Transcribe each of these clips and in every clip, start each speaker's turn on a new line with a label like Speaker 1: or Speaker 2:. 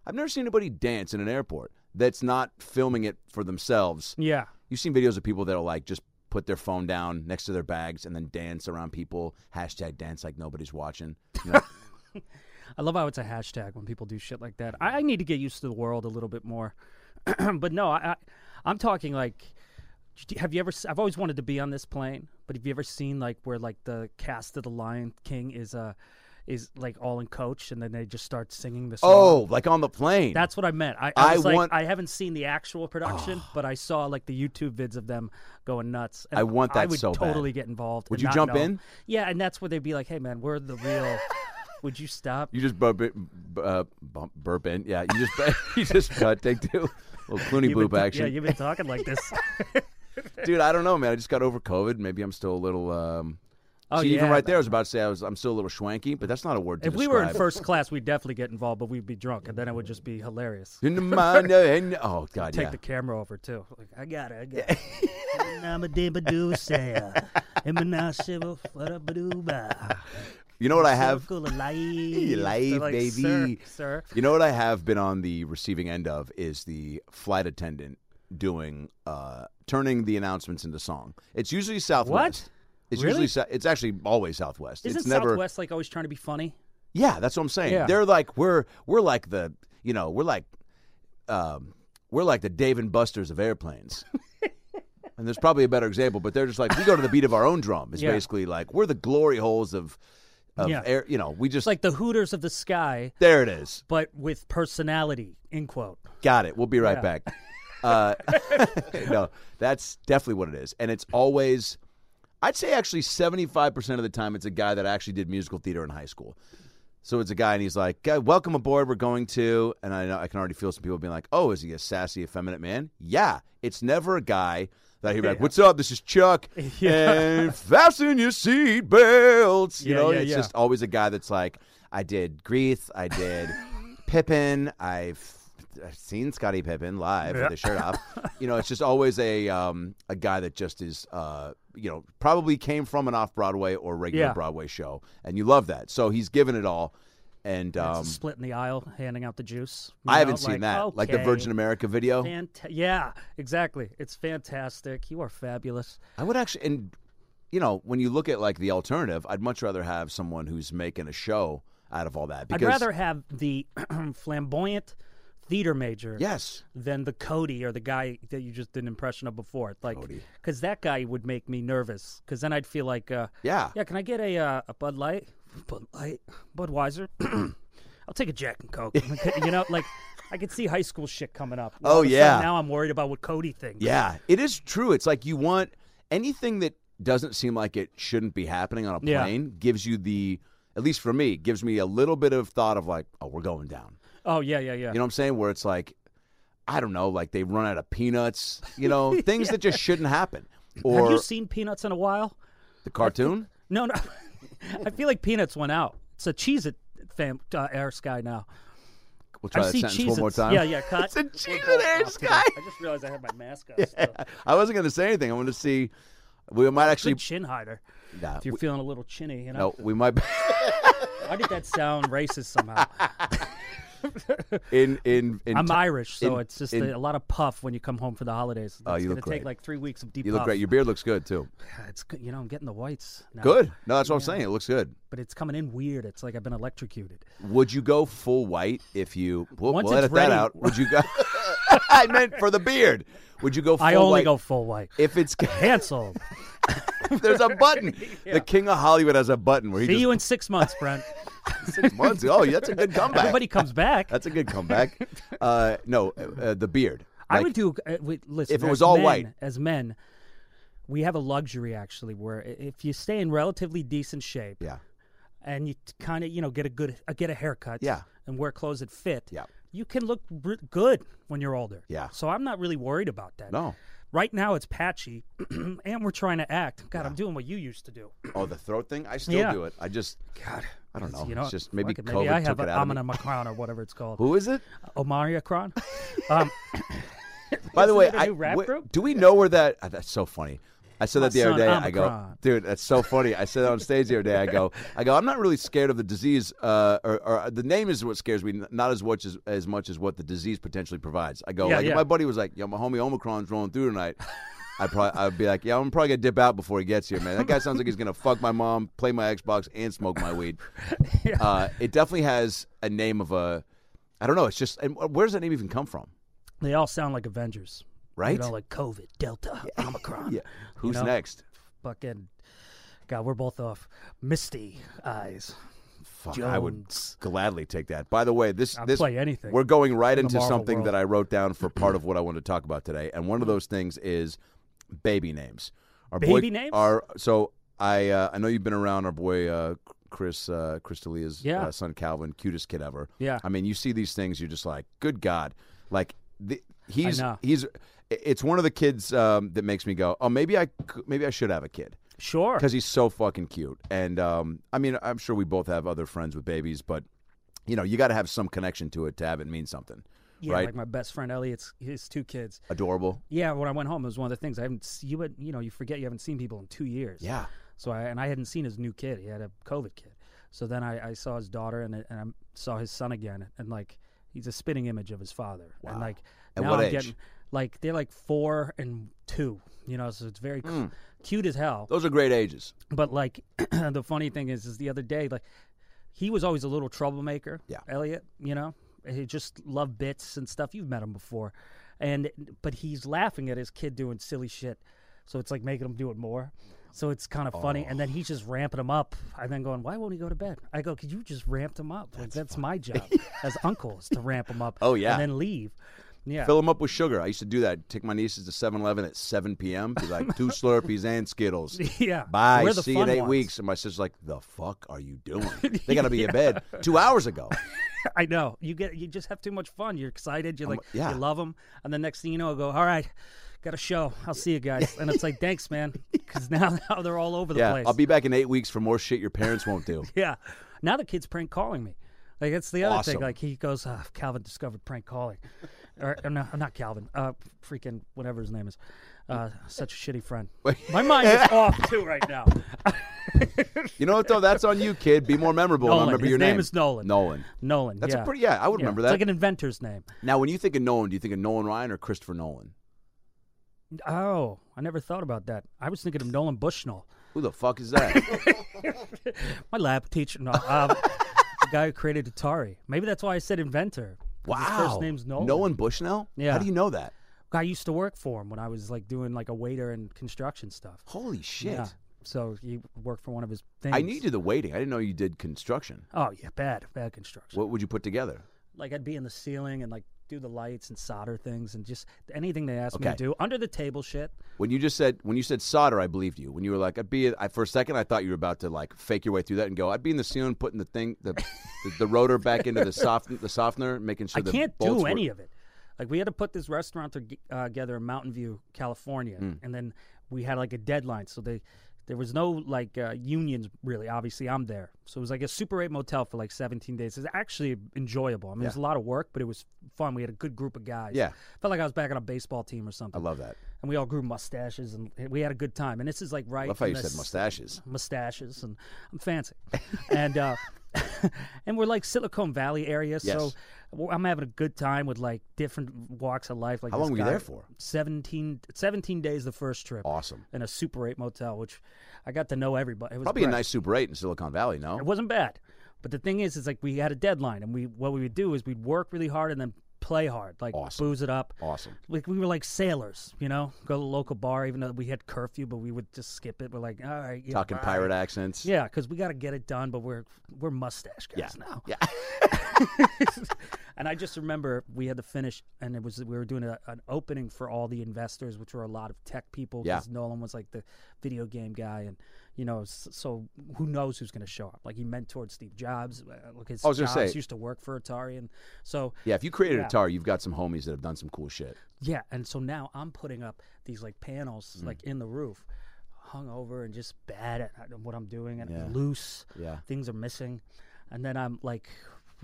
Speaker 1: I've never seen anybody dance in an airport that's not filming it for themselves.
Speaker 2: Yeah.
Speaker 1: You've seen videos of people that are like just put their phone down next to their bags and then dance around people. Hashtag dance like nobody's watching. You know,
Speaker 2: I love how it's a hashtag when people do shit like that. I, I need to get used to the world a little bit more. but no, I, I, I'm talking like, d- have you ever? s- I've always wanted to be on this plane, but have you ever seen like where like the cast of The Lion King is uh is like all in coach, and then they just start singing the song.
Speaker 1: oh, like on the plane.
Speaker 2: That's what I meant. I,
Speaker 1: I
Speaker 2: I, was like,
Speaker 1: want- Oh.
Speaker 2: I haven't seen the actual production, but I saw like the YouTube vids of them going nuts. And
Speaker 1: I want
Speaker 2: I
Speaker 1: that
Speaker 2: would
Speaker 1: so bad.
Speaker 2: totally get involved.
Speaker 1: Would
Speaker 2: and
Speaker 1: you
Speaker 2: not
Speaker 1: jump
Speaker 2: know.
Speaker 1: in?
Speaker 2: Yeah, and that's where they'd be like, "Hey, man, we're the real." would you stop?
Speaker 1: You just burp, it, b- uh, bump, burp in. Yeah, you just you just uh, take two. Little Clooney
Speaker 2: You've been
Speaker 1: Bloop
Speaker 2: ta-
Speaker 1: action.
Speaker 2: Yeah, you've been talking like this.
Speaker 1: Dude, I don't know, man. I just got over COVID. Maybe I'm still a little. Um,
Speaker 2: Oh,
Speaker 1: see, even
Speaker 2: yeah.
Speaker 1: right there, I was about to say I was. I'm still a little schwanky, but that's not a word. To
Speaker 2: if we were in
Speaker 1: describe.
Speaker 2: first class, we'd definitely get involved, but we'd be drunk, and then it would just be hilarious.
Speaker 1: in the mind, uh, and- oh god,
Speaker 2: Take
Speaker 1: yeah.
Speaker 2: the camera over too. Like, I got it. I got it. Namadibadoosa, emanashiva farabadooba.
Speaker 1: You know what I have?
Speaker 2: Circle of life,
Speaker 1: Life,
Speaker 2: Like,
Speaker 1: baby.
Speaker 2: Sir, sir.
Speaker 1: You know what I have been on the receiving end of is the flight attendant doing uh turning the announcements into song. It's usually Southwest. It's
Speaker 2: Really?
Speaker 1: usually Sou- it's actually always Southwest.
Speaker 2: Isn't
Speaker 1: it's never
Speaker 2: Southwest like always trying to be funny?
Speaker 1: Yeah, that's what I'm saying.
Speaker 2: Yeah.
Speaker 1: They're like we're we're like the you know we're like um, we're like the Dave and Buster's of airplanes. and there's probably a better example, but they're just like we go to the beat of our own drum. It's
Speaker 2: Yeah.
Speaker 1: basically like we're the glory holes of of
Speaker 2: Yeah.
Speaker 1: air. You know, we just
Speaker 2: It's like the Hooters of the sky,
Speaker 1: there it is.
Speaker 2: but with personality. End quote.
Speaker 1: Got it. We'll be right
Speaker 2: Yeah.
Speaker 1: back. Uh, no, that's definitely what it is, and it's always. I'd say actually 75% of the time it's a guy that actually did musical theater in high school. So it's a guy, and he's like, "Guy, "Welcome aboard. We're going to." And I know I can already feel some people being like, "Oh, is he a sassy, effeminate man?" Yeah, it's never a guy that he'd be like, "What's up? This is Chuck, and fasten your seat belts." You
Speaker 2: Yeah,
Speaker 1: know,
Speaker 2: yeah,
Speaker 1: it's
Speaker 2: yeah.
Speaker 1: just always a guy that's like, "I did Grease. I did Pippin. I've." I've seen Scottie Pippen live with his shirt off. You know, it's just always a um, a guy that just is, uh, you know, probably came from an off Broadway or regular
Speaker 2: Yeah.
Speaker 1: Broadway show, and you love that. So he's given it all, and
Speaker 2: It's a
Speaker 1: um,
Speaker 2: split in the aisle, handing out the juice. you
Speaker 1: I haven't
Speaker 2: know,
Speaker 1: seen
Speaker 2: like,
Speaker 1: that, like the
Speaker 2: okay,
Speaker 1: Virgin America video.
Speaker 2: fanta- yeah, exactly. It's fantastic. You are fabulous.
Speaker 1: I would actually, and you know, when you look at like the alternative, I'd much rather have someone who's making a show out of all that. Because
Speaker 2: I'd rather have the flamboyant theater major
Speaker 1: Yes.
Speaker 2: than the Cody or the guy that you just did an impression of before. Like, because that guy would make me nervous. Because then I'd feel like, uh,
Speaker 1: Yeah.
Speaker 2: yeah, can I get a, uh, a Bud Light, Bud Light, Budweiser? I'll take a Jack and Coke. you know, like I could see high school shit coming up.
Speaker 1: Oh,
Speaker 2: All of a sudden,
Speaker 1: yeah.
Speaker 2: Now I'm worried about what Cody thinks.
Speaker 1: Yeah, it is true. It's like you want anything that doesn't seem like it shouldn't be happening on a
Speaker 2: Yeah.
Speaker 1: plane gives you the at least for me gives me a little bit of thought of like, oh, we're going down.
Speaker 2: Oh yeah, yeah, yeah.
Speaker 1: You know what I'm saying? Where it's like, I don't know, like they run out of peanuts. You know, things that just shouldn't happen.
Speaker 2: Have
Speaker 1: Or
Speaker 2: you seen Peanuts in a while?
Speaker 1: the cartoon.
Speaker 2: No, no. I feel like Peanuts went out. It's a Cheez It fam uh, Air Sky now.
Speaker 1: We'll try
Speaker 2: I
Speaker 1: that
Speaker 2: see
Speaker 1: sentence one more
Speaker 2: Cheez-Its.
Speaker 1: time.
Speaker 2: Yeah, yeah. Cut.
Speaker 1: It's a Cheez-It Air
Speaker 2: Oh,
Speaker 1: Sky.
Speaker 2: I just realized I had my mask on. still.
Speaker 1: I wasn't going to say anything. I wanted to see. We might actually.
Speaker 2: Good chin hider.
Speaker 1: Nah,
Speaker 2: If you're feeling a little chinny, you know.
Speaker 1: no, we might.
Speaker 2: Why did that sound racist somehow?
Speaker 1: in in in.
Speaker 2: I'm
Speaker 1: ti-
Speaker 2: Irish, so
Speaker 1: in-
Speaker 2: it's just
Speaker 1: in-
Speaker 2: a, a lot of puff when you come home for the holidays.
Speaker 1: Oh,
Speaker 2: It's
Speaker 1: you
Speaker 2: gonna
Speaker 1: look
Speaker 2: take
Speaker 1: great.
Speaker 2: like three weeks of deep.
Speaker 1: you look
Speaker 2: puff.
Speaker 1: great. Your beard looks good too.
Speaker 2: It's good. You know, I'm getting the whites. Now,
Speaker 1: Good. No, that's what I'm saying. It looks good.
Speaker 2: but it's coming in weird. It's like I've been electrocuted.
Speaker 1: Would you go full white if you? We'll,
Speaker 2: Once
Speaker 1: we'll
Speaker 2: it's
Speaker 1: edit
Speaker 2: ready-
Speaker 1: that out. Would you go? I meant for the beard. Would you go? Full
Speaker 2: I only
Speaker 1: white
Speaker 2: go full white.
Speaker 1: if it's.
Speaker 2: Cancel.
Speaker 1: There's a button. The king of Hollywood has a button where he
Speaker 2: See
Speaker 1: just
Speaker 2: you in six months, Brent.
Speaker 1: six months. Oh, that's a good comeback.
Speaker 2: Everybody comes back.
Speaker 1: That's a good comeback. Uh, no, uh, the beard.
Speaker 2: I
Speaker 1: Like,
Speaker 2: would do. Uh, wait, listen,
Speaker 1: if it
Speaker 2: as
Speaker 1: was all
Speaker 2: men-
Speaker 1: white.
Speaker 2: as men, we have a luxury actually, where i- if you stay in relatively decent shape,
Speaker 1: Yeah.
Speaker 2: and you kind of you know get a good uh, get a haircut,
Speaker 1: Yeah.
Speaker 2: and wear clothes that fit,
Speaker 1: Yeah.
Speaker 2: you can look r- good when you're older.
Speaker 1: Yeah.
Speaker 2: So I'm not really worried about that.
Speaker 1: No.
Speaker 2: Right now it's patchy, and we're trying to act. God, I'm doing what you used to do.
Speaker 1: Oh, the throat thing. I still
Speaker 2: Yeah.
Speaker 1: do it. I just. God. I don't know.
Speaker 2: You know,
Speaker 1: Oh, it's just maybe
Speaker 2: fuck it,
Speaker 1: COVID
Speaker 2: maybe I have
Speaker 1: took
Speaker 2: a
Speaker 1: it out of me.
Speaker 2: Amina Macron or whatever it's called,
Speaker 1: Who is it?
Speaker 2: Omaria Cron. Um,
Speaker 1: By the
Speaker 2: Isn't
Speaker 1: way,
Speaker 2: that a
Speaker 1: I-
Speaker 2: new rap
Speaker 1: wait,
Speaker 2: group?
Speaker 1: do we know where that? uh, that's so funny. I said
Speaker 2: My
Speaker 1: that the other
Speaker 2: son,
Speaker 1: day.
Speaker 2: I'm a
Speaker 1: I go,
Speaker 2: clown.
Speaker 1: dude, that's so funny. I said that on stage the other day. I go, I go. I'm not really scared of the disease, uh, or, or the name is what scares me, n- not as much as as much as what the disease potentially provides. I go,
Speaker 2: Yeah,
Speaker 1: like if
Speaker 2: yeah.
Speaker 1: my buddy was like, yo, my homie Omicron's rolling through tonight. I probably I'd be like, yeah, I'm probably gonna dip out before he gets here, man. That guy sounds like he's gonna fuck my mom, play my Xbox, and smoke my weed. uh, it definitely has a name of a, I don't know. It's just, and uh, where does that name even come from?
Speaker 2: they all sound like Avengers,
Speaker 1: Right?
Speaker 2: You know, like COVID, Delta, Omicron.
Speaker 1: Yeah. Who's
Speaker 2: know?
Speaker 1: next?
Speaker 2: fucking God, we're both off. Misty eyes.
Speaker 1: Fuck, I would
Speaker 2: Jones.
Speaker 1: gladly take that. By the way, this
Speaker 2: I'll
Speaker 1: this
Speaker 2: play anything
Speaker 1: We're going right
Speaker 2: in the
Speaker 1: into
Speaker 2: Marvel
Speaker 1: something that I wrote down for part of what I wanted to talk about today, and one of those things is baby names. Our
Speaker 2: Baby names?
Speaker 1: Our so I uh, I know you've been around our boy uh, Chris uh, Chris D'Elia's
Speaker 2: Yeah.
Speaker 1: uh, son Calvin, cutest kid ever.
Speaker 2: Yeah.
Speaker 1: I mean, you see these things, you're just like, good God, like the, he's
Speaker 2: know.
Speaker 1: he's. It's one of the kids um, that makes me go, oh, maybe I c- maybe I should have a kid.
Speaker 2: Sure.
Speaker 1: because he's so fucking cute. And um, I mean, I'm sure we both have other friends with babies, but you know, you got to have some connection to it to have it mean something,
Speaker 2: Yeah,
Speaker 1: right?
Speaker 2: like my best friend Elliot's his two kids.
Speaker 1: Adorable.
Speaker 2: Yeah, when I went home, it was one of the things I haven't. s- You had, you know, you forget you haven't seen people in two years.
Speaker 1: Yeah.
Speaker 2: So I and I hadn't seen his new kid. He had a COVID kid. So then I, I saw his daughter and I- and I saw his son again and like he's a spitting image of his father. And like
Speaker 1: At
Speaker 2: now
Speaker 1: what
Speaker 2: I'm
Speaker 1: age?
Speaker 2: getting like they're like four and two. You know, so it's very cu-
Speaker 1: Hmm.
Speaker 2: cute as hell.
Speaker 1: Those are great ages.
Speaker 2: But like the funny thing is, is the other day, like he was always a little troublemaker.
Speaker 1: Yeah.
Speaker 2: Elliot, you know, he just loved bits and stuff. You've met him before, and but he's laughing at his kid doing silly shit, so it's like making him do it more. So it's kind of funny, and then he's just
Speaker 1: Oh.
Speaker 2: ramping him up, and then going, "Why won't he go to bed?" I go, "Could you just ramp him up? like that's my job as uncle is to ramp him up.
Speaker 1: Oh, yeah.
Speaker 2: and then leave. Yeah,
Speaker 1: Fill them up with sugar. I used to do that. Take my nieces to 7-Eleven at 7 p.m. Be like, two Slurpees and Skittles.
Speaker 2: yeah.
Speaker 1: Bye.
Speaker 2: We're the
Speaker 1: See you in
Speaker 2: fun
Speaker 1: eight
Speaker 2: ones.
Speaker 1: weeks. And my sister's like, the fuck are you doing? They got to be in bed two hours ago.
Speaker 2: I know you get you just have too much fun. You're excited. You're like
Speaker 1: yeah.
Speaker 2: you love them, and the next thing you know, I go all right, got a show. I'll see you guys, and it's like thanks, man, because now now they're all over the
Speaker 1: yeah.
Speaker 2: place.
Speaker 1: I'll be back in eight weeks for more shit your parents won't do.
Speaker 2: yeah. Now the kid's prank calling me. Like that's the other
Speaker 1: Awesome.
Speaker 2: thing. Like he goes, oh, Calvin discovered prank calling, or, or no, not Calvin. Uh, freaking whatever his name is. Uh, such a shitty friend. My mind is off too right now.
Speaker 1: You know what though? That's on you, kid. Be more memorable. and I'll
Speaker 2: Nolan.
Speaker 1: remember
Speaker 2: His
Speaker 1: your
Speaker 2: name
Speaker 1: name
Speaker 2: is Nolan.
Speaker 1: Nolan.
Speaker 2: Nolan.
Speaker 1: That's
Speaker 2: yeah.
Speaker 1: a pretty. Yeah, I would
Speaker 2: Yeah.
Speaker 1: remember
Speaker 2: It's
Speaker 1: that.
Speaker 2: like an inventor's name.
Speaker 1: Now, when you think of Nolan, do you think of Nolan Ryan or Christopher Nolan?
Speaker 2: Oh, I never thought about that. I was thinking of Nolan Bushnell.
Speaker 1: Who the fuck is that?
Speaker 2: uh, My lab teacher, no, um, the guy who created Atari. Maybe that's why I said inventor.
Speaker 1: Wow.
Speaker 2: His first name's Nolan.
Speaker 1: Nolan Bushnell?
Speaker 2: Yeah.
Speaker 1: How do you know that?
Speaker 2: I used to work for him when I was like doing like a waiter and construction stuff.
Speaker 1: Holy shit.
Speaker 2: Yeah. So he worked for one of his things.
Speaker 1: I knew you did the waiting. I didn't know you did construction.
Speaker 2: Oh yeah, bad, bad construction.
Speaker 1: What would you put together?
Speaker 2: like I'd be in the ceiling and like do the lights and solder things and just anything they asked me
Speaker 1: Okay.
Speaker 2: to do under the table shit.
Speaker 1: When you just said when you said solder, I believed you. When you were like, I'd be I, for a second, I thought you were about to like fake your way through that and go, I'd be in the ceiling putting the thing the the, the rotor back into the soft the softener, making sure
Speaker 2: I
Speaker 1: the
Speaker 2: can't
Speaker 1: bolts
Speaker 2: do
Speaker 1: were-
Speaker 2: any of it. Like we had to put this restaurant to- uh, together in Mountain View, California,
Speaker 1: Mm.
Speaker 2: and then we had like a deadline. So they there was no like uh, unions really. Obviously, I'm there, so it was like a Super Eight motel for like 17 days. It's actually enjoyable. I mean, it was a lot of work, but it was fun. We had a good group of guys.
Speaker 1: Yeah.
Speaker 2: felt like I was back on a baseball team or
Speaker 1: I
Speaker 2: something.
Speaker 1: love that.
Speaker 2: and we all grew mustaches, and we had a good time. And this is like right.
Speaker 1: I love how
Speaker 2: in
Speaker 1: you
Speaker 2: the
Speaker 1: said
Speaker 2: s-
Speaker 1: mustaches.
Speaker 2: mustaches and I'm fancy. and uh and we're like Silicon Valley area, so
Speaker 1: Yes.
Speaker 2: w- I'm having a good time with like different walks of life like
Speaker 1: How
Speaker 2: this
Speaker 1: long were you
Speaker 2: guy-
Speaker 1: there for?
Speaker 2: 17 17 days the first trip.
Speaker 1: Awesome.
Speaker 2: In a Super 8 motel which I got to know everybody. It was
Speaker 1: Probably a
Speaker 2: great.
Speaker 1: nice Super Eight in Silicon Valley.
Speaker 2: It
Speaker 1: No,
Speaker 2: wasn't bad. But the thing is, is like we had a deadline, and we what we would do is we'd work really hard and then play hard, like
Speaker 1: Awesome.
Speaker 2: booze it up.
Speaker 1: Awesome.
Speaker 2: Like we were like sailors, you know, go to the local bar, even though we had curfew, but we would just skip it. We're like, all right, yeah,
Speaker 1: talking
Speaker 2: bye.
Speaker 1: pirate accents.
Speaker 2: Yeah, because we got to get it done, but we're we're mustache guys now.
Speaker 1: Yeah.
Speaker 2: And I just remember we had to finish, and it was we were doing a, an opening for all the investors, which were a lot of tech people.
Speaker 1: Yeah.
Speaker 2: Because Nolan was like the video game guy, and you know, s- so who knows who's going to show up? Like he mentored Steve Jobs. uh, Like his
Speaker 1: I was gonna
Speaker 2: Jobs
Speaker 1: say-
Speaker 2: used to work for Atari, and so
Speaker 1: Yeah, if you created
Speaker 2: Yeah.
Speaker 1: a tar, you've got some homies that have done some cool shit.
Speaker 2: Yeah, and so now I'm putting up these like panels
Speaker 1: Mm.
Speaker 2: like in the roof, hung over and just bad at what I'm doing and
Speaker 1: Yeah.
Speaker 2: loose.
Speaker 1: Yeah.
Speaker 2: Things are missing. And then I'm like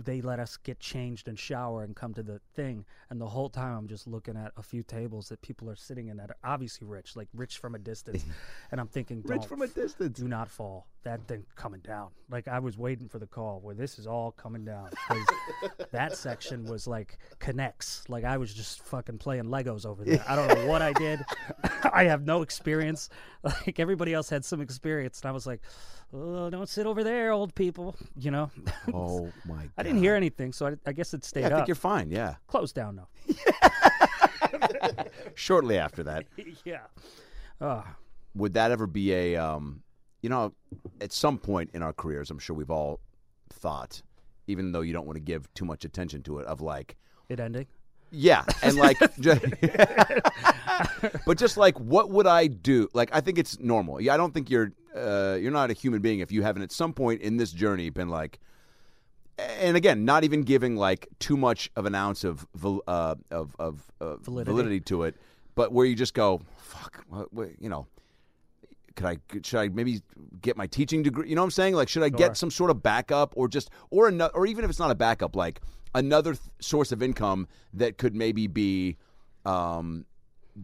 Speaker 2: they let us get changed and shower and come to the thing and the whole time I'm just looking at a few tables that people are sitting in that are obviously rich, like rich from a distance. and I'm thinking
Speaker 1: Rich
Speaker 2: "Don't
Speaker 1: from a
Speaker 2: f-
Speaker 1: distance."
Speaker 2: Do not fall. That thing coming down. Like I was waiting for the call where this is all coming down. 'cause that section was like connects. Like I was just fucking playing Legos over there. I don't know what I did. I have no experience. Like everybody else had some experience, and I was like, oh, "Don't sit over there, old people." You know.
Speaker 1: Oh my! God.
Speaker 2: I didn't hear anything, so I, I guess it stayed
Speaker 1: Yeah, I
Speaker 2: up.
Speaker 1: think you're fine. Yeah.
Speaker 2: Closed down though.
Speaker 1: Shortly after that,
Speaker 2: yeah. Uh,
Speaker 1: would that ever be a um, you know at some point in our careers i'm sure we've all thought even though you don't want to give too much attention to it of like
Speaker 2: it ending.
Speaker 1: yeah and like ju- but just like what would i do like i think it's normal yeah i don't think you're uh, you're not a human being if you haven't at some point in this journey been like and again not even giving like too much of an ounce of val- uh, of of uh,
Speaker 2: Validity.
Speaker 1: validity to it but where you just go fuck what, what, you know could I could- should I maybe get my teaching degree? You know what I'm saying? Like, should I
Speaker 2: Sure.
Speaker 1: get some sort of backup or just or another or even if it's not a backup, like another th- source of income that could maybe be um,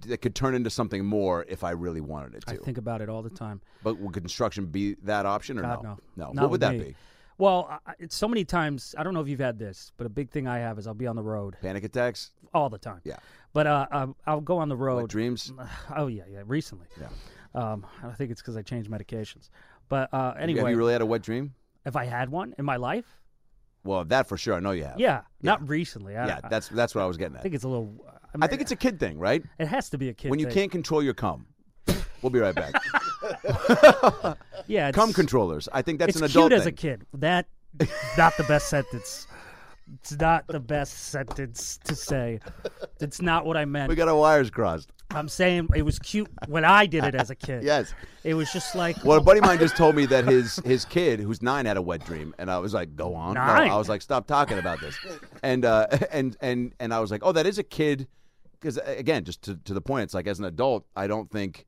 Speaker 1: that could turn into something more if I really wanted it
Speaker 2: I
Speaker 1: to.
Speaker 2: think about it all the time.
Speaker 1: but would construction be that option or
Speaker 2: God,
Speaker 1: no?
Speaker 2: no. Not
Speaker 1: What would
Speaker 2: with
Speaker 1: that
Speaker 2: me.
Speaker 1: be?
Speaker 2: Well, I- I, it's so many times. I don't know if you've had this, but a big thing I have is I'll be on the road
Speaker 1: Panic attacks?
Speaker 2: all the time.
Speaker 1: Yeah.
Speaker 2: But uh, um, I'll go on the road.
Speaker 1: Like dreams?
Speaker 2: Oh yeah, yeah. Recently.
Speaker 1: Yeah.
Speaker 2: Um, I think it's because I changed medications. But uh,
Speaker 1: Have
Speaker 2: anyway,
Speaker 1: you really had a wet dream?
Speaker 2: if I had one in my life,
Speaker 1: Well, that for sure. I know you have.
Speaker 2: yeah, not recently. I,
Speaker 1: Yeah,
Speaker 2: I
Speaker 1: that's that's what I was getting at.
Speaker 2: think it's a little. I, mean,
Speaker 1: I think it's a kid thing, right?
Speaker 2: It has to be a kid.
Speaker 1: When you
Speaker 2: thing.
Speaker 1: can't control your cum. We'll be right back.
Speaker 2: yeah, it's,
Speaker 1: Cum controllers. I think that's
Speaker 2: it's
Speaker 1: an adult
Speaker 2: cute as a
Speaker 1: thing.
Speaker 2: kid. That not the best sentence. It's not the best sentence to say. It's not what I meant.
Speaker 1: We got our wires crossed.
Speaker 2: I'm saying it was cute when I did it as a kid.
Speaker 1: Yes.
Speaker 2: It was just like
Speaker 1: Well, a buddy of mine just told me that his his kid, who's nine, had a wet dream, and I was like, "Go on." No,
Speaker 2: Nine?
Speaker 1: I was like, "Stop talking about this," and uh, and and and I was like, "Oh, that is a kid," because again, just to, to the point, it's like as an adult, I don't think,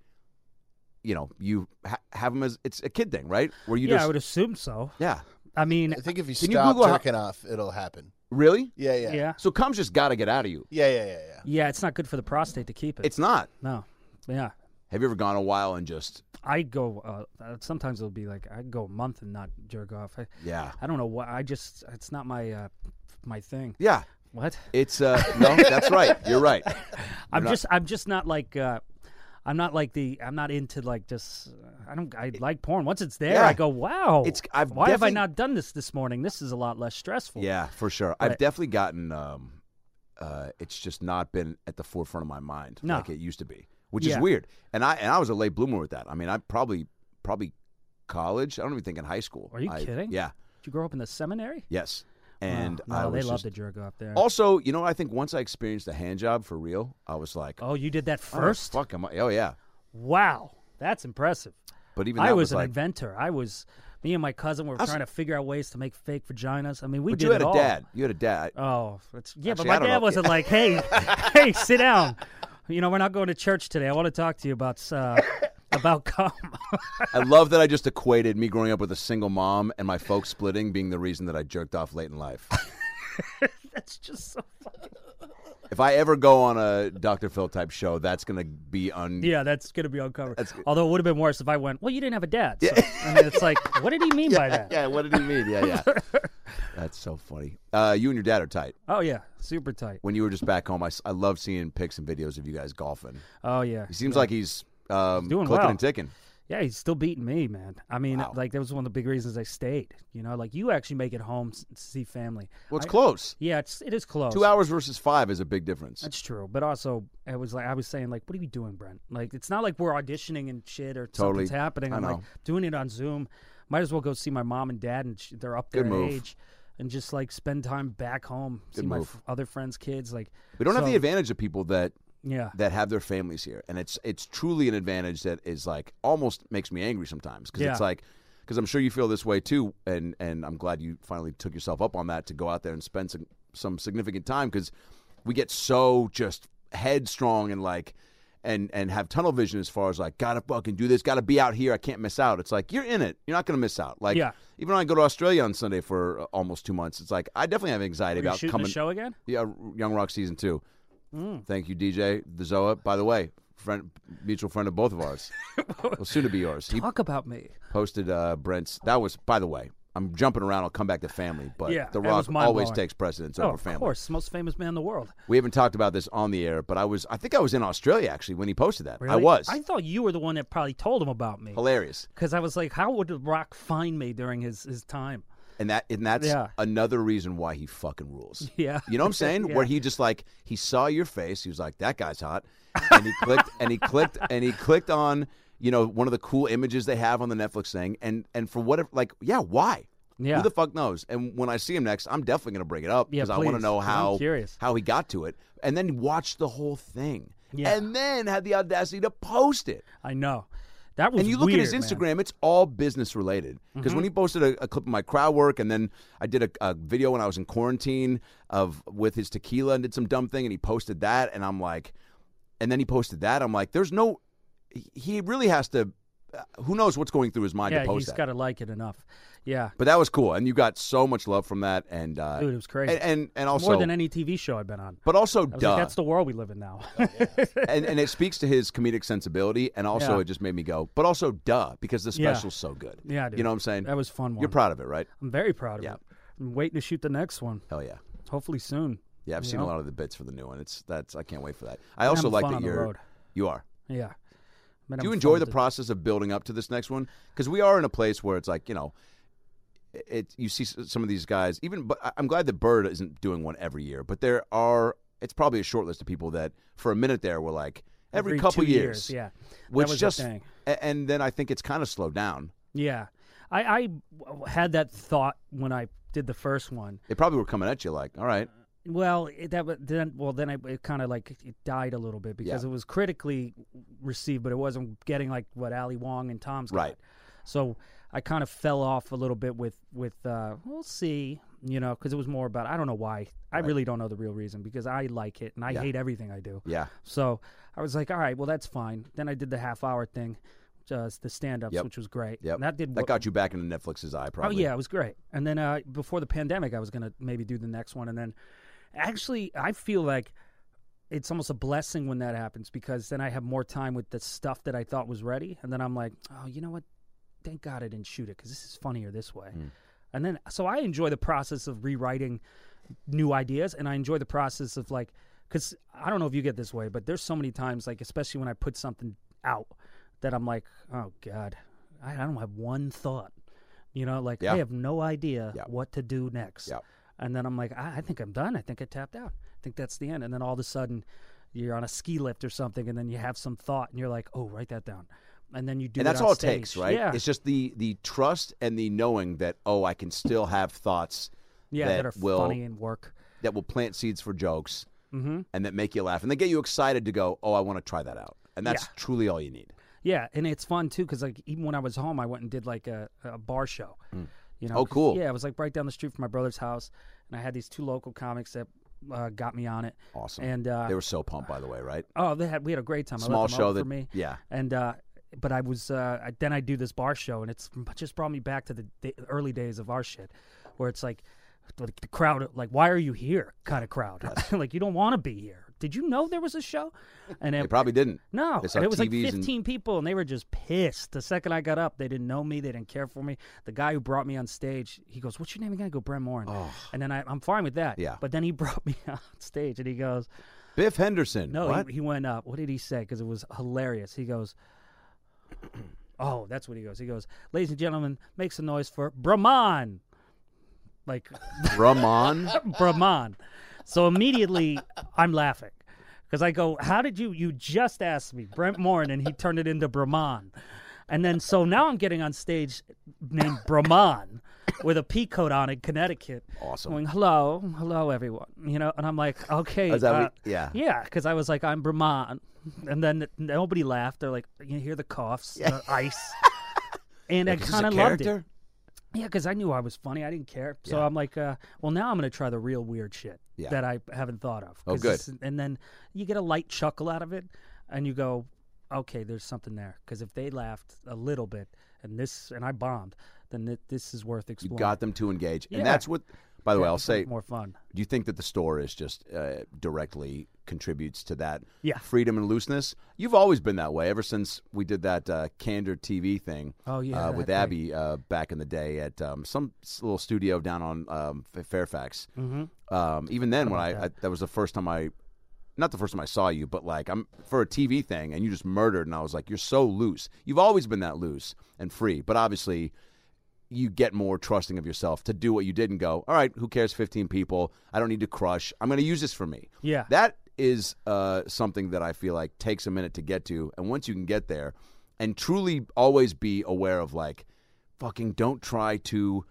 Speaker 1: you know, you ha- have them as it's a kid thing, right? Where you
Speaker 2: yeah,
Speaker 1: just
Speaker 2: I would assume so.
Speaker 1: yeah,
Speaker 2: I mean,
Speaker 3: I think if you
Speaker 1: Can you
Speaker 3: stop
Speaker 1: Google how-
Speaker 3: jerking off, it'll happen.
Speaker 1: really.
Speaker 3: Yeah, yeah,
Speaker 2: yeah.
Speaker 3: yeah,
Speaker 2: yeah,
Speaker 1: So cum's just got to get out of you.
Speaker 3: yeah, yeah, yeah.
Speaker 2: it's not good for the prostate to keep it.
Speaker 1: It's not.
Speaker 2: no, yeah.
Speaker 1: Have you ever gone a while and just
Speaker 2: I go uh, uh, sometimes it'll be like I go a month and not jerk off. I,
Speaker 1: yeah
Speaker 2: I don't know why. I just it's not my uh, my thing.
Speaker 1: yeah.
Speaker 2: What?
Speaker 1: It's uh no, that's right. You're right.
Speaker 2: I'm
Speaker 1: not-
Speaker 2: just I'm just not like uh, I'm not like the I'm not into like just I don't I like porn. Once it's there,
Speaker 1: Yeah.
Speaker 2: I go wow.
Speaker 1: It's- I've
Speaker 2: why have I
Speaker 1: definitely-
Speaker 2: not done this this morning? This is a lot less stressful.
Speaker 1: Yeah, for sure. I've
Speaker 2: But-
Speaker 1: definitely gotten um, uh, it's just not been at the forefront of my mind
Speaker 2: No.
Speaker 1: like it used to be, which
Speaker 2: Yeah.
Speaker 1: is weird. And I and I was a late bloomer with that. I mean, I probably probably college. I don't even think in high school.
Speaker 2: Are you
Speaker 1: I-
Speaker 2: kidding?
Speaker 1: Yeah.
Speaker 2: Did you grow up in the seminary?
Speaker 1: Yes. And
Speaker 2: oh, no,
Speaker 1: I
Speaker 2: they
Speaker 1: was
Speaker 2: love
Speaker 1: just- Oh,
Speaker 2: to jerk off there.
Speaker 1: also, you know, I think once I experienced a hand job for real, I was like,
Speaker 2: oh, you did that
Speaker 1: "Oh,
Speaker 2: first?
Speaker 1: fuck, am I? Oh yeah.
Speaker 2: Wow, that's impressive.
Speaker 1: But even
Speaker 2: I
Speaker 1: that
Speaker 2: was,
Speaker 1: was,
Speaker 2: an
Speaker 1: like,
Speaker 2: inventor. I was. Me and my cousin were
Speaker 1: I was-
Speaker 2: trying to figure out ways to make fake vaginas. I mean, we
Speaker 1: but
Speaker 2: did
Speaker 1: you had
Speaker 2: it
Speaker 1: a
Speaker 2: all.
Speaker 1: dad. You had a dad.
Speaker 2: Oh, it's,
Speaker 1: Actually, I
Speaker 2: yeah, but my
Speaker 1: don't
Speaker 2: dad
Speaker 1: know.
Speaker 2: wasn't like, "Hey, hey, sit down." You know, we're not going to church today. I want to talk to you about uh, about cum.
Speaker 1: I love that I just equated me growing up with a single mom and my folks splitting being the reason that I jerked off late in life.
Speaker 2: that's just so. Funny.
Speaker 1: if I ever go on a Dr. Phil type show, that's gonna be un.
Speaker 2: Yeah, that's gonna be uncovered. Although it would have been worse if I went. Well, you didn't have a dad. So, I mean, it's like, what did he mean by that?
Speaker 1: Yeah, what did he mean? Yeah, yeah. That's so funny. Uh, you and your dad are tight.
Speaker 2: Oh yeah, super tight.
Speaker 1: When you were just back home, I, s- I love seeing pics and videos of you guys golfing.
Speaker 2: Oh yeah.
Speaker 1: He seems like he's um,
Speaker 2: doing
Speaker 1: clicking
Speaker 2: well.
Speaker 1: and ticking.
Speaker 2: Yeah, he's still beating me, man. I mean,
Speaker 1: Wow.
Speaker 2: like that was one of the big reasons I stayed. You know, like you actually make it home s- to see family.
Speaker 1: Well, it's
Speaker 2: I-
Speaker 1: close.
Speaker 2: Yeah, it's it is close.
Speaker 1: Two hours versus five is a big difference.
Speaker 2: That's true, but also it was like I was saying, like, what are you doing, Brent? Like, it's not like we're auditioning and shit or
Speaker 1: Totally.
Speaker 2: something's happening.
Speaker 1: I
Speaker 2: I'm like
Speaker 1: know.
Speaker 2: doing it on Zoom. Might as well go see my mom and dad, and sh- they're up there
Speaker 1: Good
Speaker 2: in
Speaker 1: move.
Speaker 2: age, and just like spend time back home, see my
Speaker 1: move.
Speaker 2: f- other friends' kids. Like,
Speaker 1: We don't have
Speaker 2: so-
Speaker 1: the advantage of people that
Speaker 2: Yeah,
Speaker 1: that have their families here, and it's it's truly an advantage that is like almost makes me angry sometimes because it's
Speaker 2: Yeah.
Speaker 1: like because I'm sure you feel this way too, and and I'm glad you finally took yourself up on that to go out there and spend some some significant time because we get so just headstrong and like. And, and have tunnel vision as far as like gotta fucking do this gotta be out here I can't miss out it's like you're in it you're not gonna miss out like
Speaker 2: Yeah.
Speaker 1: even when I go to Australia on Sunday for uh, almost two months it's like I definitely have anxiety
Speaker 2: Are you
Speaker 1: about
Speaker 2: shooting
Speaker 1: coming
Speaker 2: the show again?
Speaker 1: yeah, R- Young Rock season two.
Speaker 2: Mm.
Speaker 1: Thank you, DJ the Zoa. By the way, friend, mutual friend of both of ours. well, soon to be yours. He
Speaker 2: Talk about me.
Speaker 1: posted uh, Brent's. That was, by the way, I'm jumping around. I'll come back to family, but
Speaker 2: Yeah,
Speaker 1: The
Speaker 2: that
Speaker 1: Rock
Speaker 2: was mind-blowing.
Speaker 1: always takes precedence
Speaker 2: Oh,
Speaker 1: over
Speaker 2: of
Speaker 1: family.
Speaker 2: course, most famous man in the world.
Speaker 1: We haven't talked about this on the air, but I was, I think I was in Australia actually when he posted that. I
Speaker 2: Really?
Speaker 1: was
Speaker 2: I thought you were the one that probably told him about me.
Speaker 1: hilarious,
Speaker 2: Because I was like, how would The Rock find me during his, his time?
Speaker 1: and that, and that's
Speaker 2: Yeah.
Speaker 1: another reason why he fucking rules.
Speaker 2: Yeah.
Speaker 1: You know what I'm saying?
Speaker 2: Yeah.
Speaker 1: Where he just like he saw your face, he was like, "That guy's hot," and he clicked and he clicked and he clicked on you know one of the cool images they have on the Netflix thing, and and for whatever, like, yeah, why?
Speaker 2: Yeah.
Speaker 1: Who the fuck knows? And when I see him next, I'm definitely gonna bring it up
Speaker 2: Yeah,
Speaker 1: because I want
Speaker 2: please,
Speaker 1: to know
Speaker 2: 'cause I'm
Speaker 1: how
Speaker 2: curious.
Speaker 1: how he got to it, and then watch the whole thing,
Speaker 2: Yeah.
Speaker 1: and then had the audacity to post it.
Speaker 2: I know. That was
Speaker 1: And you look at his
Speaker 2: weird, man. Mm-hmm.
Speaker 1: Instagram, it's all business related. Because when he posted a, a clip of my crowd work, and then I did a, a video when I was in quarantine of with his tequila and did some dumb thing, and he posted that, and I'm like, and then he posted that, I'm like, there's no, he- he really has to, uh, who knows what's going through his mind
Speaker 2: Yeah,
Speaker 1: to
Speaker 2: he's
Speaker 1: post that.
Speaker 2: got to like it enough. Yeah,
Speaker 1: but that was cool, and you got so much love from that, and uh,
Speaker 2: Dude, it was crazy.
Speaker 1: and and, and also,
Speaker 2: more than any TV show I've been on.
Speaker 1: but also,
Speaker 2: I was
Speaker 1: duh,
Speaker 2: like, that's the world we live in now.
Speaker 1: and and it speaks to his comedic sensibility, and also
Speaker 2: Yeah.
Speaker 1: it just made me go, but also, duh, because the
Speaker 2: Yeah.
Speaker 1: special's so good.
Speaker 2: yeah, dude.
Speaker 1: you know what I'm saying?
Speaker 2: That was a fun. One.
Speaker 1: You're proud of it, right?
Speaker 2: I'm very proud of
Speaker 1: Yeah.
Speaker 2: it. I'm waiting to shoot the next one.
Speaker 1: Hell yeah.
Speaker 2: Hopefully soon.
Speaker 1: Yeah, I've
Speaker 2: You
Speaker 1: seen
Speaker 2: know?
Speaker 1: a lot of the bits for the new one. It's that's I can't wait for that. I also
Speaker 2: having
Speaker 1: like
Speaker 2: fun
Speaker 1: that
Speaker 2: on the
Speaker 1: you're
Speaker 2: road.
Speaker 1: you are.
Speaker 2: Yeah. Man,
Speaker 1: Do
Speaker 2: I'm
Speaker 1: you
Speaker 2: fun
Speaker 1: enjoy the
Speaker 2: to-
Speaker 1: process of building up to this next one? Because we are in a place where it's like you know, it you see s- some of these guys. Even but I- I'm glad that Bird isn't doing one every year. But there are it's probably a short list of people that for a minute there were like every,
Speaker 2: every
Speaker 1: couple
Speaker 2: two
Speaker 1: years,
Speaker 2: Yeah.
Speaker 1: which
Speaker 2: that was
Speaker 1: just
Speaker 2: the thing.
Speaker 1: a- and then I think it's kind of slowed down.
Speaker 2: Yeah, I I w- had that thought when I did the first one.
Speaker 1: They probably were coming at you like, all right,
Speaker 2: Well, it, that wa- then well then I, it kind of like it died a little bit because
Speaker 1: Yeah.
Speaker 2: it was critically received, but it wasn't getting like what Ali Wong and Tom's got.
Speaker 1: Right.
Speaker 2: So I kind of fell off a little bit with with uh, we'll see, you know, because it was more about I don't know why I really don't know the real reason because I like it and I hate everything I do.
Speaker 1: yeah,
Speaker 2: So I was like, all right, well that's fine. Then I did the half hour thing, just the stand ups,
Speaker 1: Yep.
Speaker 2: which was great.
Speaker 1: yeah.
Speaker 2: And that did
Speaker 1: that
Speaker 2: wo-
Speaker 1: got you back into Netflix's eye.
Speaker 2: Oh
Speaker 1: Probably.
Speaker 2: yeah, it was great. And then uh, before the pandemic, I was gonna maybe do the next one. And then actually, I feel like it's almost a blessing when that happens because then I have more time with the stuff that I thought was ready. And then I'm like, oh, you know what? Thank God I didn't shoot it because this is funnier this way. And then so I enjoy the process of rewriting new ideas, and I enjoy the process of like because I don't know if you get this way, but there's so many times like especially when I put something out that I'm like, oh God, I I don't have one thought. You know, like
Speaker 1: Yeah.
Speaker 2: I have no idea
Speaker 1: Yeah.
Speaker 2: what to do next.
Speaker 1: Yeah.
Speaker 2: And then I'm like, I, I think I'm done. I think I tapped out. I think that's the end. And then all of a sudden, you're on a ski lift or something, and then you have some thought, and you're like, oh, write that down. And then you do.
Speaker 1: and
Speaker 2: it
Speaker 1: that's
Speaker 2: on
Speaker 1: all
Speaker 2: stage.
Speaker 1: it takes, right?
Speaker 2: Yeah,
Speaker 1: It's just the the trust and the knowing that oh, I can still have thoughts
Speaker 2: yeah,
Speaker 1: that,
Speaker 2: that, are
Speaker 1: will
Speaker 2: funny and work.
Speaker 1: that will plant seeds for jokes
Speaker 2: Mm-hmm.
Speaker 1: and that make you laugh and they get you excited to go, "Oh, I want to try that out." And that's
Speaker 2: Yeah.
Speaker 1: truly all you need.
Speaker 2: Yeah, and it's fun too because like even when I was home, I went and did like a, a bar show. You know?
Speaker 1: Oh,
Speaker 2: 'cause-
Speaker 1: cool.
Speaker 2: Yeah, it was like right down the street from my brother's house, and I had these two local comics that uh, got me on it.
Speaker 1: Awesome.
Speaker 2: And uh,
Speaker 1: they were so pumped by the way, right?
Speaker 2: oh, they had we had a great time. I let
Speaker 1: Small
Speaker 2: them
Speaker 1: show
Speaker 2: open
Speaker 1: that
Speaker 2: for me.
Speaker 1: yeah.
Speaker 2: And uh, but I was uh, I- then I do this bar show, and it's just brought me back to the da- early days of our shit, where it's like. Like the crowd, like, why are you here? Kind of crowd. like, you don't want to be here. Did you know there was a show? And
Speaker 1: They
Speaker 2: it,
Speaker 1: probably didn't.
Speaker 2: no,
Speaker 1: They saw
Speaker 2: and it was like
Speaker 1: TVs and-
Speaker 2: 15 people, and they were just pissed. The second I got up, they didn't know me, they didn't care for me. The guy who brought me on stage, he goes, "What's your name again?" I go, "Brent Morin," and then I, I'm fine with that.
Speaker 1: Yeah.
Speaker 2: But then he brought me on stage, and he goes,
Speaker 1: Biff Henderson.
Speaker 2: "No,"
Speaker 1: what?
Speaker 2: he, he went up. What did he say? Because it was hilarious. He goes, "Oh, that's what he goes." He goes, "Ladies and gentlemen, make some noise for Brahman." Like
Speaker 1: Ramon.
Speaker 2: Brahman. So immediately I'm laughing because I go, How did you? You just asked me, Brent Morin, and he turned it into Brahman. And then so now I'm getting on stage named Brahman with a pea coat on in Connecticut.
Speaker 1: Awesome.
Speaker 2: Going, Hello, hello, everyone. You know, and I'm like, Okay.
Speaker 1: Is that
Speaker 2: uh,
Speaker 1: what- yeah.
Speaker 2: Yeah, because I was like, I'm Brahman. And then nobody laughed. They're like, You hear the coughs, the ice. And I
Speaker 1: Like, is this a
Speaker 2: kind of loved it.
Speaker 1: character?
Speaker 2: Yeah, because I knew I was funny. I didn't care. So
Speaker 1: Yeah.
Speaker 2: I'm like, uh, well, now I'm going to try the real weird shit
Speaker 1: Yeah.
Speaker 2: that I haven't thought of.
Speaker 1: Oh,
Speaker 2: 'Cause
Speaker 1: good.
Speaker 2: this- and then you get a light chuckle out of it, and you go, okay, there's something there. Because if they laughed a little bit, and this, and I bombed, then th- this is worth
Speaker 1: You
Speaker 2: exploring.
Speaker 1: got them to engage.
Speaker 2: Yeah.
Speaker 1: And that's what by the way, I'll
Speaker 2: It's like
Speaker 1: say
Speaker 2: more fun.
Speaker 1: Do you think that the store is just uh, directly contributes to that
Speaker 2: Yeah.
Speaker 1: freedom and looseness? You've always been that way ever since we did that uh, Candor TV thing
Speaker 2: Oh, yeah,
Speaker 1: uh, with
Speaker 2: that
Speaker 1: Abby uh, back in the day at um, some s- little studio down on um, Fa- Fairfax. Mm-hmm. Um, even then, when I, I that was the first time I, not the first time I saw you, but like I'm for a TV thing, and you just murdered, and I was like, you're so loose. You've always been that loose and free, but obviously you get more trusting of yourself to do what you did and go, all right, who cares? 15 people. I don't need to crush. I'm going to use this for me.
Speaker 2: Yeah.
Speaker 1: That is uh, something that I feel like takes a minute to get to. And once you can get there and truly always be aware of like, fucking don't try to.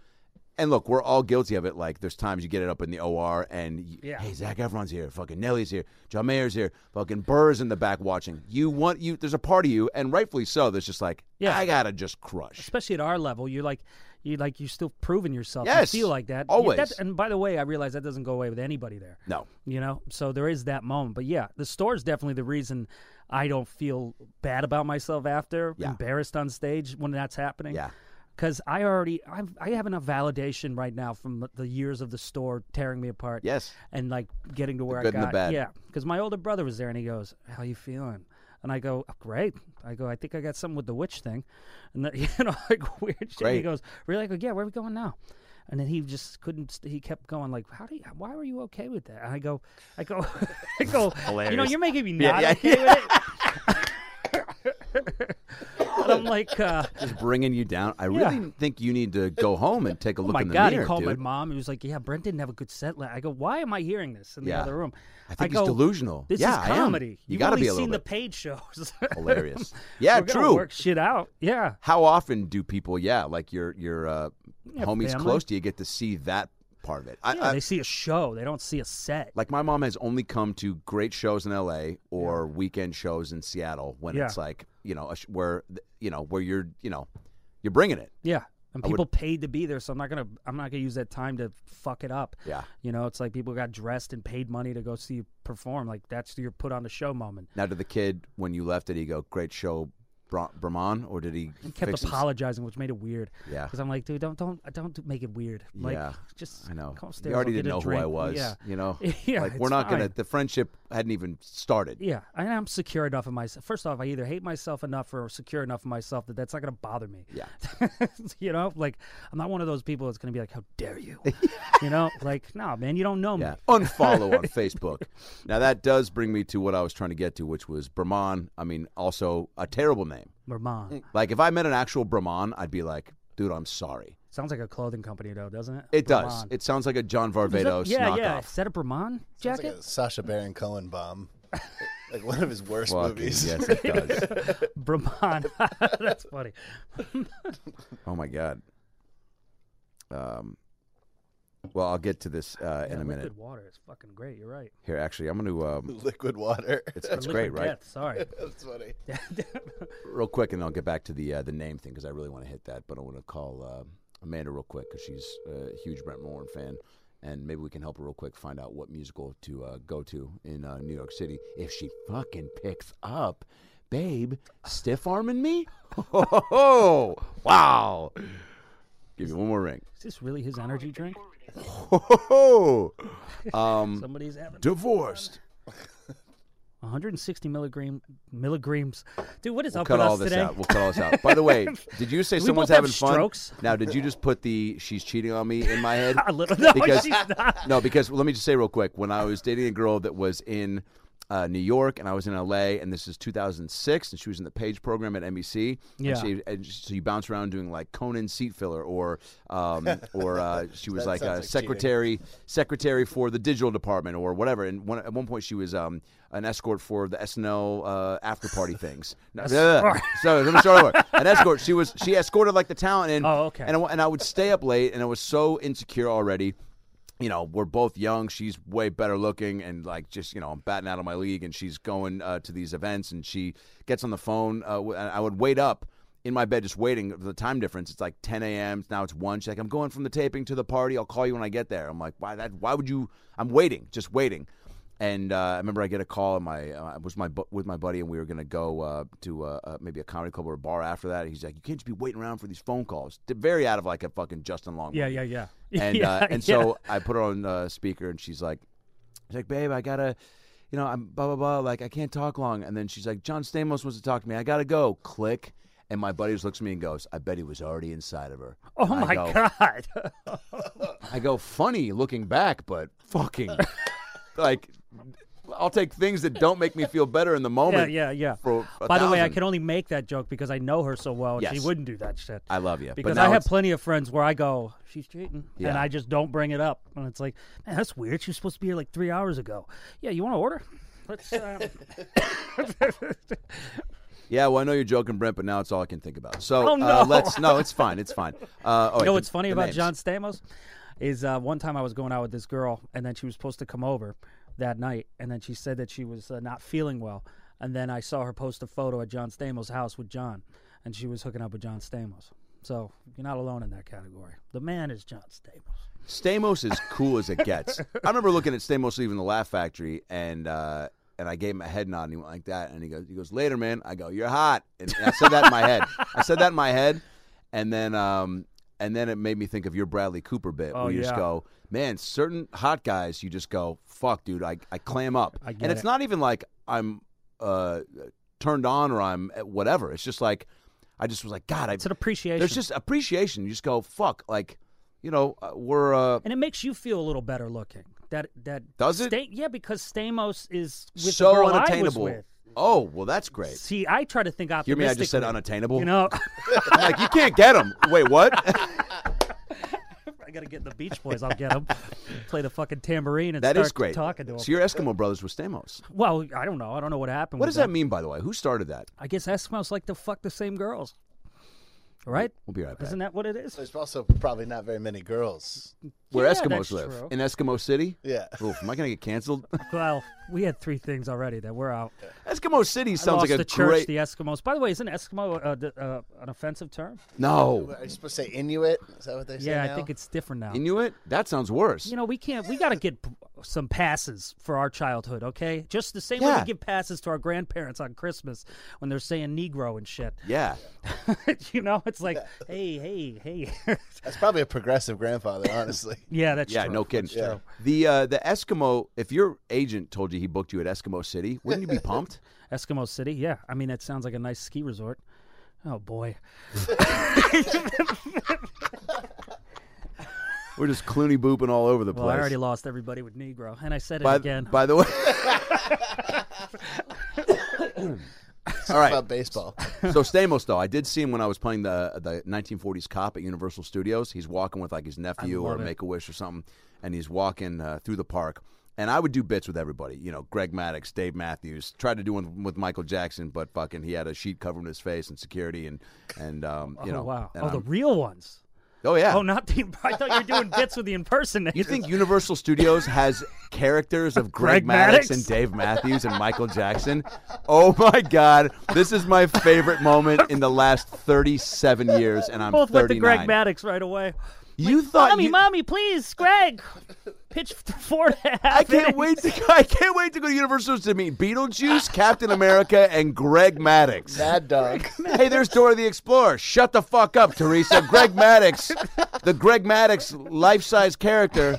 Speaker 1: And look, we're all guilty of it. Like, there's times you get it up in the OR and, you,
Speaker 2: Yeah.
Speaker 1: hey, Zach Efron's here. Fucking Nelly's here. John Mayer's here. Fucking Burr's in the back watching. You want, you, there's a part of you, and rightfully so, that's just like,
Speaker 2: Yeah.
Speaker 1: I got to just crush.
Speaker 2: especially at our level, you're like you like you're still proving yourself.
Speaker 1: Yes,
Speaker 2: you feel like that. You-
Speaker 1: always.
Speaker 2: that- and by the way, I realize that doesn't go away with anybody there.
Speaker 1: No.
Speaker 2: you know. So there is that moment. But yeah, the store is definitely the reason I don't feel bad about myself after
Speaker 1: Yeah.
Speaker 2: embarrassed on stage when that's happening.
Speaker 1: Yeah.
Speaker 2: Because I already, I've, I have enough validation right now from the- the years of the store tearing me apart.
Speaker 1: Yes.
Speaker 2: And like getting to where
Speaker 1: good
Speaker 2: I
Speaker 1: and the
Speaker 2: got.
Speaker 1: bad.
Speaker 2: Yeah. Because my older brother was there and he goes, How you feeling? And I go, "Oh, Great. I go, I think I got something with the witch thing. And, the, you know, like weird shit. And
Speaker 1: Great.
Speaker 2: He goes, Really? I go, Yeah, where are we going now? And then he just couldn't. st- He kept going like, "How do you? Why were you okay with that?" And I go, "I go, I go. You know,
Speaker 3: Hilarious.
Speaker 2: you're making me not
Speaker 1: yeah.
Speaker 2: okay with it." and I'm like, uh,
Speaker 1: just bringing you down. I really think you need to go home and take a look
Speaker 2: Oh my
Speaker 1: in the
Speaker 2: God,
Speaker 1: mirror,
Speaker 2: he called
Speaker 1: dude.
Speaker 2: my mom. He was like, "Yeah, Brent didn't have a good set." la-" I go, "Why am I hearing this in the
Speaker 1: Yeah.
Speaker 2: other room?"
Speaker 1: I think he's
Speaker 2: go,
Speaker 1: delusional.
Speaker 2: This
Speaker 1: Yeah, I
Speaker 2: is
Speaker 1: am.
Speaker 2: comedy.
Speaker 1: You
Speaker 2: You've
Speaker 1: gotta
Speaker 2: only
Speaker 1: be a little
Speaker 2: seen the
Speaker 1: bit.
Speaker 2: paid shows.
Speaker 1: Hilarious. Yeah,
Speaker 2: We're gonna
Speaker 1: true.
Speaker 2: Work shit out. Yeah,
Speaker 1: How often do people, yeah, like your your uh, homies
Speaker 2: family.
Speaker 1: close to you get to see that part of it? I,
Speaker 2: yeah.
Speaker 1: I-
Speaker 2: they see a show. They don't see a set.
Speaker 1: like my mom has only come to great shows in L.A. or weekend shows in Seattle when
Speaker 2: Yeah.
Speaker 1: it's like you know a sh- where th- you know where you're you know you're bringing it.
Speaker 2: Yeah. And
Speaker 1: would-
Speaker 2: people paid to be there, so I'm not gonna I'm not gonna use that time to fuck it up.
Speaker 1: Yeah.
Speaker 2: You know, it's like people got dressed and paid money to go see you perform. Like that's your put on the show moment.
Speaker 1: Now, did the kid when you left, did he go great show, Bra- Brahman, or did he,
Speaker 2: He kept
Speaker 1: fix his-
Speaker 2: apologizing, which made it weird.
Speaker 1: Yeah.
Speaker 2: Because I'm like, dude, don't don't don't do- make it weird. Like,
Speaker 1: Yeah.
Speaker 2: Just
Speaker 1: I know.
Speaker 2: Come upstairs,
Speaker 1: You already
Speaker 2: I'll get
Speaker 1: didn't
Speaker 2: a
Speaker 1: know who I
Speaker 2: drink.
Speaker 1: was.
Speaker 2: Yeah.
Speaker 1: You know,
Speaker 2: yeah.
Speaker 1: like we're
Speaker 2: it's
Speaker 1: not gonna.
Speaker 2: fine.
Speaker 1: The friendship hadn't even started.
Speaker 2: Yeah, and I'm secure enough in myself. First off, I either hate myself enough or secure enough in myself that that's not going to bother me.
Speaker 1: Yeah.
Speaker 2: you know, like I'm not one of those people that's going to be like, "How dare you?" you know, like, no, man, you don't know me.
Speaker 1: Yeah, unfollow on Facebook. Now that does bring me to what I was trying to get to, which was Brahman. I mean, also a terrible name.
Speaker 2: Vermont.
Speaker 1: Mm. Like if I met an actual Brahman, I'd be like, dude, I'm sorry.
Speaker 2: Sounds like a clothing company though, doesn't it?
Speaker 1: It does.
Speaker 2: Brahman.
Speaker 1: It sounds like a John
Speaker 2: Is that-
Speaker 1: Varvatos
Speaker 2: yeah,
Speaker 1: knockoff.
Speaker 2: yeah. Is that a Brahman
Speaker 3: Sounds
Speaker 2: jacket?
Speaker 3: like a Sasha Baron Cohen bomb. like one of his worst
Speaker 1: Fucking
Speaker 3: movies.
Speaker 1: yes, it does.
Speaker 2: Brahman. That's funny.
Speaker 1: oh my god. Um, well, I'll get to this uh, in
Speaker 2: Yeah,
Speaker 1: a minute.
Speaker 2: Liquid water is fucking great. You're right.
Speaker 1: Here, actually, I'm going to um,
Speaker 3: Liquid water.
Speaker 1: it's, it's
Speaker 2: Or
Speaker 1: great,
Speaker 2: liquid
Speaker 1: right?
Speaker 2: death, Sorry.
Speaker 3: That's funny.
Speaker 1: real quick, and I'll get back to the uh, the name thing because I really want to hit that. But I want to call uh, Amanda real quick because she's a huge Brent Morin fan, and maybe we can help her real quick find out what musical to uh, go to in uh, New York City if she fucking picks up. Babe, stiff arming me? Oh, wow! Give you one more ring.
Speaker 2: Is this really his energy drink?
Speaker 1: Um,
Speaker 2: Somebody's having
Speaker 1: divorced.
Speaker 2: 160 milligram milligrams. Dude, what is up
Speaker 1: cut
Speaker 2: with
Speaker 1: all
Speaker 2: us
Speaker 1: this
Speaker 2: today?
Speaker 1: out. We'll cut all this out. By the way, did you say
Speaker 2: Do we
Speaker 1: someone's
Speaker 2: both have
Speaker 1: having fun?
Speaker 2: strokes?
Speaker 1: Now, did you just put the "she's cheating on me" in my head?
Speaker 2: A little. No,
Speaker 1: because
Speaker 2: she's not.
Speaker 1: no, because let me just say real quick. When I was dating a girl that was in uh, New York and I was in LA, and this is 2006, and she was in the Page program at NBC.
Speaker 2: Yeah.
Speaker 1: And she, and so you bounce around doing like Conan seat filler, or um, or uh, she was
Speaker 3: That
Speaker 1: like a
Speaker 3: sounds like
Speaker 1: secretary secretary for the digital department or whatever. And one, at one point, she was um, an escort for the SNL uh, after party things. No, blah, blah, blah. so let me start over. An escort. She was she escorted like the talent in.
Speaker 2: Oh, okay.
Speaker 1: And I, and I would stay up late, and I was so insecure already. You know, we're both young. She's way better looking, and like just you know, I'm batting out of my league. And she's going uh, to these events, and she gets on the phone. Uh, w- and I would wait up in my bed, just waiting for the time difference. It's like 10 a.m. Now it's one. She's like, I'm going from the taping to the party. I'll call you when I get there. I'm like, why that? Why would you? I'm waiting, just waiting. And uh, I remember I get a call. And my uh, was my bu- with my buddy, and we were gonna go uh, to uh, uh, maybe a comedy club or a bar after that. He's like, "You can't just be waiting around for these phone calls." D- Very out of like a fucking Justin Long.
Speaker 2: Yeah,
Speaker 1: movie.
Speaker 2: yeah, yeah.
Speaker 1: And
Speaker 2: yeah,
Speaker 1: uh, and
Speaker 2: yeah.
Speaker 1: so I put her on uh, speaker, and she's like, she's like, "Babe, I gotta, you know, I'm blah blah blah. Like I can't talk long." And then she's like, "John Stamos wants to talk to me. I gotta go." Click. And my buddy just looks at me and goes, "I bet he was already inside of her."
Speaker 2: Oh
Speaker 1: I
Speaker 2: my
Speaker 1: go, "Oh
Speaker 2: god.
Speaker 1: I go, funny looking back, but fucking like I'll take things that don't make me feel better in the
Speaker 2: yeah,
Speaker 1: moment.
Speaker 2: yeah, yeah.
Speaker 1: for a
Speaker 2: By the way, I
Speaker 1: thousand.
Speaker 2: can only make that joke because I know her so well. and She
Speaker 1: Yes.
Speaker 2: wouldn't do that shit.
Speaker 1: I love you. but
Speaker 2: Because
Speaker 1: now
Speaker 2: I have
Speaker 1: it's-
Speaker 2: plenty of friends where I go, she's cheating, and
Speaker 1: Yeah.
Speaker 2: I just don't bring it up, and it's like, man, that's weird. She was supposed to be here like three hours ago. Yeah, you want to order? Let's. Um...
Speaker 1: Yeah, well, I know you're joking, Brent, but now it's all I can think about. So
Speaker 2: Oh,
Speaker 1: uh,
Speaker 2: no.
Speaker 1: let's no, it's fine, it's fine. Uh, oh,
Speaker 2: you know what's funny about John Stamos is uh, one time I was going out with this girl, and then she was supposed to come over that night, and then she said that she was uh, not feeling well, and then I saw her post a photo at John Stamos' house with John, and she was hooking up with John Stamos. So you're not alone in that category. The man is John Stamos.
Speaker 1: Stamos is cool as it gets. I remember looking at Stamos leaving the Laugh Factory, and uh, and I gave him a head nod, and he went like that, and he goes, he goes, later, man. I go, you're hot, and I said that in my head. I said that in my head, and then um, and then it made me think of your Bradley Cooper bit,
Speaker 2: Oh,
Speaker 1: where you just
Speaker 2: yeah.
Speaker 1: go, man, certain hot guys, you just go, fuck, dude, I I clam up,
Speaker 2: I get
Speaker 1: and it's
Speaker 2: it.
Speaker 1: not even like I'm uh turned on or I'm eh, whatever. It's just like I just was like, God, I.
Speaker 2: It's an appreciation.
Speaker 1: There's just appreciation. You just go, fuck, like. You know, uh, we're uh,
Speaker 2: and it makes you feel a little better looking. That that
Speaker 1: Does it?
Speaker 2: Sta- yeah, because Stamos is with
Speaker 1: so
Speaker 2: the girl
Speaker 1: unattainable.
Speaker 2: I was
Speaker 1: Oh, well, that's
Speaker 2: with.
Speaker 1: great.
Speaker 2: See, I try to think optimistically.
Speaker 1: You mean I just said unattainable?
Speaker 2: You know,
Speaker 1: I'm like you can't get them. Wait, what?
Speaker 2: I gotta get the Beach Boys. I'll get them. Play the fuccking tambourine and
Speaker 1: That
Speaker 2: start
Speaker 1: is great.
Speaker 2: talking to them.
Speaker 1: So your Eskimo brothers with Stamos.
Speaker 2: well, I don't know. I don't know what happened.
Speaker 1: What
Speaker 2: with
Speaker 1: does that mean, by the way? Who started that?
Speaker 2: I guess Eskimos like to fuck the same girls, right?
Speaker 1: We'll be right back.
Speaker 2: Isn't that what it is?
Speaker 3: There's also probably not very many girls.
Speaker 1: Where
Speaker 2: Yeah,
Speaker 1: Eskimos
Speaker 2: that's
Speaker 1: live
Speaker 2: true.
Speaker 1: in Eskimo City.
Speaker 3: Yeah.
Speaker 1: Oof, am I gonna get canceled?
Speaker 2: Well, we had three things already that we're out.
Speaker 1: Eskimo City
Speaker 2: I
Speaker 1: sounds like
Speaker 2: lost
Speaker 1: a
Speaker 2: the church,
Speaker 1: great.
Speaker 2: the Eskimos. By the way, isn't Eskimo uh, d- uh, an offensive term?
Speaker 1: No,
Speaker 3: Are you supposed to say Inuit? Is that what they say?
Speaker 2: yeah, I
Speaker 3: now?
Speaker 2: think it's different now.
Speaker 1: Inuit. That sounds worse.
Speaker 2: You know, we can't. We got to get p- some passes for our childhood, okay? Just the same way
Speaker 1: Yeah.
Speaker 2: we give passes to our grandparents on Christmas when they're saying Negro and shit.
Speaker 1: yeah.
Speaker 2: you know, it's like, hey, hey, hey.
Speaker 3: That's probably a progressive grandfather, honestly.
Speaker 2: yeah, that's
Speaker 1: Yeah,
Speaker 2: true.
Speaker 1: no kidding.
Speaker 2: That's true.
Speaker 1: The uh, the Eskimo. If your agent told you he booked you at Eskimo City, wouldn't you be pumped?
Speaker 2: Eskimo City, yeah. I mean, that sounds like a nice ski resort. Oh boy,
Speaker 1: We're just Clooney booping all over the
Speaker 2: well,
Speaker 1: place.
Speaker 2: I already lost everybody with Negro, and I said it
Speaker 1: by,
Speaker 2: again.
Speaker 1: by the way, All right.
Speaker 3: about baseball.
Speaker 1: so Stamos, though, I did see him when I was playing the the 1940s cop at Universal Studios. He's walking with like his nephew or
Speaker 2: love it.
Speaker 1: Make a Wish or something, and he's walking uh, through the park. And I would do bits with everybody, you know, Greg Maddox, Dave Matthews. Tried to do one with Michael Jackson, but fucking, he had a sheet covering his face and security, and and um, you
Speaker 2: oh
Speaker 1: know,
Speaker 2: wow!
Speaker 1: and
Speaker 2: Oh, the
Speaker 1: I'm-
Speaker 2: real ones.
Speaker 1: oh yeah,
Speaker 2: Oh, not the. I thought you were doing bits with the impersonators.
Speaker 1: You think Universal Studios has characters of Greg,
Speaker 2: Greg
Speaker 1: Maddox,
Speaker 2: Maddox?
Speaker 1: and Dave Matthews and Michael Jackson? Oh my God, this is my favorite moment in the last 37 years, and I'm
Speaker 2: both
Speaker 1: 39.
Speaker 2: went to Greg Maddox right away.
Speaker 1: You thought
Speaker 2: mommy,
Speaker 1: Uh, you-
Speaker 2: mommy, please, Greg, pitch f- four and a half.
Speaker 1: I can't wait to I can't wait to go to Universal to meet Beetlejuice, Captain America, and Greg Maddox.
Speaker 3: Mad Dog.
Speaker 1: Hey, there's Dora the Explorer. Shut the fuck up, Teresa. Greg Maddox, the Greg Maddox life-size character.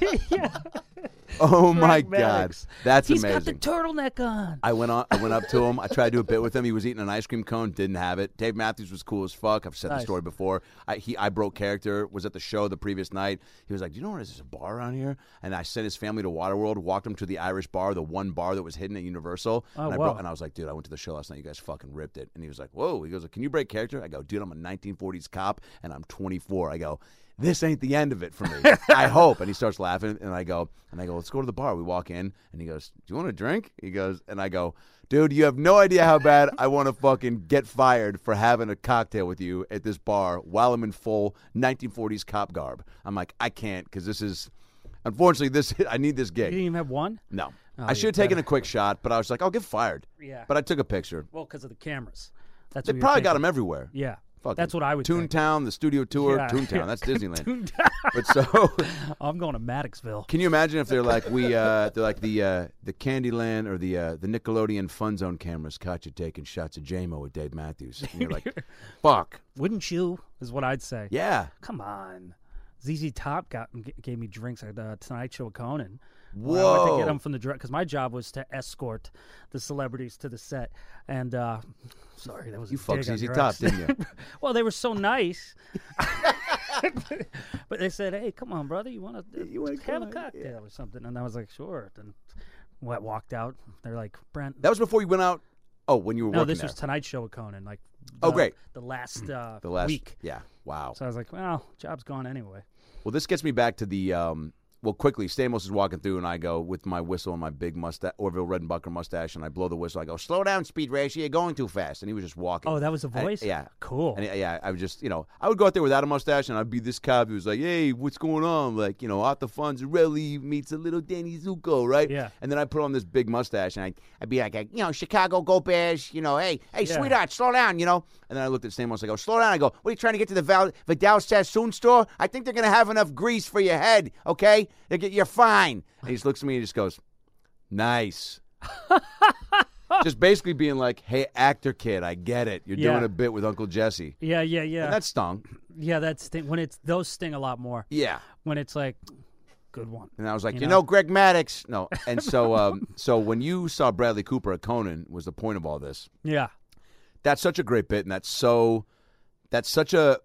Speaker 1: Oh my
Speaker 2: Maddox.
Speaker 1: God, that's
Speaker 2: He's
Speaker 1: amazing.
Speaker 2: got the turtleneck on.
Speaker 1: I went on. I went up to him. I tried to do a bit with him. He was eating an ice cream cone. Didn't have it. Dave Matthews was cool as fuck. I've said the
Speaker 2: Nice.
Speaker 1: story before. I, he, I broke character. Was at the show the previous night. He was like, "Do you know where there's a bar around here?" And I sent his family to Waterworld. Walked him to the Irish bar, the one bar that was hidden at Universal.
Speaker 2: Oh,
Speaker 1: and, I
Speaker 2: wow.
Speaker 1: brought- and I was like, "Dude, I went to the show last night. You guys fucking ripped it." And he was like, "Whoa." He goes, "Can you break character?" I go, "Dude, I'm a 1940s cop, and I'm 24." I go. This ain't the end of it for me. I hope. And he starts laughing, and I go, and I go, let's go to the bar. We walk in, and he goes, "Do you want a drink?" He goes, and I go, "Dude, you have no idea how bad I want to fucking get fired for having a cocktail with you at this bar while I'm in full 1940s cop garb." I'm like, I can't because this is, unfortunately, this I need this
Speaker 2: You didn't
Speaker 1: gig.
Speaker 2: even have one.
Speaker 1: No,
Speaker 2: Oh,
Speaker 1: I should have
Speaker 2: you
Speaker 1: taken a quick shot, but I was like, I'll get fired.
Speaker 2: Yeah.
Speaker 1: But I took a picture.
Speaker 2: Well, because of the cameras. That's
Speaker 1: They
Speaker 2: what you're
Speaker 1: probably got
Speaker 2: thinking.
Speaker 1: them everywhere.
Speaker 2: Yeah,
Speaker 1: Fucking
Speaker 2: that's what I would. think.
Speaker 1: Toontown, the studio tour,
Speaker 2: Yeah.
Speaker 1: Toontown. That's Disneyland. but so,
Speaker 2: I'm going to Maddoxville.
Speaker 1: can you imagine if they're like we, uh, they're like the uh, the Candyland or the uh, the Nickelodeon Fun Zone cameras caught you taking shots of JMO with Dave Matthews, and you're like, fuck,
Speaker 2: Wouldn't you? Is what I'd say.
Speaker 1: yeah,
Speaker 2: Come on. ZZ Top got g- gave me drinks at the Tonight Show with Conan. When I went to
Speaker 1: whoa,
Speaker 2: get them from the direct because my job was to escort the celebrities to the set. And uh, sorry, that was
Speaker 1: you
Speaker 2: a dig
Speaker 1: fucked
Speaker 2: on
Speaker 1: ZZ
Speaker 2: drugs.
Speaker 1: Top, didn't you?
Speaker 2: well, they were so nice. but they said, "Hey, come on, brother, you want to have a cocktail or something?" And I was like, "Sure." Then wa- walked out. They're like, "Brent,
Speaker 1: That was before you went out. Oh, when you were
Speaker 2: no,
Speaker 1: working
Speaker 2: this
Speaker 1: there.
Speaker 2: was Tonight Show with Conan." Like,
Speaker 1: Oh,
Speaker 2: the-
Speaker 1: great. Mm.
Speaker 2: the last uh,
Speaker 1: the last
Speaker 2: week.
Speaker 1: Yeah, wow.
Speaker 2: So I was like, "Well, job's gone anyway."
Speaker 1: Well, this gets me back to the um, well. Quickly, Stamos is walking through, and I go with my whistle and my big mustache, Orville Redenbacher mustache, and I blow the whistle. I go, "Slow down, speed racer, you're going too fast." And he was just walking.
Speaker 2: Oh, that was a
Speaker 1: And-
Speaker 2: voice.
Speaker 1: yeah.
Speaker 2: cool.
Speaker 1: And yeah, I would just, you know, I would go out there without a mustache, and I'd be this cop who was like, "Hey, what's going on?" Like, you know, Arthur Fonzarelli meets a little Danny Zuko, right?
Speaker 2: Yeah.
Speaker 1: And then I put on this big mustache, and I, I'd be like, you know, Chicago Go Bears, you know, hey, hey,
Speaker 2: Yeah.
Speaker 1: sweetheart, slow down, you know. And then I looked at Stamos, I go, slow down. I go, what are you trying to get to the Val- Vidal Sassoon store? I think they're gonna have enough grease for your head, okay? They get, you're fine. And he just looks at me and he just goes, nice. just basically being like, hey, actor kid, I get it. You're
Speaker 2: Yeah.
Speaker 1: doing a bit with Uncle Jesse.
Speaker 2: yeah, yeah, yeah.
Speaker 1: And that stung.
Speaker 2: Yeah, that sting. When it's those sting a lot more.
Speaker 1: Yeah.
Speaker 2: When it's like, good one.
Speaker 1: And I was like, you,
Speaker 2: You
Speaker 1: know?
Speaker 2: know?
Speaker 1: Greg Maddox. No. And so, um, so when you saw Bradley Cooper at Conan, was the point of all this?
Speaker 2: Yeah,
Speaker 1: That's such a great bit, and that's so, that's such a,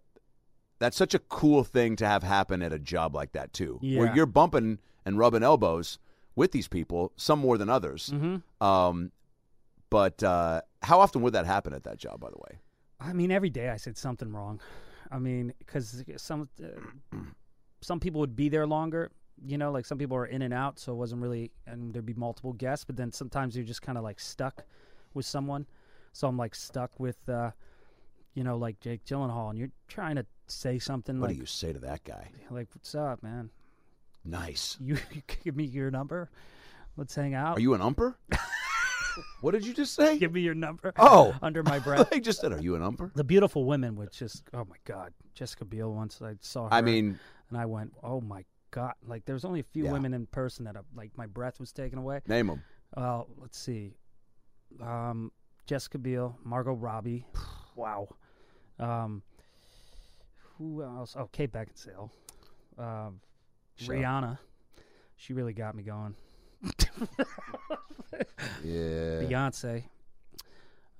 Speaker 1: that's such a cool thing to have happen at a job like that too, where
Speaker 2: Yeah.
Speaker 1: you're bumping and rubbing elbows with these people, some more than others.
Speaker 2: Mm-hmm.
Speaker 1: Um, but uh, how often would that happen at that job? By the way,
Speaker 2: I mean, every day I said something wrong. I mean, because some uh, some people would be there longer. You know, like some people are in and out, so it wasn't really, and there'd be multiple guests. But then sometimes you're just kind of like stuck with someone. So I'm like stuck with, uh, you know, like Jake Gyllenhaal, and you're trying to say something
Speaker 1: what
Speaker 2: like,
Speaker 1: do you say to that guy?
Speaker 2: like, "What's up, man?
Speaker 1: Nice.
Speaker 2: You give me your number. Let's hang out.
Speaker 1: Are you an umper? what did you just say?
Speaker 2: give me your number?"
Speaker 1: Oh.
Speaker 2: under my breath.
Speaker 1: I just said, "Are you an umper?"
Speaker 2: the beautiful women would just oh my god jessica biel once i saw her
Speaker 1: I mean,
Speaker 2: and i went oh my god like there was only a few
Speaker 1: Yeah.
Speaker 2: women in person that I, like my breath was taken away
Speaker 1: name them.
Speaker 2: well let's see um jessica biel margot robbie wow um who else oh kate beckinsale um
Speaker 1: Sure.
Speaker 2: rihanna she really got me going
Speaker 1: Yeah.
Speaker 2: Beyonce.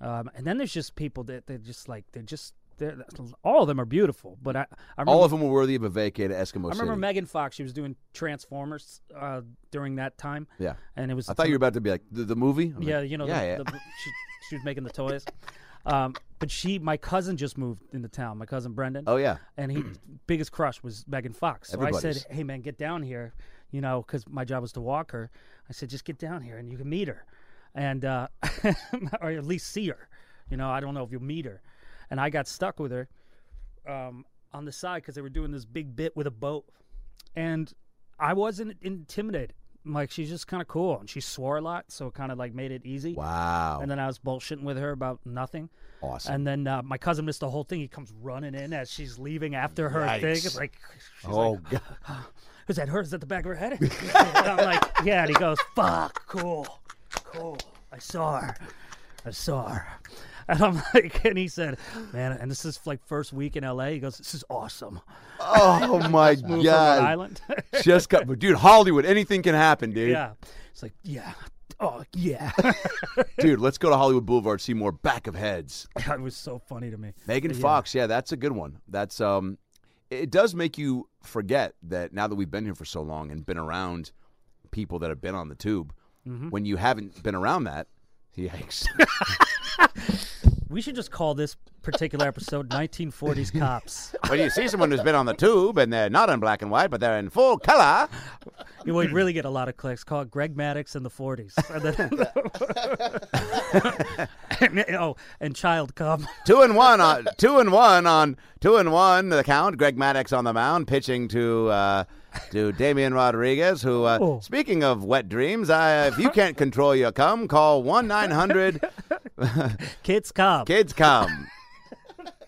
Speaker 2: Um, and then there's just people that they're just like they're just they're- that's- all of them are beautiful, but I, I remember
Speaker 1: All of them were worthy of a vacay to Eskimo
Speaker 2: I remember
Speaker 1: City.
Speaker 2: Megan Fox. She was doing Transformers uh, during that time.
Speaker 1: Yeah.
Speaker 2: and it was.
Speaker 1: I thought you were about to be like the, the movie. I'm like,
Speaker 2: Yeah, you know.
Speaker 1: yeah,
Speaker 2: the,
Speaker 1: yeah.
Speaker 2: the- she, she was making the toys. Um, but she, my cousin, just moved into town. My cousin Brendan.
Speaker 1: oh yeah.
Speaker 2: And he biggest crush was Megan Fox. So I
Speaker 1: Everybody's.
Speaker 2: said, "Hey man, get down here," you know, because my job was to walk her. I said, "Just get down here and you can meet her, and uh, or at least see her." You know, I don't know if you'll meet her. And I got stuck with her um, on the side because they were doing this big bit with a boat, and I wasn't intimidated. Like she's just kind of cool, and she swore a lot, so it kind of like made it easy.
Speaker 1: Wow.
Speaker 2: And then I was bullshitting with her about nothing.
Speaker 1: Oh. awesome.
Speaker 2: And then uh, my cousin missed the whole thing. He comes running in as she's leaving after her thing. It's like, she's
Speaker 1: oh
Speaker 2: like,
Speaker 1: god.
Speaker 2: is that hers at the back of her head? and I'm like, yeah. And he goes, fuck, cool, cool. I saw her. I saw her. And I'm like, and he said, man, and this is like first week in LA. He goes, this is awesome.
Speaker 1: Oh my
Speaker 2: Move from Rhode
Speaker 1: god.
Speaker 2: Island.
Speaker 1: Just got, but dude, Hollywood, anything can happen, dude.
Speaker 2: yeah. It's like, yeah. Oh, yeah.
Speaker 1: Dude, let's go to Hollywood Boulevard, see more back of heads.
Speaker 2: that was so funny to me.
Speaker 1: Megan Fox, yeah, that's a good one. That's um, it does make you forget that now that we've been here for so long and been around people that have been on the tube,
Speaker 2: Mm-hmm.
Speaker 1: when you haven't been around that, yikes.
Speaker 2: We should just call this particular episode 1940s Cops.
Speaker 1: when you see someone who's been on the tube and they're not in black and white, but they're in full color,
Speaker 2: You would really get a lot of clicks. Call it Greg Maddox in the 40s. And then- oh, and Child Come.
Speaker 1: two and one on two and one on two and one the count. Greg Maddox on the mound pitching to. Uh, to Damian Rodriguez, who, uh,
Speaker 2: Oh.
Speaker 1: speaking of wet dreams, I, if you can't control your cum, call 1 900
Speaker 2: Kids Come.
Speaker 1: Kids come.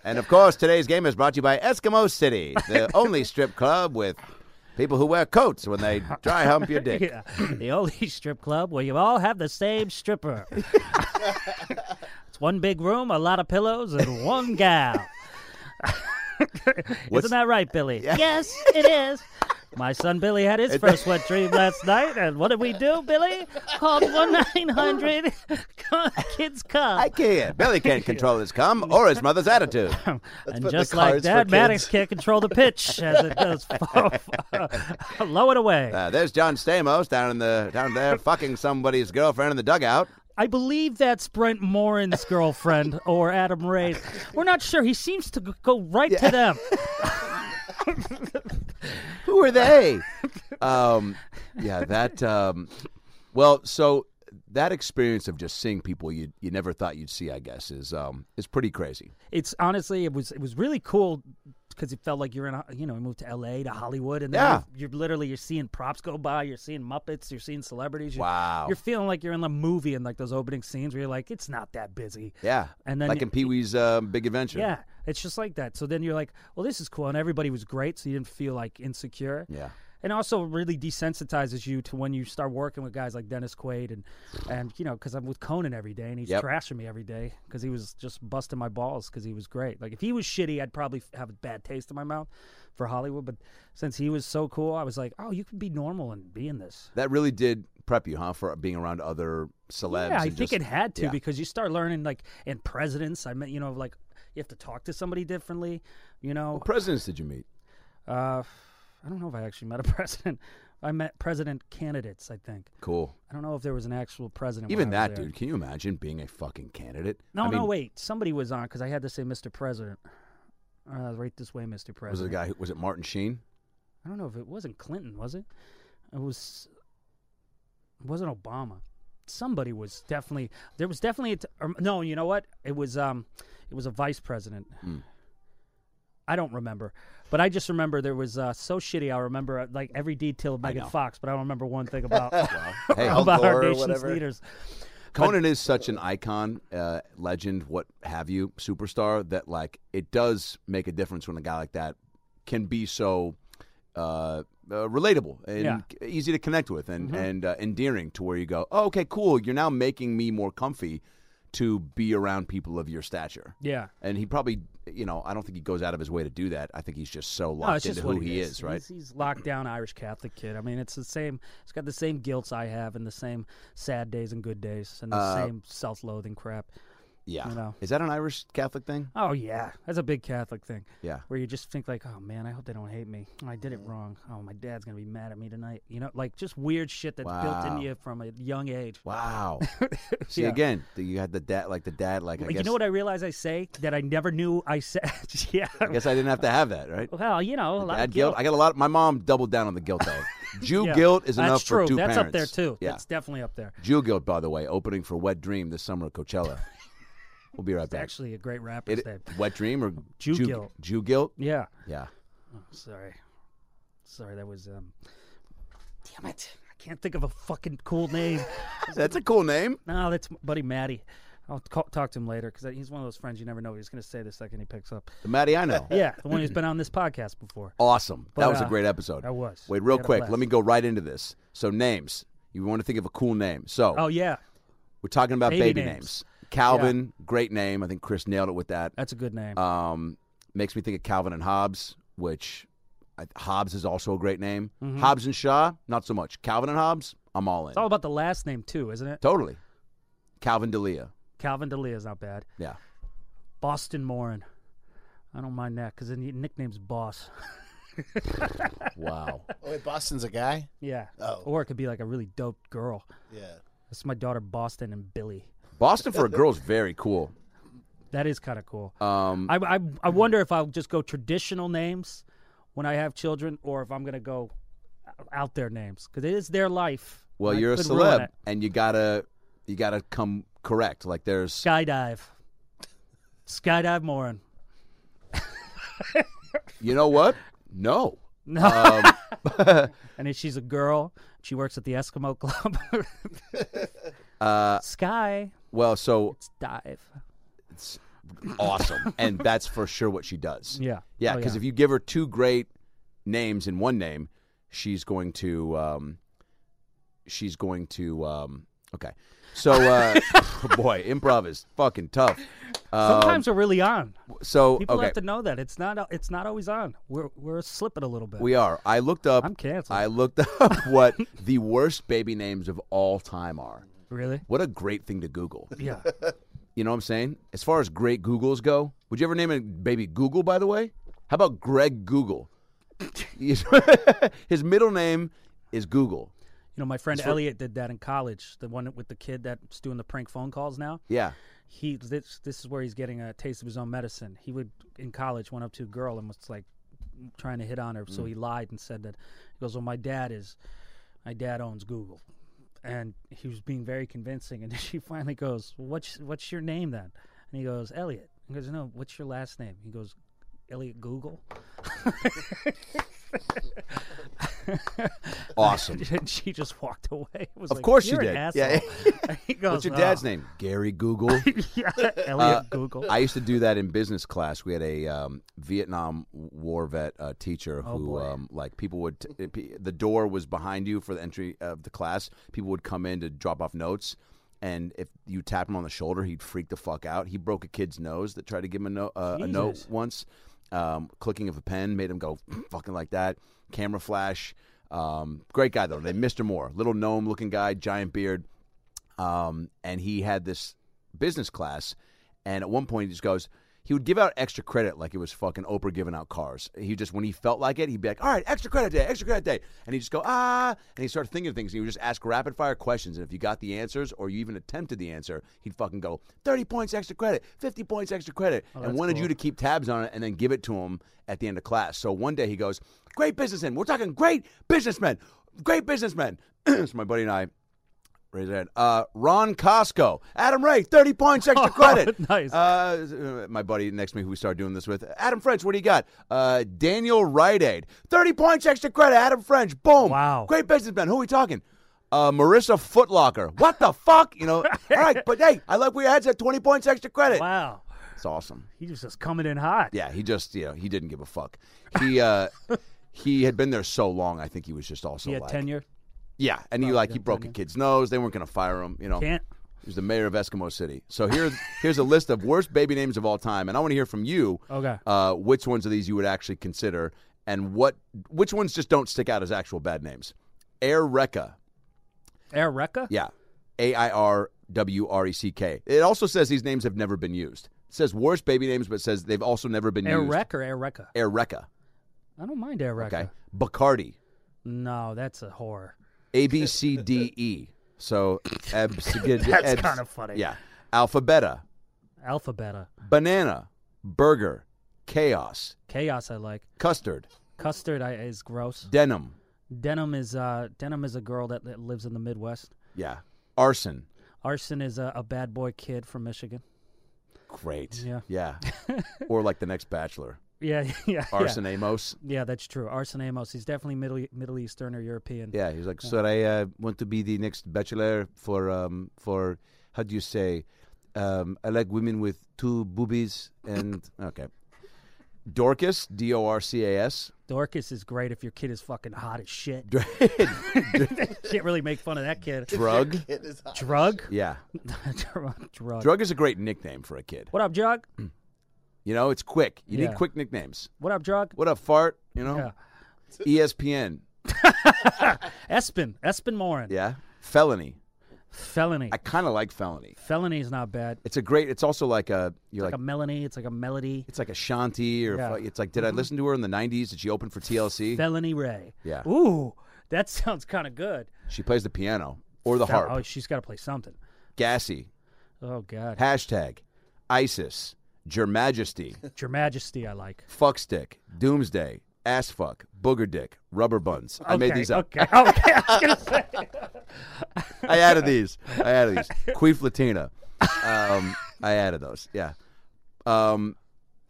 Speaker 1: and of course, today's game is brought to you by Eskimo City, the only strip club with people who wear coats when they dry hump your dick.
Speaker 2: Yeah, the only strip club where you all have the same stripper. it's one big room, a lot of pillows, and one gal.
Speaker 1: What's-
Speaker 2: Isn't that right, Billy? Yes, it is. My son Billy had his first wet dream last night, and what did we do, Billy? Called 1 900 Kids Come.
Speaker 1: I can't. Billy can't control his cum or his mother's attitude.
Speaker 2: and
Speaker 3: put the
Speaker 2: just like
Speaker 3: cards for
Speaker 2: that, Maddox
Speaker 3: kids.
Speaker 2: can't control the pitch as it goes low and away.
Speaker 1: Uh, there's John Stamos down in the down there fucking somebody's girlfriend in the dugout.
Speaker 2: I believe that's Brent Morin's girlfriend or Adam Ray's. We're not sure. He seems to g- go right to them.
Speaker 1: Who are they? um, yeah, that. Um, well, so that experience of just seeing people you you never thought you'd see, I guess, is um, is pretty crazy.
Speaker 2: It's honestly, it was it was really cool because it felt like you're in, a- you know, you moved to L.A. to Hollywood, and then
Speaker 1: Yeah.
Speaker 2: you're, you're literally you're seeing props go by, you're seeing Muppets, you're seeing celebrities. You're,
Speaker 1: Wow.
Speaker 2: You're feeling like you're in a movie and like those opening scenes where you're like, it's not that busy.
Speaker 1: Yeah,
Speaker 2: And then
Speaker 1: like in Pee Wee's um, Big Adventure.
Speaker 2: Yeah, it's just like that. So then you're like, well, this is cool, and everybody was great, so you didn't feel like insecure.
Speaker 1: Yeah.
Speaker 2: and also really desensitizes you to when you start working with guys like Dennis Quaid and and you know because I'm with Conan every day and he's
Speaker 1: Yep.
Speaker 2: trashing me every day because he was just busting my balls because he was great. Like if he was shitty, I'd probably f- have a bad taste in my mouth for Hollywood. But since he was so cool, I was like, oh, you can be normal and be in this.
Speaker 1: That really did prep you, huh, for being around other celebs.
Speaker 2: Yeah, I
Speaker 1: and
Speaker 2: think
Speaker 1: just-
Speaker 2: it had to
Speaker 1: yeah.
Speaker 2: because you start learning like in presidents. I mean, you know, like you have to talk to somebody differently. You know,
Speaker 1: What presidents did you meet?
Speaker 2: uh, I don't know if I actually met a president. I met president candidates. I think.
Speaker 1: Cool.
Speaker 2: I don't know if there was an actual president. when
Speaker 1: Even
Speaker 2: I was
Speaker 1: that
Speaker 2: there.
Speaker 1: dude. Can you imagine being a fucking candidate?
Speaker 2: No,
Speaker 1: I mean,
Speaker 2: no, wait. Somebody was on because I had to say Mr. President. Uh, right this way, Mr. President.
Speaker 1: Was it a guy? Who, was it Martin Sheen?
Speaker 2: I don't know if it wasn't Clinton, was it? It was. It wasn't Obama. Somebody was definitely there was definitely a t- or, no. You know what? It was um, it was a vice president.
Speaker 3: Hmm.
Speaker 2: I don't remember, but I just remember there was uh, so shitty. I remember uh, like every detail of Megan
Speaker 1: know.
Speaker 2: Fox, but I don't remember one thing about
Speaker 1: Hey,
Speaker 3: Al
Speaker 2: about our
Speaker 3: Gore or
Speaker 2: nation's
Speaker 3: whatever.
Speaker 2: leaders.
Speaker 1: Conan is such an icon, uh, legend, what have you, superstar that like it does make a difference when a guy like that can be so uh, uh, relatable and
Speaker 2: Yeah. Mm-hmm.
Speaker 1: c- easy to connect with and and uh, endearing to where you go, oh, okay, cool, you're now making me more comfy to be around people of your stature.
Speaker 2: Yeah.
Speaker 1: And he probably, you know, I don't think he goes out of his way to do that. I think he's just so
Speaker 2: No,
Speaker 1: locked
Speaker 2: it's
Speaker 1: into
Speaker 2: just
Speaker 1: who
Speaker 2: what
Speaker 1: he is, right?
Speaker 2: He's, he's locked down Irish Catholic kid. I mean, it's the same. It's got the
Speaker 1: Uh,
Speaker 2: same guilts I have, and the same sad days and good days, and the same self-loathing crap.
Speaker 1: Yeah.
Speaker 2: You know.
Speaker 1: Is that an Irish Catholic thing?
Speaker 2: Oh yeah, that's a big Catholic thing.
Speaker 1: Yeah.
Speaker 2: where you just think like, oh man, I hope they don't hate me. I did it wrong. Oh, my dad's gonna be mad at me tonight. You know, like just weird shit that's built
Speaker 1: Wow.
Speaker 2: into you from a young age.
Speaker 1: Wow. See
Speaker 2: Yeah.
Speaker 1: again, the- you had the dad, like the dad, like I
Speaker 2: Like,
Speaker 1: guess.
Speaker 2: you know what I realized I say that I never knew I said. yeah.
Speaker 1: I guess I didn't have to have that, right?
Speaker 2: Well, you know, a lot
Speaker 1: Dad
Speaker 2: of guilt.
Speaker 1: guilt. I got a lot. my mom doubled down on the guilt though. Jew
Speaker 2: Yeah.
Speaker 1: guilt is
Speaker 2: That's
Speaker 1: enough
Speaker 2: true.
Speaker 1: for two
Speaker 2: That's
Speaker 1: parents.
Speaker 2: up there too.
Speaker 1: Yeah.
Speaker 2: That's definitely up there.
Speaker 1: Jew guilt, by the way, opening for Wet Dream this summer at Coachella. we'll be right
Speaker 2: It's
Speaker 1: back.
Speaker 2: actually a great rapper's
Speaker 1: It,
Speaker 2: name.
Speaker 1: Wet Dream or
Speaker 2: Jew guilt.
Speaker 1: Jew guilt.
Speaker 2: Yeah.
Speaker 1: Yeah.
Speaker 2: Sorry. Sorry, that was um Damn it. I can't think of a fucking cool name.
Speaker 1: That's a cool name.
Speaker 2: no, that's my buddy Matty. I'll ca- talk to him later because he's one of those friends you never know what he's going to say the second he picks up.
Speaker 1: The Matty I know.
Speaker 2: Yeah, the one who's been on this podcast before.
Speaker 1: Awesome. that
Speaker 2: But,
Speaker 1: was a
Speaker 2: uh,
Speaker 1: great episode.
Speaker 2: that was.
Speaker 1: Wait, real
Speaker 2: Had a
Speaker 1: quick.
Speaker 2: blast.
Speaker 1: Let me go right into this. So names. You want to think of a cool name. So
Speaker 2: Oh yeah,
Speaker 1: we're talking about baby,
Speaker 2: baby
Speaker 1: names.
Speaker 2: names.
Speaker 1: Calvin, great name. I think Chris nailed it with that.
Speaker 2: that's a good name.
Speaker 1: Um, makes me think of Calvin and Hobbes, which I, Hobbes is also a great name. Hobbes and Shaw, not so much. Calvin and Hobbes, I'm all in.
Speaker 2: Mm-hmm. it's all about the last name too, isn't it?
Speaker 1: totally. Calvin D'Elia.
Speaker 2: Calvin D'Elia is not bad.
Speaker 1: Yeah.
Speaker 2: Boston Morin. I don't mind that because the nickname's Boss.
Speaker 1: Wow.
Speaker 3: Oh, wait, Boston's a guy?
Speaker 2: Yeah.
Speaker 3: Oh.
Speaker 2: Or it could be like a really dope girl.
Speaker 3: Yeah.
Speaker 2: That's my daughter Boston and Billy.
Speaker 1: Boston for a girl is very cool.
Speaker 2: That is kind of cool.
Speaker 1: Um,
Speaker 2: I, I I wonder if I'll just go traditional names when I have children, or if I'm gonna go out there names because it is their life.
Speaker 1: well,
Speaker 2: and I
Speaker 1: you're a
Speaker 2: could ruin
Speaker 1: celeb,
Speaker 2: it.
Speaker 1: and you gotta you gotta come correct. Like there's
Speaker 2: Skydive. Skydive Morin.
Speaker 1: You know what? No.
Speaker 2: No.
Speaker 1: Um,
Speaker 2: and then she's a girl. She works at the Eskimo Club.
Speaker 1: uh,
Speaker 2: Sky.
Speaker 1: well, so
Speaker 2: It's dive.
Speaker 1: it's awesome, and that's for sure what she does.
Speaker 2: Yeah.
Speaker 1: yeah.
Speaker 2: Oh,
Speaker 1: Because
Speaker 2: yeah.
Speaker 1: if you give her two great names in one name, she's going to um, she's going to um, okay. So uh, boy, improv is fucking tough. Um,
Speaker 2: Sometimes we're really on.
Speaker 1: so
Speaker 2: People
Speaker 1: okay,
Speaker 2: have to know that it's not. It's not always on. We're we're slipping a little bit.
Speaker 1: we are. I looked up.
Speaker 2: I'm canceled.
Speaker 1: I looked up what the worst baby names of all time are.
Speaker 2: really.
Speaker 1: What a great thing to Google.
Speaker 2: Yeah.
Speaker 1: You know what I'm saying? As far as great Googles go, would you ever name a baby Google, by the way? How about Greg Google? His middle name is Google.
Speaker 2: You know, my friend Elliot did that in college. The one with the kid that's doing the prank phone calls now.
Speaker 1: Yeah.
Speaker 2: he this this is where he's getting a taste of his own medicine. He would in college went up to a girl and was like trying to hit on her,
Speaker 1: Mm.
Speaker 2: so he lied and said that he goes, "Well, my dad is, my dad owns Google," and he was being very convincing. And she finally goes, well, "What's what's your name then?" And he goes, "Elliot." He goes, "No, what's your last name?" He goes, "Elliot Google."
Speaker 1: Awesome.
Speaker 2: and she just walked away. It was
Speaker 1: Of
Speaker 2: like,
Speaker 1: course she
Speaker 2: "You're an
Speaker 1: did.
Speaker 2: asshole." he goes,
Speaker 1: What's your
Speaker 2: "Oh,
Speaker 1: dad's name? Gary Google.
Speaker 2: yeah, Elliot Google.
Speaker 1: Uh, I used to do that in business class. We had a um, Vietnam War vet uh, teacher who,
Speaker 2: Oh, boy.
Speaker 1: um, like, people would. T- it be- the door was behind you for the entry of the class. People would come in to drop off notes, and if you tapped him on the shoulder, he'd freak the fuck out. He broke a kid's nose that tried to give him a, no- uh, a note
Speaker 2: Jesus.
Speaker 1: once. Um, clicking of a pen made him go fucking like that. Camera flash. Um, great guy though. They Mr. Moore, little gnome looking guy, giant beard um, and he had this business class. And at one point, he just goes, he would give out extra credit like it was fucking Oprah giving out cars. He just, when he felt like it, he'd be like, all right, extra credit day, extra credit day. And he'd just go, ah. And he'd start thinking of things. And he would just ask rapid fire questions. And if you got the answers or you even attempted the answer, he'd fucking go, 30 points extra credit, 50 points extra credit. and wanted you to keep tabs on it and then give it to him at the end of class. So one day he goes, great businessman. We're talking great businessmen, great businessmen. so my buddy and I, Raise your hand. Uh, Ron Costco, Adam Ray, thirty points extra credit.
Speaker 2: Oh, nice.
Speaker 1: Uh, my buddy next to me, who we started doing this with, Adam French. What do you got? Uh, Daniel Rite Aid, thirty points extra credit. Adam French, boom.
Speaker 2: Wow.
Speaker 1: Great businessman. Who are we talking? Uh, Marissa Footlocker. What the fuck? You know. All right, but hey, I like where your head's at. Twenty points extra credit.
Speaker 2: Wow,
Speaker 1: It's awesome.
Speaker 2: he was just coming in hot.
Speaker 1: Yeah, he just you know he didn't give a fuck. He uh, he had been there so long. I think he was just also
Speaker 2: he had
Speaker 1: like
Speaker 2: tenure. Oh,
Speaker 1: yeah, and he like he broke a kid's nose. They weren't gonna fire him. You know.
Speaker 2: Can't.
Speaker 1: He was the mayor of Eskimo City. So here's here's a list of worst baby names of all time, and I want to hear from you.
Speaker 2: Okay.
Speaker 1: Uh, which ones of these you would actually consider, and what which ones just don't stick out as actual bad names? Air Recca.
Speaker 2: Erica?
Speaker 1: Yeah. A I R W R E C K. It also says these names have never been used. It says worst baby names, but it says they've also never been used.
Speaker 2: Erec or Erica?
Speaker 1: Eureka.
Speaker 2: I don't mind Erica.
Speaker 1: Okay. Bacardi.
Speaker 2: No, that's a horror.
Speaker 1: A B C D E. So abs-
Speaker 2: That's kinda funny.
Speaker 1: Yeah. Alphabeta.
Speaker 2: Alphabeta.
Speaker 1: Banana. Burger. Chaos.
Speaker 2: Chaos I like.
Speaker 1: Custard.
Speaker 2: Custard I, is gross.
Speaker 1: Denim.
Speaker 2: Denim is uh, denim is a girl that, that lives in the Midwest.
Speaker 1: Yeah. Arson.
Speaker 2: Arson is a, a bad boy kid from Michigan.
Speaker 1: Great.
Speaker 2: Yeah.
Speaker 1: Yeah. or like the next Bachelor.
Speaker 2: Yeah, yeah,
Speaker 1: Arson Amos.
Speaker 2: Yeah. yeah, that's true. Arson Amos. He's definitely Middle Middle Eastern or European.
Speaker 1: Yeah, he's like, sir, I uh, want to be the next bachelor for um for how do you say? Um, I like women with two boobies and okay. Dorcas, D O R C A S.
Speaker 2: Dorcas is great if your kid is fucking hot as shit. Can't really make fun of that kid.
Speaker 1: Drug.
Speaker 3: It is hot.
Speaker 2: Drug?
Speaker 1: Yeah.
Speaker 2: drug, drug.
Speaker 1: Drug is a great nickname for a kid.
Speaker 2: What up, drug?
Speaker 1: You know, it's quick. You
Speaker 2: Yeah.
Speaker 1: need quick nicknames.
Speaker 2: What up, drug?
Speaker 1: What up, fart? You know? E ESPN.
Speaker 2: Espin, Espin Morin.
Speaker 1: Yeah. Felony.
Speaker 2: Felony.
Speaker 1: I kind of like felony.
Speaker 2: Felony is not bad.
Speaker 1: It's a great, it's also like a, you're
Speaker 2: Like,
Speaker 1: like,
Speaker 2: a melody. It's like a melody.
Speaker 1: it's like a shanty or
Speaker 2: Yeah. Mm-hmm.
Speaker 1: fu- it's like, did I listen to her in the 90s? Did she open for TLC?
Speaker 2: Felony Ray.
Speaker 1: Yeah.
Speaker 2: Ooh, that sounds kind of good.
Speaker 1: She plays the piano or the
Speaker 2: Fel-
Speaker 1: harp.
Speaker 2: Oh, she's got to play something.
Speaker 1: Gassy.
Speaker 2: Oh God.
Speaker 1: Hashtag. ISIS. Your Majesty.
Speaker 2: Your Majesty, I like.
Speaker 1: Fuckstick. Doomsday. Ass fuck. Booger dick. Rubber buns. I made
Speaker 2: Okay,
Speaker 1: these up.
Speaker 2: Okay. Okay. I was gonna say.
Speaker 1: I added these. I added these. Queef Latina. Um, I added those. Yeah. Um,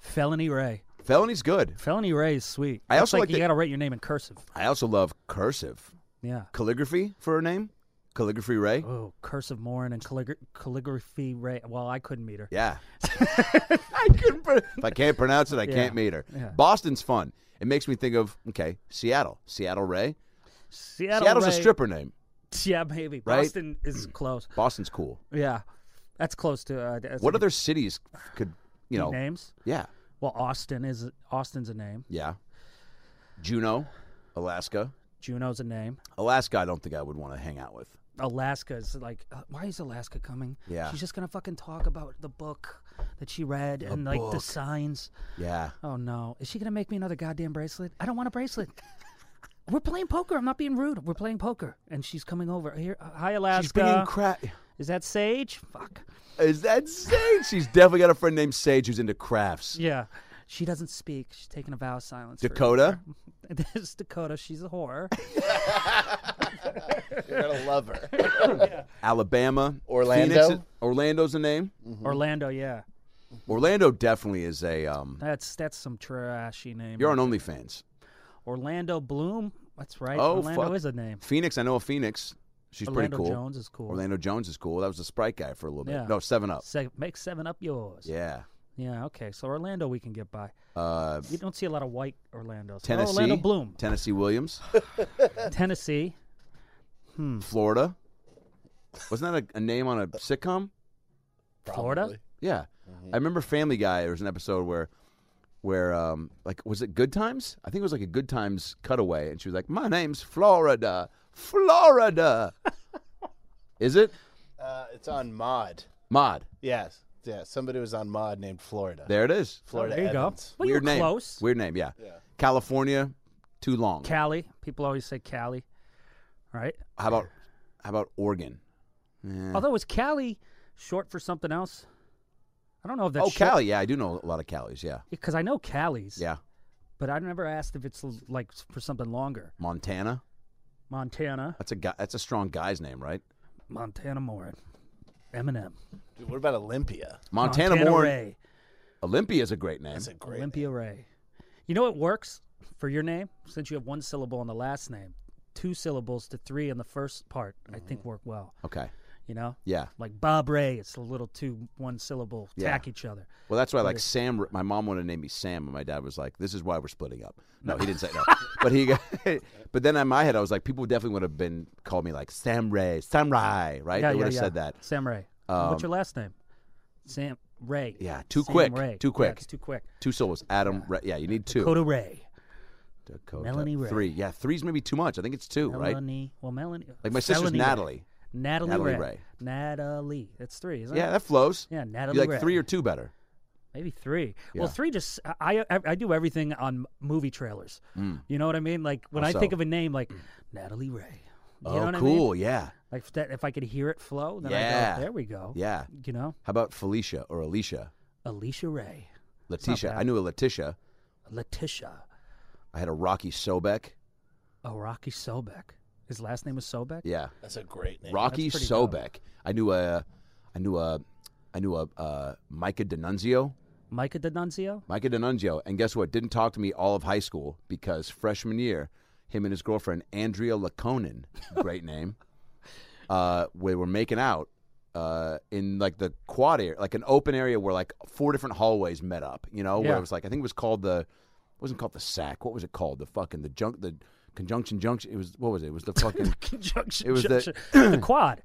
Speaker 2: Felony Ray.
Speaker 1: felony's good.
Speaker 2: Felony Ray is sweet.
Speaker 1: I
Speaker 2: That's
Speaker 1: also like
Speaker 2: you
Speaker 1: the-
Speaker 2: got to write your name in cursive.
Speaker 1: I also love cursive.
Speaker 2: Yeah.
Speaker 1: Calligraphy for her name? Calligraphy Ray?
Speaker 2: Oh, cursive Morin and calligra- calligraphy Ray. Well, I couldn't meet her.
Speaker 1: Yeah. I couldn't pro- if I can't pronounce it, I can't meet her. Boston's fun. It makes me think of, okay, Seattle. Seattle Ray.
Speaker 2: Seattle
Speaker 1: Seattle's
Speaker 2: Ray-
Speaker 1: a stripper name.
Speaker 2: Yeah, maybe.
Speaker 1: right? Mm.
Speaker 2: Boston is close.
Speaker 1: Boston's cool.
Speaker 2: Yeah, that's close to. Uh, that's
Speaker 1: What
Speaker 2: like
Speaker 1: other cities could you know?
Speaker 2: names?
Speaker 1: Yeah,
Speaker 2: Well, Austin is Austin's a name.
Speaker 1: yeah. Juneau, Alaska.
Speaker 2: Juneau's a name.
Speaker 1: Alaska, I don't think I would want to hang out with.
Speaker 2: Alaska is like, uh, why is Alaska coming?
Speaker 1: Yeah.
Speaker 2: she's just gonna fucking talk about the book that she read and like the signs.
Speaker 1: Yeah,
Speaker 2: Oh no, is she gonna make me another goddamn bracelet? I don't want a bracelet. We're playing poker. I'm not being rude. We're playing poker, and she's coming over here. Uh, Hi, Alaska.
Speaker 1: she's being crap.
Speaker 2: is that Sage? Fuck.
Speaker 1: Is that Sage? She's definitely got a friend named Sage who's into crafts.
Speaker 2: Yeah. She doesn't speak. She's taking a vow of silence. for-
Speaker 1: Dakota,
Speaker 2: There's Dakota. She's a whore.
Speaker 3: You're gonna love her.
Speaker 1: Alabama,
Speaker 3: Orlando?
Speaker 1: Phoenix, Orlando's a name.
Speaker 2: Orlando, yeah. Mm-hmm.
Speaker 1: Orlando definitely is a. Um,
Speaker 2: That's that's some trashy name.
Speaker 1: you're on OnlyFans.
Speaker 2: Orlando Bloom. That's right.
Speaker 1: Oh,
Speaker 2: Orlando
Speaker 1: fuck.
Speaker 2: is a name.
Speaker 1: Phoenix, I know a Phoenix. She's
Speaker 2: Orlando
Speaker 1: pretty cool.
Speaker 2: Jones is cool.
Speaker 1: Orlando Jones is cool. That was a Sprite guy for a little bit.
Speaker 2: Yeah.
Speaker 1: No, Seven Up.
Speaker 2: Se- make seven up yours.
Speaker 1: Yeah.
Speaker 2: Yeah, Okay. So Orlando, we can get by.
Speaker 1: Uh,
Speaker 2: You don't see a lot of white Orlando's. Oh,
Speaker 1: Tennessee.
Speaker 2: Orlando Bloom.
Speaker 1: Tennessee Williams.
Speaker 2: Tennessee. Hmm.
Speaker 1: Florida. Wasn't that a, a name on a sitcom?
Speaker 2: Florida.
Speaker 1: Yeah, I remember Family Guy. There was an episode where, where um, like was it Good Times? I think it was like a Good Times cutaway, and she was like, "My name's Florida, Florida." Is it
Speaker 3: Uh, it's on Mod.
Speaker 1: Mod?
Speaker 3: Yes. Yeah. Somebody was on Mod named Florida.
Speaker 1: There it is.
Speaker 3: Florida.
Speaker 2: Oh, there you
Speaker 3: Evans.
Speaker 2: go. Well, you
Speaker 1: Weird
Speaker 2: were
Speaker 1: name.
Speaker 2: close.
Speaker 1: Weird name. Yeah. California, too long.
Speaker 2: Cali. People always say Cali, right?
Speaker 1: how about how about Oregon?
Speaker 2: Although is Cali short for something else? I don't know if that's
Speaker 1: oh,
Speaker 2: short-
Speaker 1: Cali. Yeah, I do know a lot of Calis. Yeah,
Speaker 2: because I know Cali's.
Speaker 1: yeah.
Speaker 2: But I never asked if it's l- like s- for something longer.
Speaker 1: Montana.
Speaker 2: Montana,
Speaker 1: That's a guy. That's a strong guy's name, right?
Speaker 2: Montana Morin, Eminem,
Speaker 3: Dude, what about Olympia?
Speaker 1: Montana,
Speaker 2: Montana
Speaker 1: Moore.
Speaker 2: Ray,
Speaker 1: Olympia is a great name.
Speaker 3: That's a great.
Speaker 2: Olympia Ray. You know what works for your name since you have one syllable in the last name, two syllables to three in the first part. I
Speaker 1: Mm-hmm.
Speaker 2: think work well.
Speaker 1: Okay.
Speaker 2: You know,
Speaker 1: Yeah.
Speaker 2: like Bob Ray, it's a little two one syllable
Speaker 1: Yeah.
Speaker 2: tack each other.
Speaker 1: Well, that's why like Sam. My mom wanted to name me Sam, and my dad was like, "This is why we're splitting up." No, he didn't say no. but he. Got, but then in my head, I was like, people definitely would have been called me like Sam Ray, Sam Rai, right? they
Speaker 2: yeah, yeah,
Speaker 1: would have
Speaker 2: yeah.
Speaker 1: said that. Um,
Speaker 2: Sam Ray. What's your last name? Sam Ray.
Speaker 1: Yeah, too
Speaker 2: Sam
Speaker 1: quick,
Speaker 2: Ray.
Speaker 1: too
Speaker 2: Yeah,
Speaker 1: quick.
Speaker 2: it's too quick.
Speaker 1: Two syllables. Adam. Ray, yeah, you need two.
Speaker 2: Coda Ray.
Speaker 1: Dakota.
Speaker 2: Melanie Ray.
Speaker 1: Three. Yeah, three's maybe too much. I think it's two, right?
Speaker 2: Melanie. Well, Melanie.
Speaker 1: Like my sister's
Speaker 2: Felony Ray.
Speaker 1: Natalie.
Speaker 2: Natalie,
Speaker 1: Natalie
Speaker 2: Ray.
Speaker 1: Ray.
Speaker 2: Natalie. That's three, isn't
Speaker 1: Yeah,
Speaker 2: it?
Speaker 1: that flows.
Speaker 2: Yeah,
Speaker 1: You
Speaker 2: Natalie
Speaker 1: like
Speaker 2: Ray.
Speaker 1: three or two better.
Speaker 2: Maybe three. Well,
Speaker 1: Yeah.
Speaker 2: three just I, I I do everything on m- movie trailers. You know what I mean? Like when
Speaker 1: Mm. How
Speaker 2: I think
Speaker 1: so?
Speaker 2: of a name like Natalie Ray. You know
Speaker 1: oh,
Speaker 2: what I
Speaker 1: cool.
Speaker 2: mean?
Speaker 1: Yeah,
Speaker 2: Like if, that, if I could hear it flow, then I
Speaker 1: Yeah.
Speaker 2: go, there we go.
Speaker 1: yeah.
Speaker 2: You know,
Speaker 1: How about Felicia or Alicia?
Speaker 2: Alicia Ray,
Speaker 1: Letitia.
Speaker 2: bad.
Speaker 1: I knew a Letitia.
Speaker 2: Letitia,
Speaker 1: I had a Rocky Sobek.
Speaker 2: Araki Sobek. His last name was Sobek.
Speaker 1: Yeah,
Speaker 3: That's a great name.
Speaker 1: Rocky
Speaker 2: pretty dope.
Speaker 1: Sobek. I knew a, I knew a, I knew a uh, Micah D'Annunzio.
Speaker 2: Micah D'Annunzio.
Speaker 1: Micah D'Annunzio, and guess what? Didn't talk to me all of high school because freshman year, him and his girlfriend Andrea Laconin, great name, uh, we were making out uh, in like the quad area, like an open area where like four different hallways met up. You know, where
Speaker 2: Yeah.
Speaker 1: it was like I think it was called the, it wasn't called the sack. What was it called? The fucking the junk the conjunction junction. It was what was it? It was the fucking.
Speaker 2: Conjunction.
Speaker 1: It was the-
Speaker 2: junction. the quad.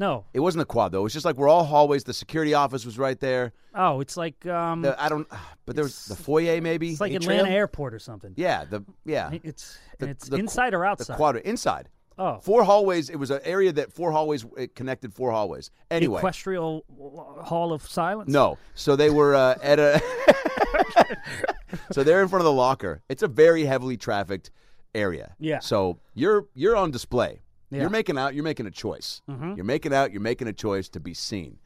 Speaker 2: No.
Speaker 1: It wasn't the quad though. It was just like we're all hallways. The security office was right there.
Speaker 2: Oh, it's like um,
Speaker 1: The, I don't. But there was the foyer maybe.
Speaker 2: it's like
Speaker 1: atrium?
Speaker 2: Atlanta Airport or something.
Speaker 1: Yeah. The yeah.
Speaker 2: It's
Speaker 1: The-
Speaker 2: it's
Speaker 1: the qu-
Speaker 2: inside or
Speaker 1: the
Speaker 2: outside.
Speaker 1: quadra inside.
Speaker 2: Oh.
Speaker 1: Four hallways. It was an area that four hallways it connected four hallways. Anyway,
Speaker 2: Equestrial uh, Hall of Silence.
Speaker 1: no. So they were uh, at a. so they're in front of the locker. It's a very heavily trafficked area.
Speaker 2: Yeah.
Speaker 1: So you're you're on display.
Speaker 2: Yeah. Mm-hmm.
Speaker 1: You're making out. You're making a choice. You're making out. You're making a choice to be seen.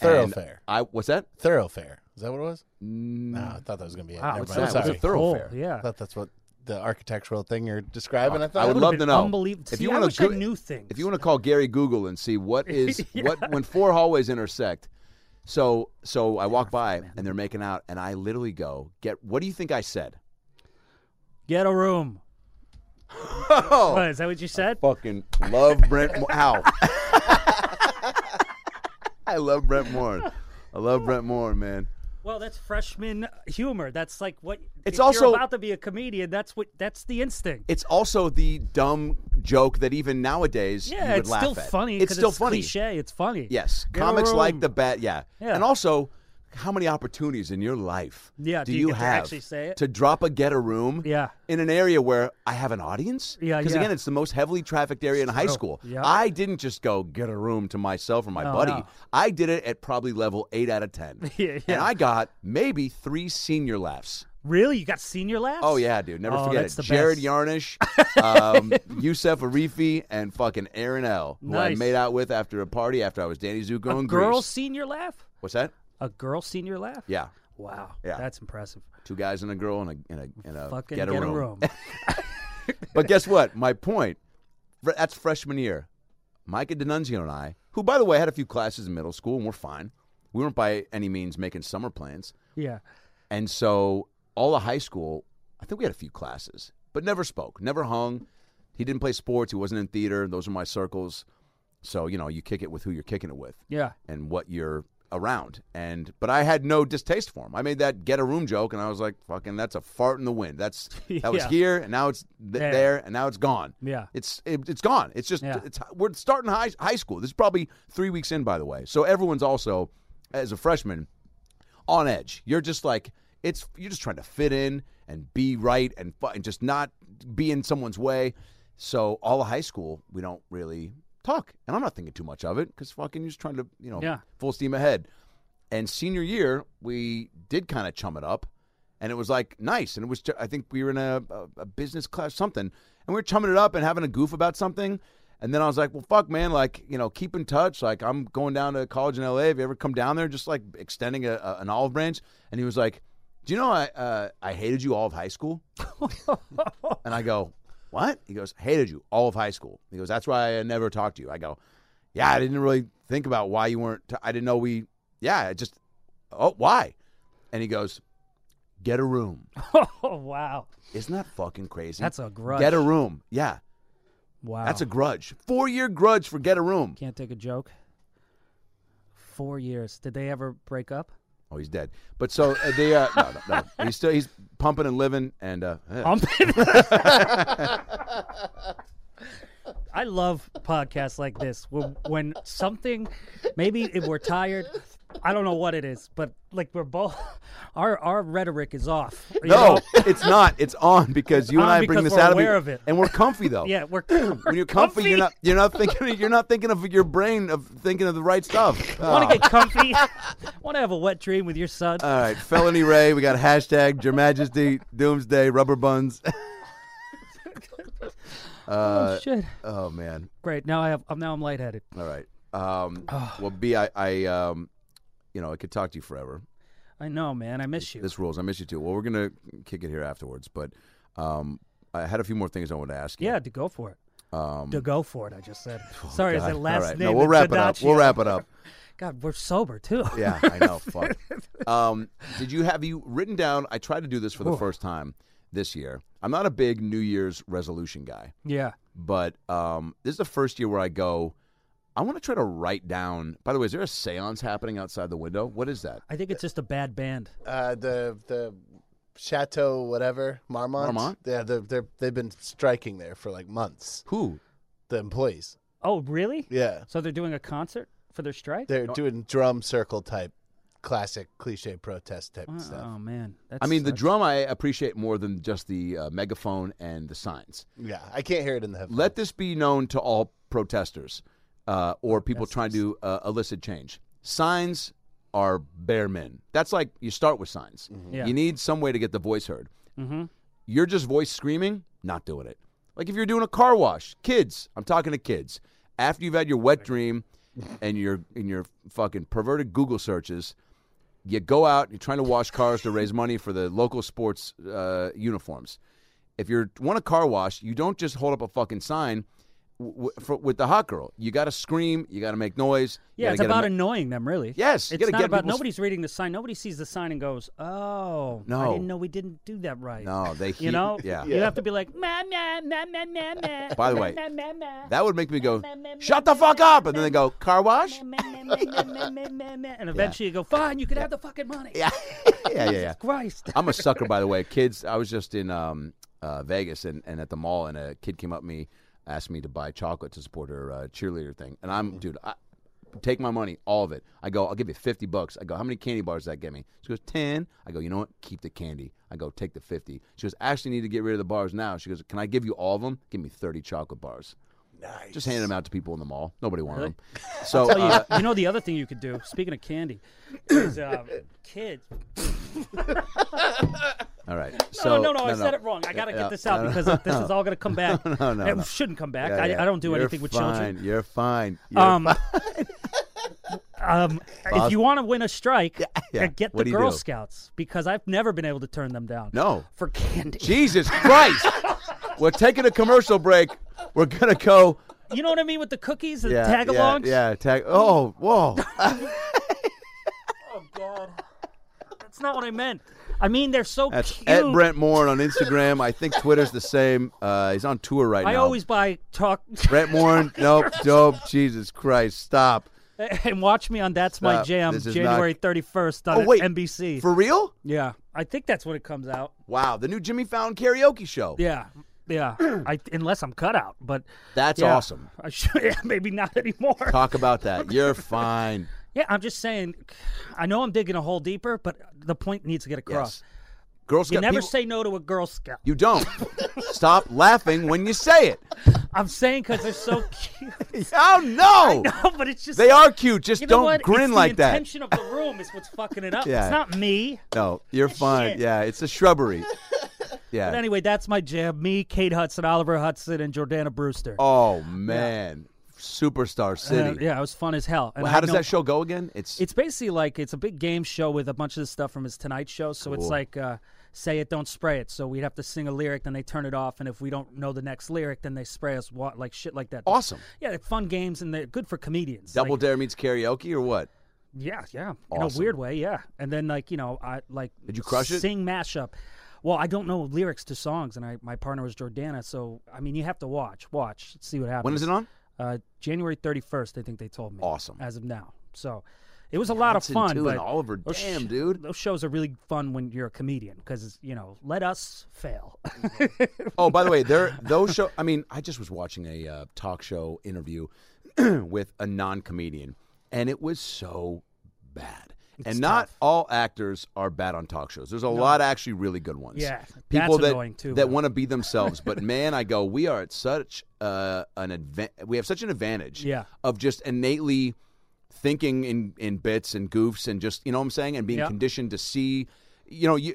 Speaker 1: And
Speaker 3: Thoroughfare.
Speaker 1: I what's that?
Speaker 3: Thoroughfare. Is that what it was?
Speaker 1: Mm.
Speaker 3: No, I thought that was going to be it.
Speaker 2: Wow,
Speaker 3: Never
Speaker 2: it's
Speaker 3: mind.
Speaker 1: that?
Speaker 3: I'm
Speaker 1: What's
Speaker 3: sorry.
Speaker 1: a thorough- thoroughfare.
Speaker 2: Hole,
Speaker 3: I
Speaker 2: yeah.
Speaker 3: thought that's what the architectural thing you're describing. I thought
Speaker 1: I would
Speaker 2: would've
Speaker 1: love
Speaker 2: been
Speaker 1: to know.
Speaker 2: unbelievable.
Speaker 1: If
Speaker 2: See,
Speaker 1: you
Speaker 2: I
Speaker 1: want
Speaker 2: wish
Speaker 1: to
Speaker 2: I knew things.
Speaker 1: If you want to call Gary Google and see what is what when four hallways intersect. So so I walk by and they're making out and I literally go, "Get what do you think I said?"
Speaker 2: Get a room.
Speaker 1: Oh,
Speaker 2: What, is that what you said?
Speaker 1: fucking love Brent Mo- Ow. I love Brent Moore. I love Brent Moore, man.
Speaker 2: Well, that's freshman humor. That's like what.
Speaker 1: It's
Speaker 2: if
Speaker 1: also-
Speaker 2: you're about to be a comedian. That's what. That's the instinct.
Speaker 1: It's also the dumb joke that even nowadays you
Speaker 2: yeah,
Speaker 1: would
Speaker 2: it's
Speaker 1: laugh
Speaker 2: still
Speaker 1: at.
Speaker 2: funny.
Speaker 1: It's
Speaker 2: 'cause
Speaker 1: still funny.
Speaker 2: Cliche. It's funny.
Speaker 1: Yes,
Speaker 2: Get a
Speaker 1: comics like
Speaker 2: room.
Speaker 1: the bat. Yeah.
Speaker 2: Yeah.
Speaker 1: and also how many opportunities in your life
Speaker 2: Yeah,
Speaker 1: do,
Speaker 2: do
Speaker 1: you
Speaker 2: you get to
Speaker 1: have
Speaker 2: actually say it?
Speaker 1: to drop a get a room?
Speaker 2: Yeah.
Speaker 1: in an area where I have an audience.
Speaker 2: Yeah,
Speaker 1: because
Speaker 2: yeah.
Speaker 1: again, it's the most heavily trafficked area in high school.
Speaker 2: Yeah.
Speaker 1: I didn't just go get a room to myself or my
Speaker 2: No,
Speaker 1: buddy.
Speaker 2: no.
Speaker 1: I did it at probably level eight out of ten.
Speaker 2: Yeah,
Speaker 1: and
Speaker 2: yeah.
Speaker 1: I got maybe three senior laughs.
Speaker 2: Really, you got senior laughs?
Speaker 1: Oh yeah, dude, never
Speaker 2: Oh,
Speaker 1: forget
Speaker 2: that's
Speaker 1: it.
Speaker 2: the
Speaker 1: Jared
Speaker 2: best.
Speaker 1: Yarnish, um, Youssef Arifi, and fucking Aaron L, who I
Speaker 2: Nice.
Speaker 1: made out with after a party after I was Danny Zuko
Speaker 2: A
Speaker 1: in
Speaker 2: girl
Speaker 1: Greece.
Speaker 2: senior laugh?
Speaker 1: What's that?
Speaker 2: A girl senior laugh?
Speaker 1: Yeah.
Speaker 2: Wow.
Speaker 1: Yeah.
Speaker 2: That's impressive.
Speaker 1: Two guys and a girl and a and a, and a
Speaker 2: Fucking
Speaker 1: get a room.
Speaker 2: room.
Speaker 1: But guess what? My point. fr- That's freshman year. Micah D'Annunzio and I, who by the way had a few classes in middle school and we're fine. We weren't by any means making summer plans.
Speaker 2: yeah.
Speaker 1: And so all of high school, I think we had a few classes, but never spoke, never hung. He didn't play sports. He wasn't in theater. Those are my circles. So you know, you kick it with who you're kicking it with
Speaker 2: Yeah.
Speaker 1: and what you're around. And but I had no distaste for him. I made that get a room joke, and I was like, "Fucking, that's a fart in the wind. That's that was
Speaker 2: Yeah.
Speaker 1: here, and now it's th-
Speaker 2: There.
Speaker 1: there, and now it's gone.
Speaker 2: Yeah.
Speaker 1: it's it, it's gone. It's just
Speaker 2: Yeah.
Speaker 1: it's we're starting high high school. This is probably three weeks in, by the way. So everyone's also as a freshman on edge. You're just like it's you're just trying to fit in and be right and fu- and just not be in someone's way. So all of high school, we don't really talk, and I'm not thinking too much of it because fucking you're just trying to you know
Speaker 2: Yeah.
Speaker 1: full steam ahead. And senior year, we did kind of chum it up, and it was like nice. And it was ju- I think we were in a, a, a business class something, and we were chumming it up and having a goof about something. And then I was like, well, fuck, man, like you know, keep in touch. Like I'm going down to college in LA. If you ever come down there, just like extending a, a, an olive branch. And he was like, do you know I uh, I hated you all of high school? And I go, What? He goes, Hated you all of high school. He goes, That's why I never talked to you. I go, Yeah, I didn't really think about why you weren't. I I didn't know we, yeah, I just, oh, why? And he goes, Get a room.
Speaker 2: Oh, wow.
Speaker 1: Isn't that fucking crazy?
Speaker 2: That's a grudge.
Speaker 1: Get a room. Yeah,
Speaker 2: Wow.
Speaker 1: that's a grudge. Four year grudge for get a room.
Speaker 2: Can't take a joke. Four years. Did they ever break up?
Speaker 1: Oh, he's dead. But so uh, they, uh, no, no, no. He's still, he's pumping and living. And, uh, eh.
Speaker 2: Um, I love podcasts like this when, when something, maybe if we're tired, I don't know what it is, but like we're both our our rhetoric is off. you
Speaker 1: No,
Speaker 2: know?
Speaker 1: it's not. It's on because you and
Speaker 2: On
Speaker 1: I bring
Speaker 2: because
Speaker 1: this
Speaker 2: we're
Speaker 1: out
Speaker 2: aware
Speaker 1: you-
Speaker 2: of it.
Speaker 1: and we're comfy though.
Speaker 2: Yeah, we're,
Speaker 1: When you're comfy, you're not you're not thinking you're not thinking of your brain of thinking of the right stuff.
Speaker 2: Want
Speaker 1: Ah.
Speaker 2: to get comfy? Want to have a wet dream with your son?
Speaker 1: All right, felony Ray. We got hashtag Your Majesty Doomsday Rubber Buns.
Speaker 2: oh shit!
Speaker 1: Oh man.
Speaker 2: Great. Now I have. I'm now I'm lightheaded.
Speaker 1: All right. Um, well, B, I, I, um, you know, I could talk to you forever.
Speaker 2: I know, man. I miss you.
Speaker 1: This rules. I miss you too. Well, we're gonna kick it here afterwards, but um, I had a few more things I wanted to ask you.
Speaker 2: yeah, to go for it.
Speaker 1: Um, Oh,
Speaker 2: To go for it. I just said. Sorry, is
Speaker 1: God.
Speaker 2: that
Speaker 1: All
Speaker 2: last
Speaker 1: right.
Speaker 2: name?
Speaker 1: No, we'll
Speaker 2: is
Speaker 1: wrap it up. We'll
Speaker 2: Gennacchio.
Speaker 1: wrap it up.
Speaker 2: God, we're sober too.
Speaker 1: Yeah, I know. Fuck. Um, did you have you written down? I tried to do this for the first time this year. I'm not a big New Year's resolution guy,
Speaker 2: yeah.
Speaker 1: but um, this is the first year where I go. I want to try to write down. By the way, is there a séance happening outside the window? What is that?
Speaker 2: I think it's just a bad band.
Speaker 3: Uh, the the Chateau whatever Marmont.
Speaker 1: Marmont?
Speaker 3: Yeah, they're, they're they've been striking there for like months.
Speaker 1: Who?
Speaker 3: The employees.
Speaker 2: Oh, really?
Speaker 3: Yeah,
Speaker 2: So they're doing a concert for their strike.
Speaker 3: they're doing drum circle type, classic cliche protest type
Speaker 2: oh,
Speaker 3: stuff.
Speaker 2: oh, man. That's,
Speaker 1: I mean, the
Speaker 2: that's-
Speaker 1: drum I appreciate more than just the uh, megaphone and the signs.
Speaker 3: Yeah, I can't hear it in the headphones.
Speaker 1: Let this be known to all protesters uh, or people trying to uh, elicit change. Signs are bare men. That's like you start with signs.
Speaker 2: Yeah. Mm-hmm.
Speaker 1: You need some way to get the voice heard. You're just voice screaming, not doing it. Like if you're doing a car wash, kids. I'm talking to kids. After you've had your wet dream and your in your fucking perverted Google searches, you go out, you're trying to wash cars to raise money for the local sports uh, uniforms. If you want a car wash, you don't just hold up a fucking sign w- w- for, with the hot girl. You got to scream, you got to make noise. you
Speaker 2: Yeah,
Speaker 1: gotta
Speaker 2: it's
Speaker 1: get 'em-
Speaker 2: about annoying them, really.
Speaker 1: Yes, you
Speaker 2: it's
Speaker 1: gotta
Speaker 2: not
Speaker 1: get
Speaker 2: about
Speaker 1: people's-
Speaker 2: nobody's reading the sign. Nobody sees the sign and goes, "Oh, I
Speaker 1: No.
Speaker 2: didn't know we didn't do that right."
Speaker 1: No, they
Speaker 2: you
Speaker 1: heat-
Speaker 2: know,
Speaker 1: yeah.
Speaker 2: you have to be like, "Ma ma ma ma ma ma."
Speaker 1: By the way,
Speaker 2: ma, ma, ma,
Speaker 1: That would make me go, shut the fuck up, and then they go, car wash.
Speaker 2: ma, ma, ma, ma, ma, ma, ma, ma," and eventually you go, "Fine, you can have the fucking money."
Speaker 1: Yeah, yeah, yeah. yeah.
Speaker 2: Christ.
Speaker 1: I'm a sucker, by the way. Kids, I was just in um, uh, Vegas and, and at the mall, and a kid came up to me, asked me to buy chocolate to support her uh, cheerleader thing. And I'm, dude, I, take my money, all of it. I go, I'll give you 50 bucks. I go, how many candy bars does that get me? She goes, 10. I go, you know what? Keep the candy. I go, take the 50. She goes, I actually need to get rid of the bars now. She goes, can I give you all of them? Give me 30 chocolate bars. Nice. Just handing them out to people in the mall. Nobody wanted them. So,
Speaker 2: Tell you,
Speaker 1: uh,
Speaker 2: you know the other thing you could do. Speaking of candy, is um, kids.
Speaker 1: all right.
Speaker 2: No,
Speaker 1: So,
Speaker 2: no, no, I said it wrong. I gotta get this out because this is all gonna come back.
Speaker 1: No, no,
Speaker 2: it
Speaker 1: no.
Speaker 2: shouldn't come back.
Speaker 1: Yeah,
Speaker 2: I,
Speaker 1: yeah.
Speaker 2: I don't do
Speaker 1: You're
Speaker 2: anything with children.
Speaker 1: fine. You're fine. You're
Speaker 2: Um, um, if you want to win a strike, uh,
Speaker 1: yeah.
Speaker 2: get
Speaker 1: What
Speaker 2: the
Speaker 1: do you
Speaker 2: Girl
Speaker 1: do?
Speaker 2: Scouts because I've never been able to turn them down.
Speaker 1: No.
Speaker 2: for candy.
Speaker 1: Jesus Christ. We're taking a commercial break. We're going to go.
Speaker 2: You know what I mean with the cookies and
Speaker 1: Yeah, yeah,
Speaker 2: tagalongs.
Speaker 1: yeah, tag. Oh, whoa.
Speaker 2: Oh God, that's not what I meant. I mean they're so
Speaker 1: That's
Speaker 2: cute.
Speaker 1: at Brent Moore on Instagram. I think Twitter's the same. Uh, he's on tour right
Speaker 2: I
Speaker 1: now.
Speaker 2: always buy talk
Speaker 1: Brent Moore. Nope. Dope. Jesus Christ. Stop.
Speaker 2: and watch me on That's My
Speaker 1: Stop.
Speaker 2: Jam
Speaker 1: This is
Speaker 2: January
Speaker 1: not-
Speaker 2: 31st on
Speaker 1: Oh, wait.
Speaker 2: NBC.
Speaker 1: For real?
Speaker 2: yeah, I think that's when it comes out.
Speaker 1: Wow. The new Jimmy Fallon karaoke show.
Speaker 2: Yeah. Yeah, I, unless I'm cut out, but
Speaker 1: That's
Speaker 2: yeah.
Speaker 1: awesome.
Speaker 2: I should, yeah, maybe not anymore.
Speaker 1: Talk about that. You're fine.
Speaker 2: Yeah, I'm just saying. I know I'm digging a hole deeper, but the point needs to get across.
Speaker 1: Yes. Girls
Speaker 2: You
Speaker 1: Scout-
Speaker 2: never
Speaker 1: people-
Speaker 2: say no to a Girl Scout.
Speaker 1: You don't. Stop laughing when you say it.
Speaker 2: I'm saying because they're so cute.
Speaker 1: Oh no.
Speaker 2: no, but it's just
Speaker 1: They are cute. Just
Speaker 2: You know
Speaker 1: don't
Speaker 2: what?
Speaker 1: grin
Speaker 2: It's
Speaker 1: like
Speaker 2: the
Speaker 1: that.
Speaker 2: intention of the room is what's fucking it up.
Speaker 1: Yeah.
Speaker 2: It's not me.
Speaker 1: No, you're fine.
Speaker 2: shit.
Speaker 1: Yeah, it's a shrubbery. Yeah.
Speaker 2: But anyway, that's my jam. Me, Kate Hudson, Oliver Hudson, and Jordana Brewster.
Speaker 1: oh man, superstar
Speaker 2: Uh,
Speaker 1: city.
Speaker 2: yeah, it was fun as hell. And
Speaker 1: Well,
Speaker 2: I
Speaker 1: how does
Speaker 2: know-
Speaker 1: that show go again? It's
Speaker 2: It's basically like it's a big game show with a bunch of the stuff from his Tonight Show. So it's like uh, say it, don't spray it. So we'd have to sing a lyric, then they turn it off, and if we don't know the next lyric, then they spray us wa- like shit like that.
Speaker 1: Awesome.
Speaker 2: Yeah, they're fun games and they're good for comedians.
Speaker 1: Double
Speaker 2: Like,
Speaker 1: Dare meets karaoke or what?
Speaker 2: yeah, yeah, in
Speaker 1: Awesome.
Speaker 2: a weird way, yeah. And then like you know, I like
Speaker 1: Did you crush it?
Speaker 2: Sing mashup. Well, I don't know lyrics to songs, and I my partner was Jordana, so I mean you have to watch, watch, see what happens.
Speaker 1: When is it on?
Speaker 2: Uh, January 31st, I think they told me.
Speaker 1: Awesome.
Speaker 2: As of now. So it was a lot
Speaker 1: Hudson,
Speaker 2: of fun.
Speaker 1: too,
Speaker 2: but
Speaker 1: and Oliver,
Speaker 2: those
Speaker 1: damn, dude.
Speaker 2: Those shows are really fun when you're a comedian because, you know, let us fail.
Speaker 1: Oh, by the way, there those show. I mean, I just was watching a uh, talk show interview with a non-comedian, and it was so bad. and not all actors are bad on talk shows. There's a lot of actually really good ones.
Speaker 2: Yeah,
Speaker 1: people
Speaker 2: that's
Speaker 1: that
Speaker 2: annoying too,
Speaker 1: that
Speaker 2: man.
Speaker 1: want to be themselves. but man, I go, we are at such uh, an advan We have such an advantage.
Speaker 2: Yeah.
Speaker 1: of just innately thinking in in bits and goofs and just you know what I'm saying and being
Speaker 2: Yeah.
Speaker 1: conditioned to see. You know, you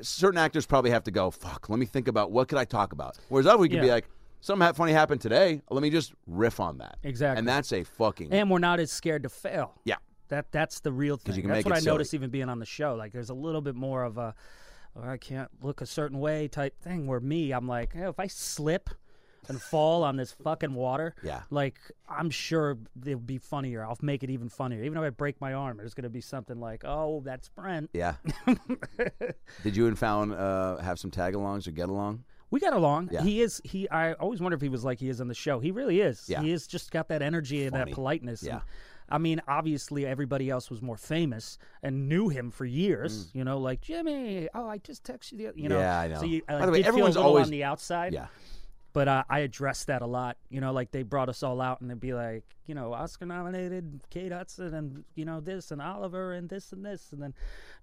Speaker 1: certain actors probably have to go. Fuck, let me think about what could I talk about. Whereas other we could be
Speaker 2: Yeah.
Speaker 1: like, something ha- funny happened today. Let me just riff on that.
Speaker 2: Exactly.
Speaker 1: And that's a fucking
Speaker 2: and we're not as scared to fail.
Speaker 1: yeah.
Speaker 2: That that's the real thing.
Speaker 1: you can
Speaker 2: that's
Speaker 1: make
Speaker 2: what
Speaker 1: it
Speaker 2: I
Speaker 1: silly.
Speaker 2: notice even being on the show. Like there's a little bit more of a "Oh, I can't look a certain way type thing where me, I'm like, "Hey, if I slip and fall on this fucking water,
Speaker 1: Yeah.
Speaker 2: like I'm sure it'll be funnier. I'll make it even funnier. Even if I break my arm, there's gonna be something like, Oh, that's Brent.
Speaker 1: Yeah. Did you and Fallon uh, have some tag alongs or get along?
Speaker 2: We got along.
Speaker 1: Yeah.
Speaker 2: He is he I always wonder if he was like he is on the show. He really is.
Speaker 1: Yeah.
Speaker 2: He is just got that energy and that politeness.
Speaker 1: Yeah.
Speaker 2: And, I mean, obviously everybody else was more famous and knew him for years, you know, like Jimmy, oh, I just texted you, you know.
Speaker 1: Mm. Yeah, I know.
Speaker 2: So you, uh,
Speaker 1: By the way,
Speaker 2: did feel a
Speaker 1: everyone's
Speaker 2: little
Speaker 1: always-
Speaker 2: on the outside.
Speaker 1: Yeah.
Speaker 2: But uh, I addressed that a lot, you know, like they brought us all out and they'd be like, you know, Oscar nominated Kate Hudson and, you know, this and Oliver and this and this. And then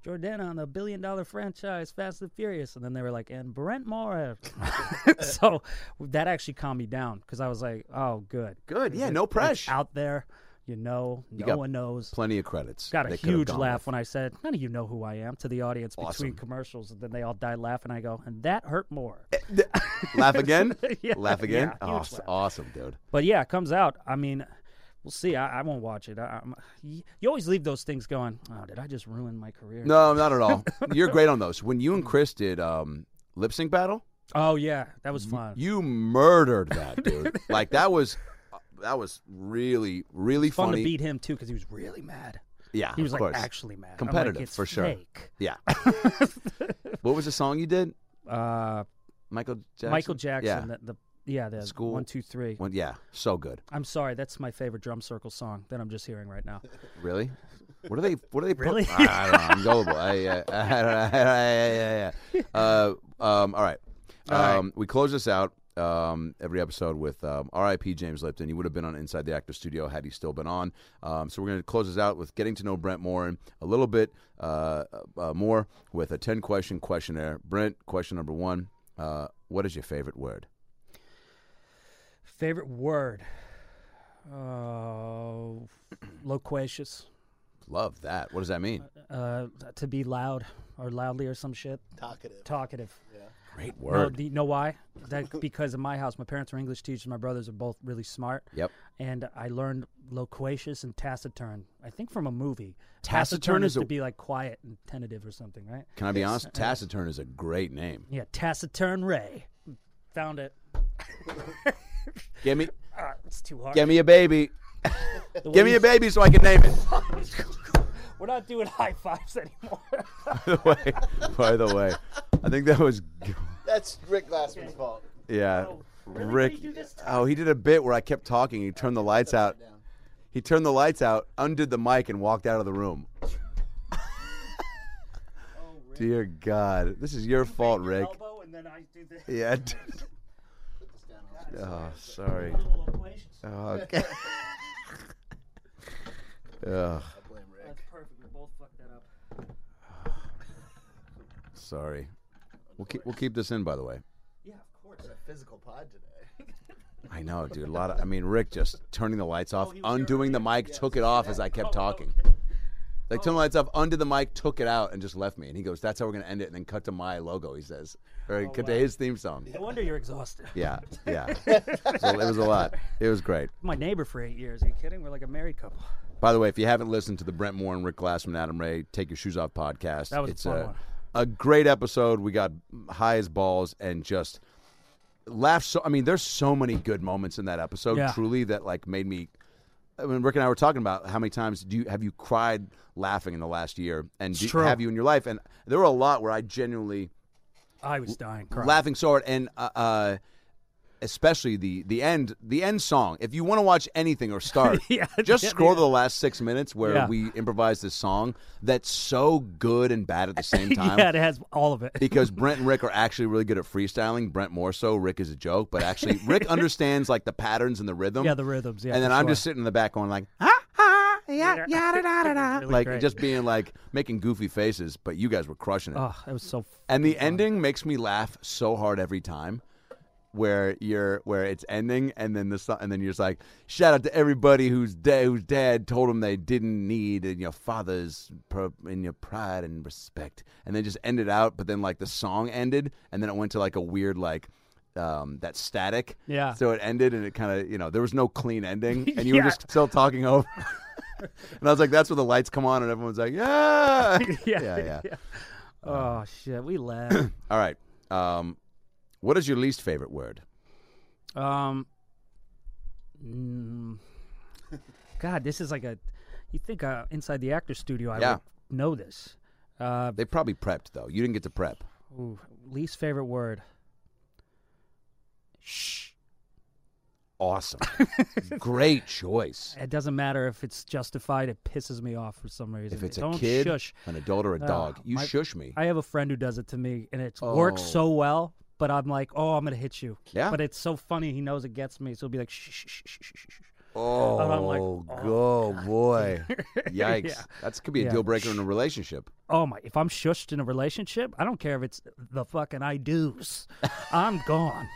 Speaker 2: Jordana on the billion dollar franchise, Fast and Furious. And then they were like, and Brent Moore. so that actually calmed me down because I was like, oh, good.
Speaker 1: Good. Yeah,
Speaker 2: It-
Speaker 1: no
Speaker 2: it's
Speaker 1: pressure.
Speaker 2: Out there, you know, no
Speaker 1: got
Speaker 2: one knows.
Speaker 1: Plenty of credits.
Speaker 2: Got a
Speaker 1: they could have
Speaker 2: huge
Speaker 1: gone
Speaker 2: laugh
Speaker 1: with.
Speaker 2: when I said, none of you know who I am to the audience
Speaker 1: Awesome.
Speaker 2: between commercials. And then they all died laughing. I go, and that hurt more.
Speaker 1: laugh again?
Speaker 2: Yeah,
Speaker 1: Laugh again?
Speaker 2: yeah, huge
Speaker 1: Aw-
Speaker 2: laugh.
Speaker 1: Awesome, dude.
Speaker 2: But yeah, it comes out. I mean, we'll see. I, I won't watch it. I, I'm, y- you always leave those things going. Oh, did I just ruin my career?
Speaker 1: No, not at all. You're great on those. When you and Chris did um, Lip Sync Battle,
Speaker 2: Oh yeah, that was fun.
Speaker 1: you murdered that, dude. like, that was. uh, That was really, really
Speaker 2: fun
Speaker 1: funny.
Speaker 2: to beat him too because he was really mad.
Speaker 1: Yeah,
Speaker 2: He was
Speaker 1: of
Speaker 2: like
Speaker 1: course.
Speaker 2: actually mad. I'm like,
Speaker 1: competitive
Speaker 2: "It's
Speaker 1: for sure.
Speaker 2: fake."
Speaker 1: Yeah. what was the song you did?
Speaker 2: Uh,
Speaker 1: Michael Jackson.
Speaker 2: Michael Jackson.
Speaker 1: Yeah.
Speaker 2: The, the yeah the
Speaker 1: School-
Speaker 2: one two three.
Speaker 1: When- yeah. So good.
Speaker 2: I'm sorry, that's my favorite drum circle song that I'm just hearing right now.
Speaker 1: Really? What are they? What are they? put-
Speaker 2: Really?
Speaker 1: I, I don't know. I'm gullible. I, uh, I, I, I, I, I, I, uh, um, all right. Um, We close this out um, every episode with um, R.I.P. James Lipton. He would have been on Inside the Actor Studio had he still been on. Um, so we're going to close this out with getting to know Brent more and a little bit uh, uh, more with a ten question questionnaire. Brent, question number one: uh, What is your favorite word?
Speaker 2: Favorite word. Uh, loquacious.
Speaker 1: Love that. What does that mean?
Speaker 2: Uh, to be loud or loudly or some shit.
Speaker 3: Talkative.
Speaker 2: Talkative.
Speaker 1: Great
Speaker 2: No,
Speaker 1: word.
Speaker 2: do you know why? That because in my house, my parents are English teachers. My brothers are both really smart.
Speaker 1: Yep.
Speaker 2: And I learned loquacious and taciturn. I think from a movie.
Speaker 1: Taciturn is
Speaker 2: to
Speaker 1: a-
Speaker 2: be like quiet and tentative or something, right?
Speaker 1: Can I be honest? Taciturn is a great name.
Speaker 2: Yeah, taciturn Ray. Found it.
Speaker 1: Give me,
Speaker 2: Ah, it's too hard.
Speaker 1: give me a baby.
Speaker 2: The way
Speaker 1: Give me
Speaker 2: you-
Speaker 1: a baby so I can name it.
Speaker 2: We're not doing high fives anymore.
Speaker 1: By the way, by the way, I think that was
Speaker 3: That's Rick Glassman's fault.
Speaker 1: yeah. Rick,
Speaker 2: do this time?
Speaker 1: oh, he did a bit where I kept talking. He turned the lights out. He turned the lights out, undid the mic, and walked out of the room.
Speaker 2: Oh,
Speaker 1: Dear God, this is your fault, Rick.
Speaker 2: Elbow, and then I do this.
Speaker 1: Yeah. dude. Oh, sorry.
Speaker 2: Loquacious.
Speaker 1: Oh, okay. Ugh,
Speaker 2: That's perfect. We both fucked that up.
Speaker 1: sorry. We'll keep, we'll keep this in, by the way.
Speaker 2: Yeah, of course.
Speaker 3: Physical pod today.
Speaker 1: I know, dude. A lot of. I mean, Rick just turning the lights off, undoing the mic, took it off as I kept talking. Like turned the lights off, undid the mic, took it out, and just left me. And he goes, "That's how we're gonna end it." And then cut to my logo. He says, or cut to his theme song.
Speaker 2: No wonder you're exhausted.
Speaker 1: Yeah, yeah. so it was a lot. It was great.
Speaker 2: My neighbor for eight years. Are you kidding? We're like a married couple.
Speaker 1: By the way, if you haven't listened to the Brent Moore and Rick Glassman, Adam Ray, Take Your Shoes Off podcast,
Speaker 2: That was a
Speaker 1: it's
Speaker 2: fun
Speaker 1: a,
Speaker 2: one.
Speaker 1: a great episode. We got high as balls and just laughed. So I mean, there's so many good moments in that episode.
Speaker 2: Yeah.
Speaker 1: Truly, that like made me. I mean, Rick and I were talking about how many times do you have you cried laughing in the last year, and do,
Speaker 2: true.
Speaker 1: have you in your life? And there were a lot where I genuinely
Speaker 2: I was dying. Crying.
Speaker 1: laughing so hard, and uh, uh, especially the the end the end song. If you want to watch anything or start,
Speaker 2: Yeah,
Speaker 1: just
Speaker 2: yeah,
Speaker 1: scroll to
Speaker 2: yeah.
Speaker 1: the last six minutes where
Speaker 2: Yeah.
Speaker 1: we improvise this song that's so good and bad at the same time.
Speaker 2: yeah, it has all of it.
Speaker 1: Because Brent and Rick are actually really good at freestyling. Brent more so. Rick is a joke, but actually Rick understands like the patterns and the rhythm.
Speaker 2: Yeah, the rhythms. Yeah,
Speaker 1: and then
Speaker 2: for
Speaker 1: I'm
Speaker 2: sure.
Speaker 1: just sitting in the back going like, ah, ah, yeah,
Speaker 2: yeah, yada da da da. Really
Speaker 1: like
Speaker 2: great.
Speaker 1: just being like making goofy faces, but you guys were crushing it.
Speaker 2: oh, that was so.
Speaker 1: and the ending makes me laugh so hard every time. Where you're, where it's ending, and then the son- and then you're just like, shout out to everybody whose dad, whose dad told them they didn't need in your father's pro- in your pride and respect, and they just ended out. But then like the song ended, and then it went to like a weird like. Um, that static,
Speaker 2: Yeah.
Speaker 1: So it ended, and it kind of, you know, there was no clean ending, and you
Speaker 2: Yeah.
Speaker 1: were just still talking over. and I was like, "That's where the lights come on," and everyone's like, "Yeah,
Speaker 2: Yeah,
Speaker 1: yeah, yeah."
Speaker 2: Oh shit, we laughed.
Speaker 1: All right. Um, what is your least favorite word?
Speaker 2: um. mm, God, this is like a. You think uh, inside the actor studio, I
Speaker 1: Yeah.
Speaker 2: would know this. Uh,
Speaker 1: They probably prepped though. You didn't get to prep.
Speaker 2: ooh, least favorite word. Shh.
Speaker 1: Awesome. Great choice.
Speaker 2: It doesn't matter if it's justified. It pisses me off for some reason.
Speaker 1: If it's
Speaker 2: Don't
Speaker 1: a kid,
Speaker 2: shush.
Speaker 1: an adult, or a
Speaker 2: Ah,
Speaker 1: dog, you
Speaker 2: my-
Speaker 1: shush me.
Speaker 2: I have a friend who does it to me, and it works
Speaker 1: Oh.
Speaker 2: so well. But I'm like, oh, I'm gonna hit you.
Speaker 1: Yeah.
Speaker 2: But it's so funny. He knows it gets me, so he'll be like, shh, shh, shh, shh, shh, shh, shh.
Speaker 1: oh,
Speaker 2: and I'm like,
Speaker 1: go boy. Yikes.
Speaker 2: Yeah.
Speaker 1: That's could be a
Speaker 2: Yeah.
Speaker 1: deal breaker in a relationship.
Speaker 2: Oh my! If I'm shushed in a relationship, I don't care if it's the fucking I do's. I'm gone.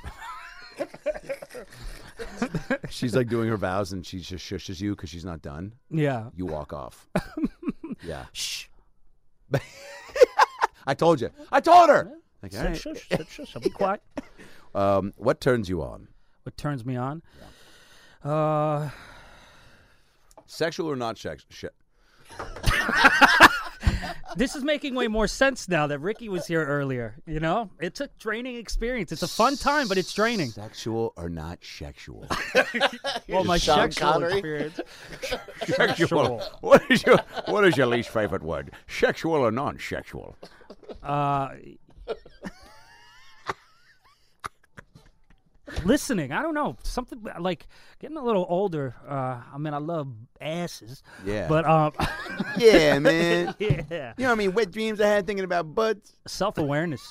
Speaker 1: She's like doing her vows and she just shushes you because she's not done.
Speaker 2: Yeah.
Speaker 1: You walk off. yeah.
Speaker 2: Shh.
Speaker 1: I told you. I told her. Like, all
Speaker 2: Said
Speaker 1: right.
Speaker 2: shush. Said shush. I'll be quiet.
Speaker 1: Um, what turns you on?
Speaker 2: What turns me on? Uh,
Speaker 1: Sexual or not sex? Sh-
Speaker 2: this is making way more sense now that Ricky was here earlier. You know, it's a draining experience. It's a fun time, but it's draining.
Speaker 1: Sexual or not sexual?
Speaker 2: Well, my
Speaker 3: Sean
Speaker 2: sexual
Speaker 3: Connery?
Speaker 2: experience.
Speaker 1: sexual. What is your What is your least favorite word? Sexual or non-sexual?
Speaker 2: Uh, listening. I don't know. Something like getting a little older. Uh, I mean, I love asses.
Speaker 1: Yeah.
Speaker 2: But um,
Speaker 1: Yeah, man.
Speaker 2: yeah,
Speaker 1: You know what I mean? Wet dreams I had thinking about butts.
Speaker 2: self awareness.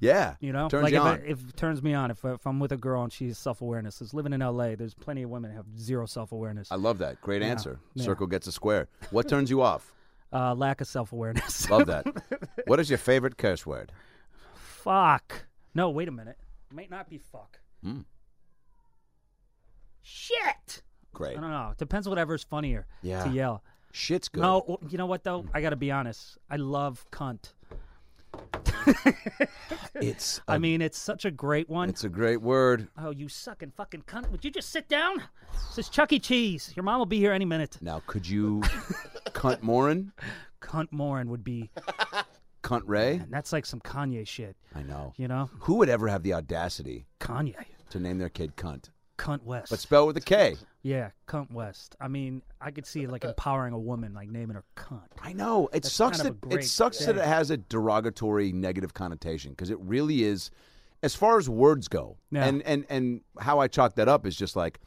Speaker 1: Yeah.
Speaker 2: You know,
Speaker 1: turns
Speaker 2: like
Speaker 1: you
Speaker 2: if,
Speaker 1: on.
Speaker 2: It, if it turns me on, if if I'm with a girl and she's self awareness, is living in L.A. There's plenty of women who have zero self awareness.
Speaker 1: I love that. Great answer. Circle gets a square. What turns you off?
Speaker 2: Uh, lack of self awareness.
Speaker 1: Love that. what is your favorite curse word?
Speaker 2: fuck. No, wait a minute. Might not be fuck.
Speaker 1: Hmm.
Speaker 2: Shit. I
Speaker 1: Great.
Speaker 2: don't know. Depends whatever's funnier
Speaker 1: Yeah.
Speaker 2: to yell.
Speaker 1: Shit's good.
Speaker 2: No, w- you know what though? I gotta be honest. I love cunt.
Speaker 1: it's.
Speaker 2: I mean, it's such a great one.
Speaker 1: Um, It's a great word.
Speaker 2: Oh, you sucking fucking cunt! Would you just sit down? This is Chuck E. Cheese. Your mom will be here any minute.
Speaker 1: Now, could you, cunt Morin,
Speaker 2: Cunt Morin would be.
Speaker 1: cunt Ray?
Speaker 2: And that's like some Kanye shit,
Speaker 1: I know.
Speaker 2: you know?
Speaker 1: Who would ever have the audacity
Speaker 2: Kanye,
Speaker 1: to name their kid cunt?
Speaker 2: cunt West.
Speaker 1: But spelled with a K.
Speaker 2: yeah, cunt West. I mean, I could see like empowering a woman, like naming her cunt.
Speaker 1: I know it
Speaker 2: That's
Speaker 1: sucks
Speaker 2: kind of
Speaker 1: that
Speaker 2: a
Speaker 1: it
Speaker 2: great
Speaker 1: sucks that
Speaker 2: thing.
Speaker 1: it has a derogatory negative connotation because it really is, as far as words go,
Speaker 2: Yeah.
Speaker 1: and and and how I chalk that up is just like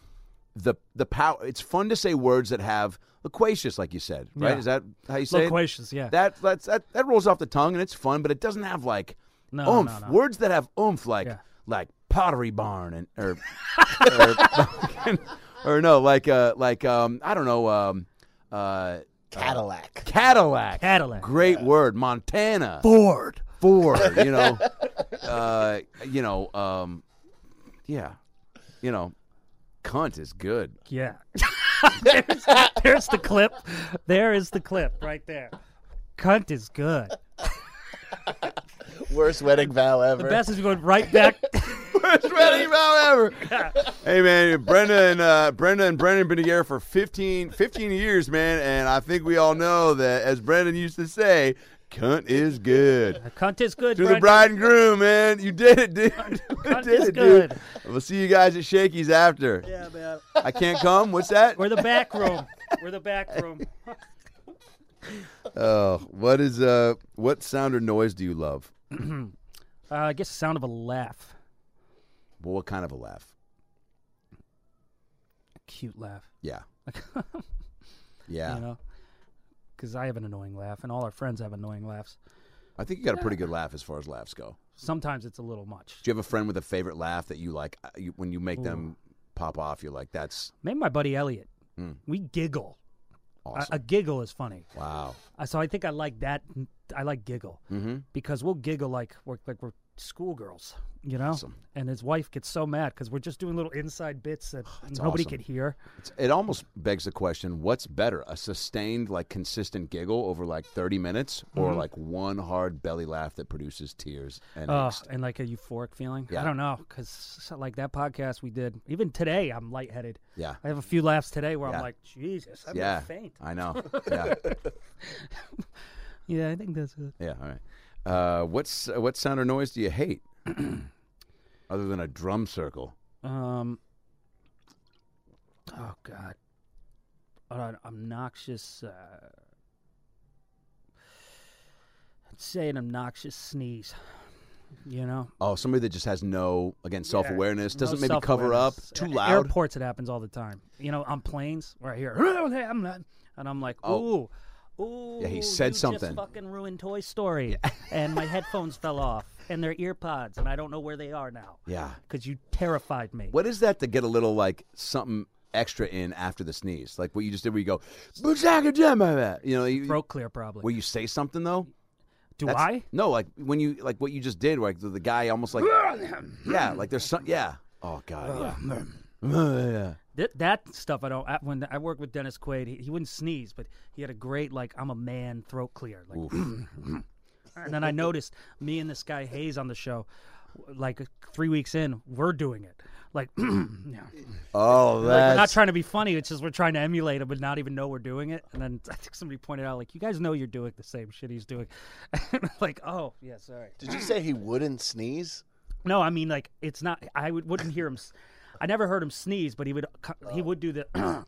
Speaker 1: the the power. It's fun to say words that have loquacious, like you said, right?
Speaker 2: Yeah.
Speaker 1: Is that how you say
Speaker 2: Loquacious, yeah.
Speaker 1: it? That that's that that rolls off the tongue and it's fun, but it doesn't have like
Speaker 2: No, no,
Speaker 1: oomph.
Speaker 2: no.
Speaker 1: Words that have oomph, like
Speaker 2: Yeah.
Speaker 1: like pottery barn and or or, or no, like uh like um I don't know um uh
Speaker 3: Cadillac.
Speaker 1: Cadillac.
Speaker 2: Cadillac.
Speaker 1: Great word. Montana.
Speaker 2: Bored.
Speaker 1: Ford. You know. uh, you know. Um, yeah. You know. Cunt is good.
Speaker 2: Yeah. there's, there's the clip. There is the clip right there. Cunt is good.
Speaker 3: Worst wedding vow ever.
Speaker 2: The best is going right back.
Speaker 1: Worst wedding vow ever. hey man, Brenda and uh, Brenda and Brendan been together for 15, 15 years, man, and I think we all know that, as Brendan used to say, cunt is good.
Speaker 2: Cunt is good.
Speaker 1: To the
Speaker 2: Brendan.
Speaker 1: bride and groom, man. You did it, dude. You
Speaker 2: Cunt
Speaker 1: did
Speaker 2: is
Speaker 1: it, dude.
Speaker 2: good.
Speaker 1: We'll see you guys at Shakey's after. Yeah, man. I can't come. What's that?
Speaker 2: We're the back room. We're the back room.
Speaker 1: Oh, what is uh what sound or noise do you love?
Speaker 2: Uh, I guess the sound of a laugh.
Speaker 1: Well, what kind of a laugh?
Speaker 2: A cute laugh.
Speaker 1: Yeah. yeah.
Speaker 2: You know? Because I have an annoying laugh, and all our friends have annoying laughs.
Speaker 1: I think you got a pretty good laugh as far as laughs go.
Speaker 2: Sometimes it's a little much.
Speaker 1: Do you have a friend with a favorite laugh that you like uh, you, when you make them pop off, you're like that's Hmm.
Speaker 2: Maybe my buddy Elliot. We giggle A- A, giggle is funny.
Speaker 1: Wow.
Speaker 2: Uh, so I think I like that. I like giggle
Speaker 1: Mm-hmm.
Speaker 2: because we'll giggle like we're like we're schoolgirls, you know. And his wife gets so mad because we're just doing little inside bits that nobody
Speaker 1: awesome.
Speaker 2: could hear.
Speaker 1: It's, it almost begs the question: What's better, a sustained, like consistent giggle over like thirty minutes,
Speaker 2: Mm-hmm.
Speaker 1: or like one hard belly laugh that produces tears and
Speaker 2: Uh,
Speaker 1: angst?
Speaker 2: and like a euphoric feeling.
Speaker 1: Yeah.
Speaker 2: I don't know because like that podcast we did. Even today, I'm lightheaded.
Speaker 1: Yeah.
Speaker 2: I have a few laughs today where
Speaker 1: Yeah.
Speaker 2: I'm like, Jesus, I'm
Speaker 1: yeah,
Speaker 2: gonna faint.
Speaker 1: I know. Yeah,
Speaker 2: Yeah, I think that's it.
Speaker 1: yeah. All right. Uh, what's uh, what sound or noise do you hate, other than a drum circle?
Speaker 2: Um. Oh God. An obnoxious. Uh, I'd say an obnoxious sneeze. You know,
Speaker 1: Oh, somebody that just has no again self awareness doesn't
Speaker 2: No
Speaker 1: maybe cover up
Speaker 2: self-awareness.
Speaker 1: too
Speaker 2: At
Speaker 1: loud.
Speaker 2: Airports, it happens all the time. You know, on planes where I hear, "Oh, hey, I'm not," and I'm like,
Speaker 1: Oh.
Speaker 2: "Ooh." Ooh,
Speaker 1: Yeah, he said
Speaker 2: you
Speaker 1: something."
Speaker 2: Just fucking ruined Toy Story, and my headphones fell off, and their ear pods, and I don't know where they are now.
Speaker 1: Yeah.
Speaker 2: because you terrified me.
Speaker 1: What is that to get a little like something extra in after the sneeze? Like what you just did, where you go, "Boo-chaka-jama-ma." you know, you,
Speaker 2: Throat clear, probably.
Speaker 1: where you say something though.
Speaker 2: Do
Speaker 1: That's-
Speaker 2: I?
Speaker 1: No, like when you like what you just did, where, like the, the guy almost like yeah, like there's some yeah. Oh god, yeah. yeah.
Speaker 2: That, that stuff I don't. I, when I worked with Dennis Quaid, he, he wouldn't sneeze, but he had a great like "I'm a man" throat clear. Like, and then I noticed me and this guy Hayes on the show, w- like three weeks in, we're doing it. Like, yeah.
Speaker 1: Oh,
Speaker 2: like
Speaker 1: that's
Speaker 2: we're not trying to be funny. It's just we're trying to emulate him, but not even know we're doing it. And then I think somebody pointed out, like, you guys know you're doing the same shit he's doing. like, oh yeah, sorry.
Speaker 3: Did you say he wouldn't sneeze?
Speaker 2: No, I mean like it's not. I would, wouldn't hear him. s- I never heard him sneeze, but he would. co- He would do the.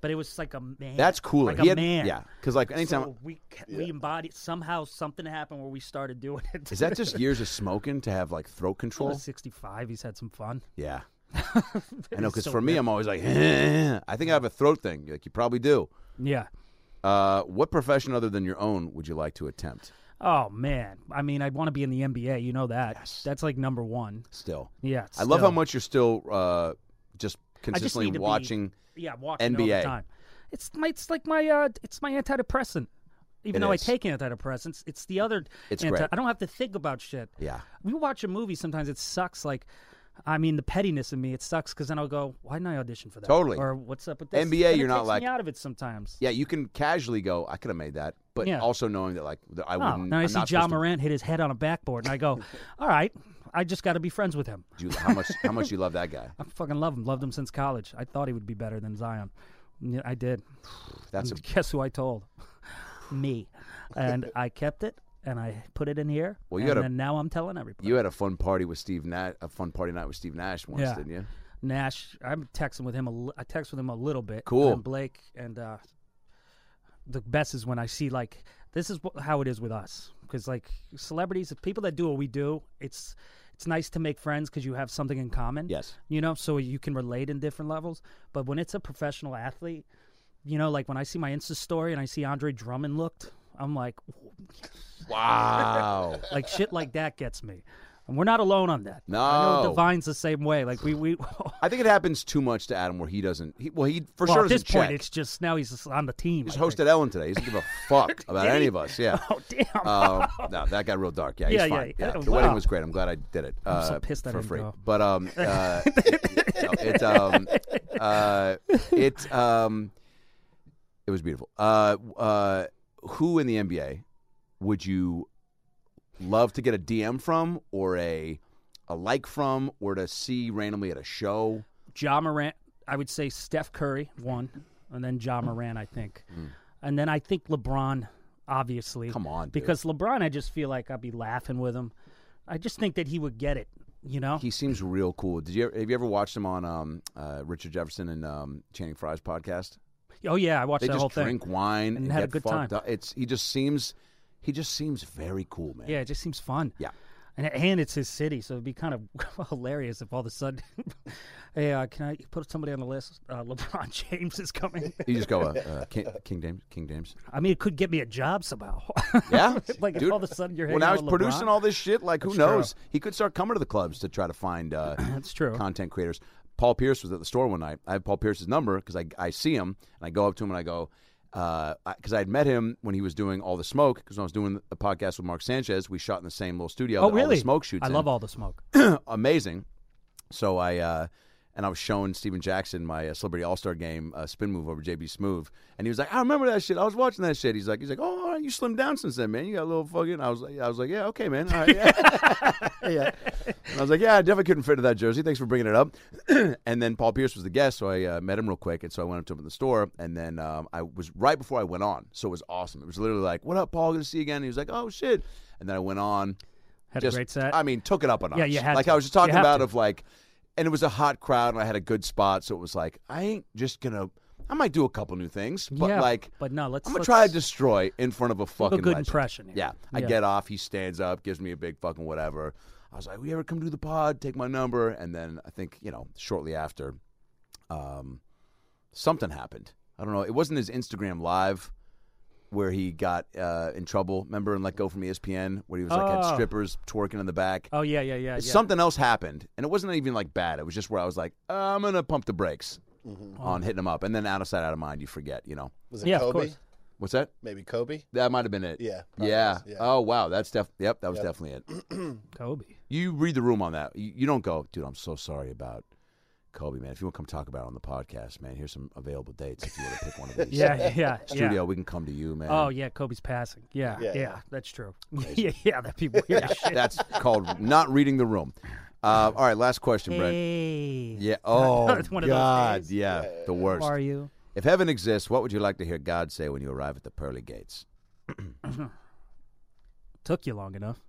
Speaker 2: but it was like a man.
Speaker 1: that's cooler.
Speaker 2: Like
Speaker 1: He
Speaker 2: a
Speaker 1: had-
Speaker 2: man.
Speaker 1: yeah, because like anytime
Speaker 2: So we ca- we embodied somehow something happened where we started doing it.
Speaker 1: is that just years of smoking to have like throat
Speaker 2: He
Speaker 1: control?
Speaker 2: was 65. He's had some fun.
Speaker 1: Yeah. I know, because
Speaker 2: so
Speaker 1: for me, I'm always like, I think I have a throat thing. You're Like you probably do.
Speaker 2: Yeah.
Speaker 1: Uh, what profession other than your own would you like to attempt?
Speaker 2: Oh man. I mean, I'd want to be in the NBA. You know that. That's like number one.
Speaker 1: Still,
Speaker 2: Yeah.
Speaker 1: I love how
Speaker 2: still.
Speaker 1: much you're still uh, just
Speaker 2: I just
Speaker 1: consistently
Speaker 2: need to be-
Speaker 1: watching.
Speaker 2: yeah, watching all
Speaker 1: NBA.
Speaker 2: the time. It's my, it's like my uh, it's my antidepressant. Even
Speaker 1: It
Speaker 2: though
Speaker 1: is.
Speaker 2: I take antidepressants, it's the other.
Speaker 1: It's
Speaker 2: anti-
Speaker 1: great.
Speaker 2: I don't have to think about shit.
Speaker 1: Yeah.
Speaker 2: we watch a movie sometimes. It sucks. Like, I mean, the pettiness in me it sucks because then I'll go, why didn't I audition for that?
Speaker 1: Totally.
Speaker 2: Or what's up with this?
Speaker 1: NBA,
Speaker 2: And
Speaker 1: you're
Speaker 2: it
Speaker 1: not
Speaker 2: takes
Speaker 1: like-
Speaker 2: me out of it sometimes.
Speaker 1: Yeah, you can casually go. I could have made that, but
Speaker 2: Yeah.
Speaker 1: also knowing that like that I
Speaker 2: Oh,
Speaker 1: wouldn't.
Speaker 2: now I
Speaker 1: I'm
Speaker 2: see
Speaker 1: not
Speaker 2: John
Speaker 1: supposed to-
Speaker 2: Morant hit his head on a backboard, and I go, all right, I just got to be friends with him.
Speaker 1: Do you- how much how much you love that guy?
Speaker 2: I fucking love him. Loved him since college. I thought he would be better than Zion. Yeah, I did.
Speaker 1: That's a
Speaker 2: And guess who I told? Me. And I kept it and I put it in here.
Speaker 1: Well, you
Speaker 2: and
Speaker 1: gotta-
Speaker 2: then now I'm telling everybody.
Speaker 1: you had a fun party with Steve Nash a fun party night with Steve Nash once,
Speaker 2: Yeah.
Speaker 1: didn't you?
Speaker 2: Nash, I'm texting with him. A li- I text with him a little bit.
Speaker 1: Cool.
Speaker 2: And Blake and uh, the best is when I see like this is wh- how it is with us because like celebrities, the people that do what we do, it's it's nice to make friends because you have something in common.
Speaker 1: Yes.
Speaker 2: You know, so you can relate in different levels. But when it's a professional athlete, you know, like when I see my Insta story and I see Andre Drummond looked, I'm like,
Speaker 1: Wow.
Speaker 2: like shit like that gets me. And we're not alone on that. I know
Speaker 1: No.
Speaker 2: Divine's the same way. Like we we
Speaker 1: I think it happens too much to Adam where he doesn't. He, well, he for
Speaker 2: Well,
Speaker 1: sure
Speaker 2: at
Speaker 1: doesn't
Speaker 2: this point,
Speaker 1: check.
Speaker 2: it's just now he's just on the team.
Speaker 1: He's
Speaker 2: I
Speaker 1: hosted Ellen today. He doesn't give a fuck about
Speaker 2: Did
Speaker 1: any
Speaker 2: he?
Speaker 1: of us. Yeah.
Speaker 2: think. Oh damn!
Speaker 1: Um, no, that got real dark. Yeah,
Speaker 2: Yeah,
Speaker 1: he's
Speaker 2: yeah,
Speaker 1: fine.
Speaker 2: yeah.
Speaker 1: The
Speaker 2: Wow.
Speaker 1: wedding was great. I'm glad I did it. Uh,
Speaker 2: so pissed I
Speaker 1: for
Speaker 2: didn't
Speaker 1: free.
Speaker 2: go.
Speaker 1: But um, uh, no, it um, uh, it um, it was beautiful. Uh, uh, who in the NBA would you love to get a DM from or a a like from or to see randomly at a show?
Speaker 2: Ja Morant. I would say Steph Curry one, and then
Speaker 1: Hmm.
Speaker 2: Ja Morant. I think, and then I think LeBron. Obviously,
Speaker 1: Come on, dude.
Speaker 2: because LeBron, I just feel like I'd be laughing with him. I just think that he would get it. You know,
Speaker 1: He seems real cool. Did you ever, have you ever watched him on um, uh, Richard Jefferson and um, Channing Frye's podcast?
Speaker 2: oh yeah, I watched
Speaker 1: They
Speaker 2: that
Speaker 1: just
Speaker 2: whole
Speaker 1: drink
Speaker 2: thing.
Speaker 1: wine and,
Speaker 2: And had a
Speaker 1: get
Speaker 2: good
Speaker 1: fucked
Speaker 2: time.
Speaker 1: up. It's he just seems he just seems very cool, man.
Speaker 2: Yeah, it just seems fun.
Speaker 1: Yeah.
Speaker 2: And, and it's his city, so it'd be kind of hilarious if all of a sudden, hey, uh, can I put somebody on the list? Uh, LeBron James is coming.
Speaker 1: You just go uh, uh, King, King James, King James.
Speaker 2: I mean, it could get me a job somehow.
Speaker 1: Yeah,
Speaker 2: like
Speaker 1: dude.
Speaker 2: if all of a sudden you're
Speaker 1: Well,
Speaker 2: hanging
Speaker 1: now
Speaker 2: out
Speaker 1: he's
Speaker 2: with
Speaker 1: producing
Speaker 2: LeBron.
Speaker 1: all this shit. Like, who
Speaker 2: That's true.
Speaker 1: knows? He could start coming to the clubs to try to find uh,
Speaker 2: That's true.
Speaker 1: content creators. Paul Pierce was at the store one night. I have Paul Pierce's number because I, I see him and I go up to him and I go, because I had met him when he was doing All the Smoke, because when I was doing the podcast with Mark Sanchez, we shot in the same little studio.
Speaker 2: Oh,
Speaker 1: that All
Speaker 2: really?
Speaker 1: the Smoke shoots.
Speaker 2: I
Speaker 1: in
Speaker 2: love all the smoke.
Speaker 1: amazing. So I uh, and I was showing Steven Jackson my uh, Celebrity All Star Game uh, spin move over JB Smoove, and he was like, "I remember that shit. I was watching that shit." He's like, "He's like, oh, all right, you slimmed down since then, man. You got a little fucking." I was like, "I was like, yeah, okay, man. All right, yeah." yeah. And I was like, "Yeah, I definitely couldn't fit into that jersey. Thanks for bringing it up." and then Paul Pierce was the guest, so I uh, met him real quick, and so I went up to him in the store, and then um, I was right before I went on, so it was awesome. It was literally like, "What up, Paul? Good to see you again." And he was like, "Oh shit," and then I went on.
Speaker 2: Had
Speaker 1: Just-
Speaker 2: a great set.
Speaker 1: I mean, took it up a notch.
Speaker 2: Yeah, you had
Speaker 1: Like
Speaker 2: to.
Speaker 1: I was just
Speaker 2: You
Speaker 1: talking
Speaker 2: have
Speaker 1: about
Speaker 2: to.
Speaker 1: of like, and it was a hot crowd, and I had a good spot, so it was like I ain't just gonna. I might do a couple new things, but
Speaker 2: yeah,
Speaker 1: like
Speaker 2: but no, let's.
Speaker 1: I'm gonna
Speaker 2: let's-
Speaker 1: try to destroy in front of a fucking
Speaker 2: good
Speaker 1: legend.
Speaker 2: impression here.
Speaker 1: Yeah, I
Speaker 2: Yeah.
Speaker 1: get off. He stands up, gives me a big fucking whatever. I was like, "We ever come do the pod? Take my number." And then I think you know, shortly after, um, something happened. I don't know. It wasn't his Instagram live where he got uh, in trouble. Remember and let go from E ESPN where he was like had
Speaker 2: Oh.
Speaker 1: strippers twerking in the back.
Speaker 2: Oh yeah, yeah, yeah. yeah.
Speaker 1: Something else happened, and it wasn't even like bad. It was just where I was like, uh, I'm gonna pump the brakes on hitting him up, and then out of sight, out of mind, you forget. You know
Speaker 3: Was it
Speaker 2: Yeah, of
Speaker 3: Kobe?
Speaker 2: course.
Speaker 1: what's that?
Speaker 3: Maybe Kobe.
Speaker 1: That might have been it.
Speaker 3: Yeah, probably
Speaker 1: Yeah.
Speaker 3: was, yeah.
Speaker 1: Oh wow, that's def. Yep, that was definitely it.
Speaker 2: Kobe.
Speaker 1: You read the room on that. You, you don't go, dude. I'm so sorry about Kobe, man. If you want to come talk about it on the podcast, man, here's some available dates if you want to pick one of these.
Speaker 2: Yeah, yeah, yeah.
Speaker 1: Studio, we can come to you, man.
Speaker 2: Oh yeah, Kobe's passing. Yeah, yeah,
Speaker 3: Yeah, yeah.
Speaker 2: that's true. yeah, yeah, that'd be weird. as shit.
Speaker 1: That's called not reading the room. Uh, all right, last question, Brent.
Speaker 2: Hey,
Speaker 1: Yeah. Oh
Speaker 2: It's one of those
Speaker 1: God.
Speaker 2: days.
Speaker 1: yeah, The worst.
Speaker 2: how are you?
Speaker 1: If heaven exists, what would you like to hear God say when you arrive at the pearly gates?
Speaker 2: Took you long enough.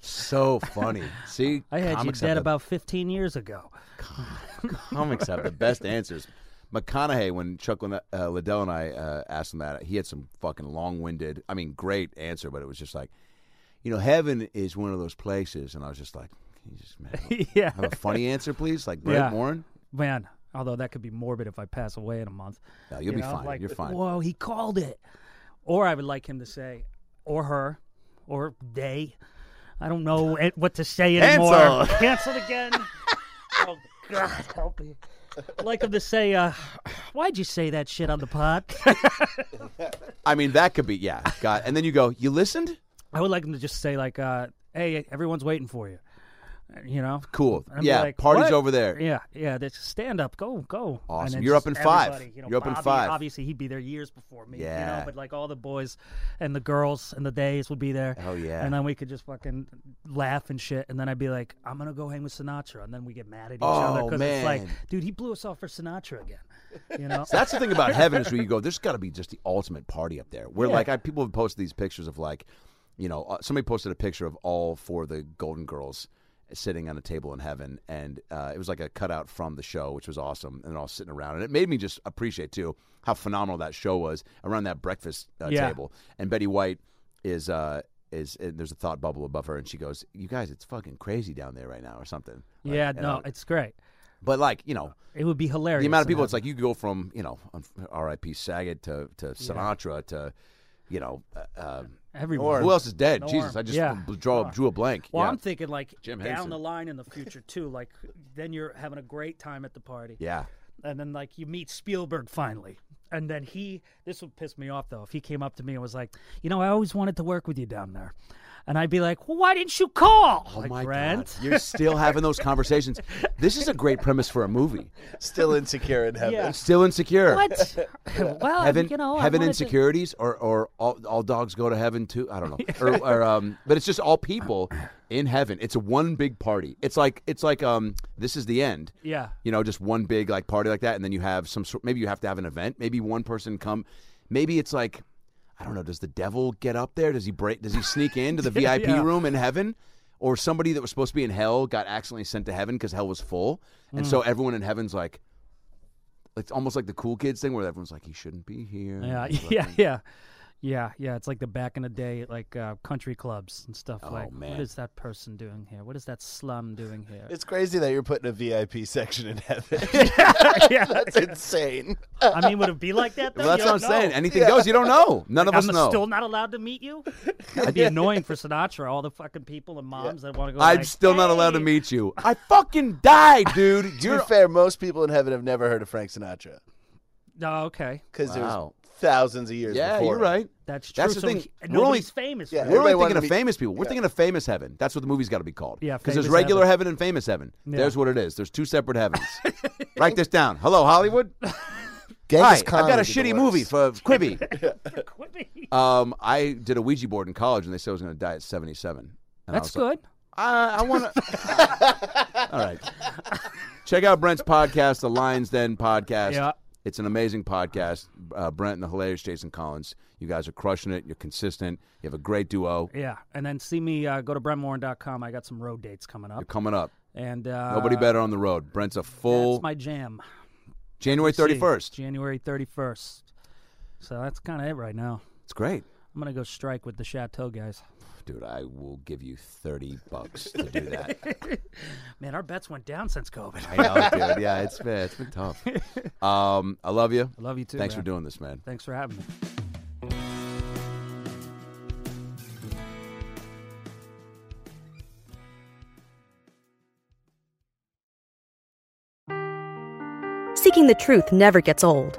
Speaker 1: So funny. See,
Speaker 2: I had
Speaker 1: comics
Speaker 2: you
Speaker 1: have
Speaker 2: dead
Speaker 1: the-
Speaker 2: about 15 years ago.
Speaker 1: comics have the best answers. McConaughey, when Chuck Lin- uh, Liddell and I uh, asked him that, he had some fucking long-winded. I mean, great answer, but it was just like, you know, heaven is one of those places, and I was just like, can you just man,
Speaker 2: yeah,
Speaker 1: have a funny answer, please, like Brett
Speaker 2: Yeah.
Speaker 1: Warren.
Speaker 2: man. Although that could be morbid if I pass away in a month.
Speaker 1: No, you'll be
Speaker 2: know,
Speaker 1: fine.
Speaker 2: like,
Speaker 1: You're fine.
Speaker 2: Whoa, he called it. Or I would like him to say, or her, or they. I don't know it- what to say anymore.
Speaker 1: Cancel.
Speaker 2: Canceled again. oh God, help me. I'd like him to say, uh, "Why'd you say that shit on the pod?"
Speaker 1: I mean, that could be yeah, God. And then you go, you listened,
Speaker 2: I would like him to just say, like, uh, "Hey, everyone's waiting for you." You know.
Speaker 1: cool,
Speaker 2: And be
Speaker 1: yeah.
Speaker 2: like,
Speaker 1: party's
Speaker 2: "What?"
Speaker 1: over there.
Speaker 2: Yeah, yeah. That's stand up. Go, go.
Speaker 1: Awesome.
Speaker 2: And then
Speaker 1: You're up
Speaker 2: just
Speaker 1: in five.
Speaker 2: everybody, You know,
Speaker 1: You're up in
Speaker 2: Bobby,
Speaker 1: five.
Speaker 2: Obviously, he'd be there years before me. You
Speaker 1: Yeah.
Speaker 2: know, but like all the boys and the girls and the days would be there.
Speaker 1: Hell yeah.
Speaker 2: And then we could just fucking laugh and shit. And then I'd be like, I'm gonna go hang with Sinatra. And then we get mad at each other
Speaker 1: Oh,
Speaker 2: it's like,
Speaker 1: man.
Speaker 2: dude, he blew us off for Sinatra again. You know.
Speaker 1: That's the thing about heaven is where you go. There's got to be just the ultimate party up there. Where
Speaker 2: Yeah.
Speaker 1: like I people have posted these pictures of like, you know, uh, somebody posted a picture of all four of the Golden Girls sitting on a table in heaven, and uh, it was like a cutout from the show, which was awesome, and all sitting around, and it made me just appreciate too how phenomenal that show was around that breakfast uh,
Speaker 2: Yeah.
Speaker 1: table. And Betty White is. Uh, is and there's a thought bubble above her, and she goes, "You guys, it's fucking crazy down there right now, or something." Like,
Speaker 2: yeah.
Speaker 1: and
Speaker 2: No,
Speaker 1: I-
Speaker 2: it's great.
Speaker 1: but like you know,
Speaker 2: It would be hilarious.
Speaker 1: the amount of
Speaker 2: in
Speaker 1: people,
Speaker 2: heaven.
Speaker 1: it's like you could go from you know, un- R.I.P. Saget to to Sinatra to, you know, uh, uh,
Speaker 2: Everyone.
Speaker 1: who else is dead?
Speaker 2: Norm.
Speaker 1: Jesus, I just
Speaker 2: Yeah.
Speaker 1: b- draw drew a blank.
Speaker 2: Well,
Speaker 1: yeah.
Speaker 2: I'm thinking like
Speaker 1: Jim
Speaker 2: down
Speaker 1: Henson.
Speaker 2: the line in the future too. Like then you're having a great time at the party.
Speaker 1: yeah,
Speaker 2: and then like you meet Spielberg finally. And then he, this would piss me off though, if he came up to me and was like, you know, I always wanted to work with you down there. And I'd be like, well, why didn't you call?
Speaker 1: Oh
Speaker 2: like,
Speaker 1: my
Speaker 2: Brent.
Speaker 1: God, you're still having those conversations. This is a great premise for a movie.
Speaker 3: Still insecure in heaven.
Speaker 2: Yeah.
Speaker 1: Still insecure.
Speaker 2: What? well,
Speaker 1: Heaven,
Speaker 2: you know, I
Speaker 1: heaven
Speaker 2: wanted to-
Speaker 1: insecurities, or or all, all dogs go to heaven too. I don't know, or, or um, but it's just all people in heaven. It's one big party. It's like it's like um, this is the end.
Speaker 2: Yeah.
Speaker 1: you know, just one big like party like that, and then you have some sort. Maybe you have to have an event. Maybe one person come. Maybe it's like, I don't know. Does the devil get up there? Does he break? Does he sneak into the VIP
Speaker 2: yeah.
Speaker 1: room in heaven? Or somebody that was supposed to be in hell got accidentally sent to heaven because hell was full, and
Speaker 2: Mm.
Speaker 1: so everyone in heaven's like, it's almost like the cool kids thing where everyone's like, he shouldn't be here.
Speaker 2: Yeah,
Speaker 1: He's like-
Speaker 2: yeah, yeah. Yeah, yeah. It's like the back in the day, like uh, country clubs and stuff.
Speaker 1: Oh,
Speaker 2: like,
Speaker 1: man.
Speaker 2: what is that person doing here? What is that slum doing here?
Speaker 3: It's crazy that you're putting a VIP section in heaven.
Speaker 2: yeah.
Speaker 3: That's insane.
Speaker 2: I mean, would it be like that? Though?
Speaker 1: Well, that's
Speaker 2: You
Speaker 1: what I'm
Speaker 2: don't know.
Speaker 1: saying. Anything goes. You don't know. None of us
Speaker 2: I'm
Speaker 1: know.
Speaker 2: still not allowed to meet you. That'd be annoying for Sinatra. All the fucking people and moms that want to go.
Speaker 1: I'm
Speaker 2: like,
Speaker 1: still not allowed to
Speaker 2: "Hey."
Speaker 1: meet you. I fucking died, dude.
Speaker 3: to
Speaker 1: You're
Speaker 3: be fair, most people in heaven have never heard of Frank Sinatra
Speaker 2: No, okay,
Speaker 1: Wow.
Speaker 3: because there's thousands of years.
Speaker 1: yeah,
Speaker 3: before
Speaker 1: you're
Speaker 3: him.
Speaker 1: right.
Speaker 2: that's true.
Speaker 1: That's the
Speaker 2: so
Speaker 1: thing.
Speaker 2: he-
Speaker 1: We're only-
Speaker 2: nobody's famous.
Speaker 3: Yeah.
Speaker 2: right?
Speaker 1: We're only
Speaker 3: Everybody
Speaker 1: thinking of
Speaker 3: wanted to be-
Speaker 1: famous people. We're thinking of famous heaven. That's what the movie's got to be called.
Speaker 2: Yeah,
Speaker 1: because there's
Speaker 2: famous
Speaker 1: regular
Speaker 2: heaven.
Speaker 1: heaven. and famous heaven.
Speaker 2: Yeah.
Speaker 1: There's what it is. There's two separate heavens. Write this down. Hello, Hollywood. Hi,
Speaker 3: Genghis
Speaker 1: I've
Speaker 3: Khan
Speaker 1: got a
Speaker 3: would be the
Speaker 1: shitty
Speaker 3: worst.
Speaker 1: movie for Quibi.
Speaker 2: Quippy.
Speaker 1: um, I did a Ouija board in college, and they said I was going to die at 77. And
Speaker 2: That's
Speaker 1: I was like,
Speaker 2: good.
Speaker 1: Uh, I, I want to. All right. Check out Brent's podcast, the Lions Den podcast.
Speaker 2: Yeah.
Speaker 1: It's an amazing podcast. Uh, Brent and the hilarious Jason Collins. You guys are crushing it. You're consistent. You have a great duo.
Speaker 2: Yeah, and then see me uh, go to brentmorin.com. I got some road dates coming
Speaker 1: You're
Speaker 2: up,
Speaker 1: coming up.
Speaker 2: and uh,
Speaker 1: Nobody better on the road. Brent's a full
Speaker 2: That's my jam.
Speaker 1: January
Speaker 2: See,
Speaker 1: 31st.
Speaker 2: January thirty first. So that's kind of it right now.
Speaker 1: It's great.
Speaker 2: I'm gonna go strike with the Chateau guys.
Speaker 1: Dude, I will give you 30 bucks to do that.
Speaker 2: Man, our bets went down since COVID.
Speaker 1: I know, dude. Yeah, it's been, it's been tough. Um, I love you.
Speaker 2: I love you too.
Speaker 1: Thanks
Speaker 2: man.
Speaker 1: for doing this, man.
Speaker 2: Thanks for having me.
Speaker 4: Seeking the truth never gets old.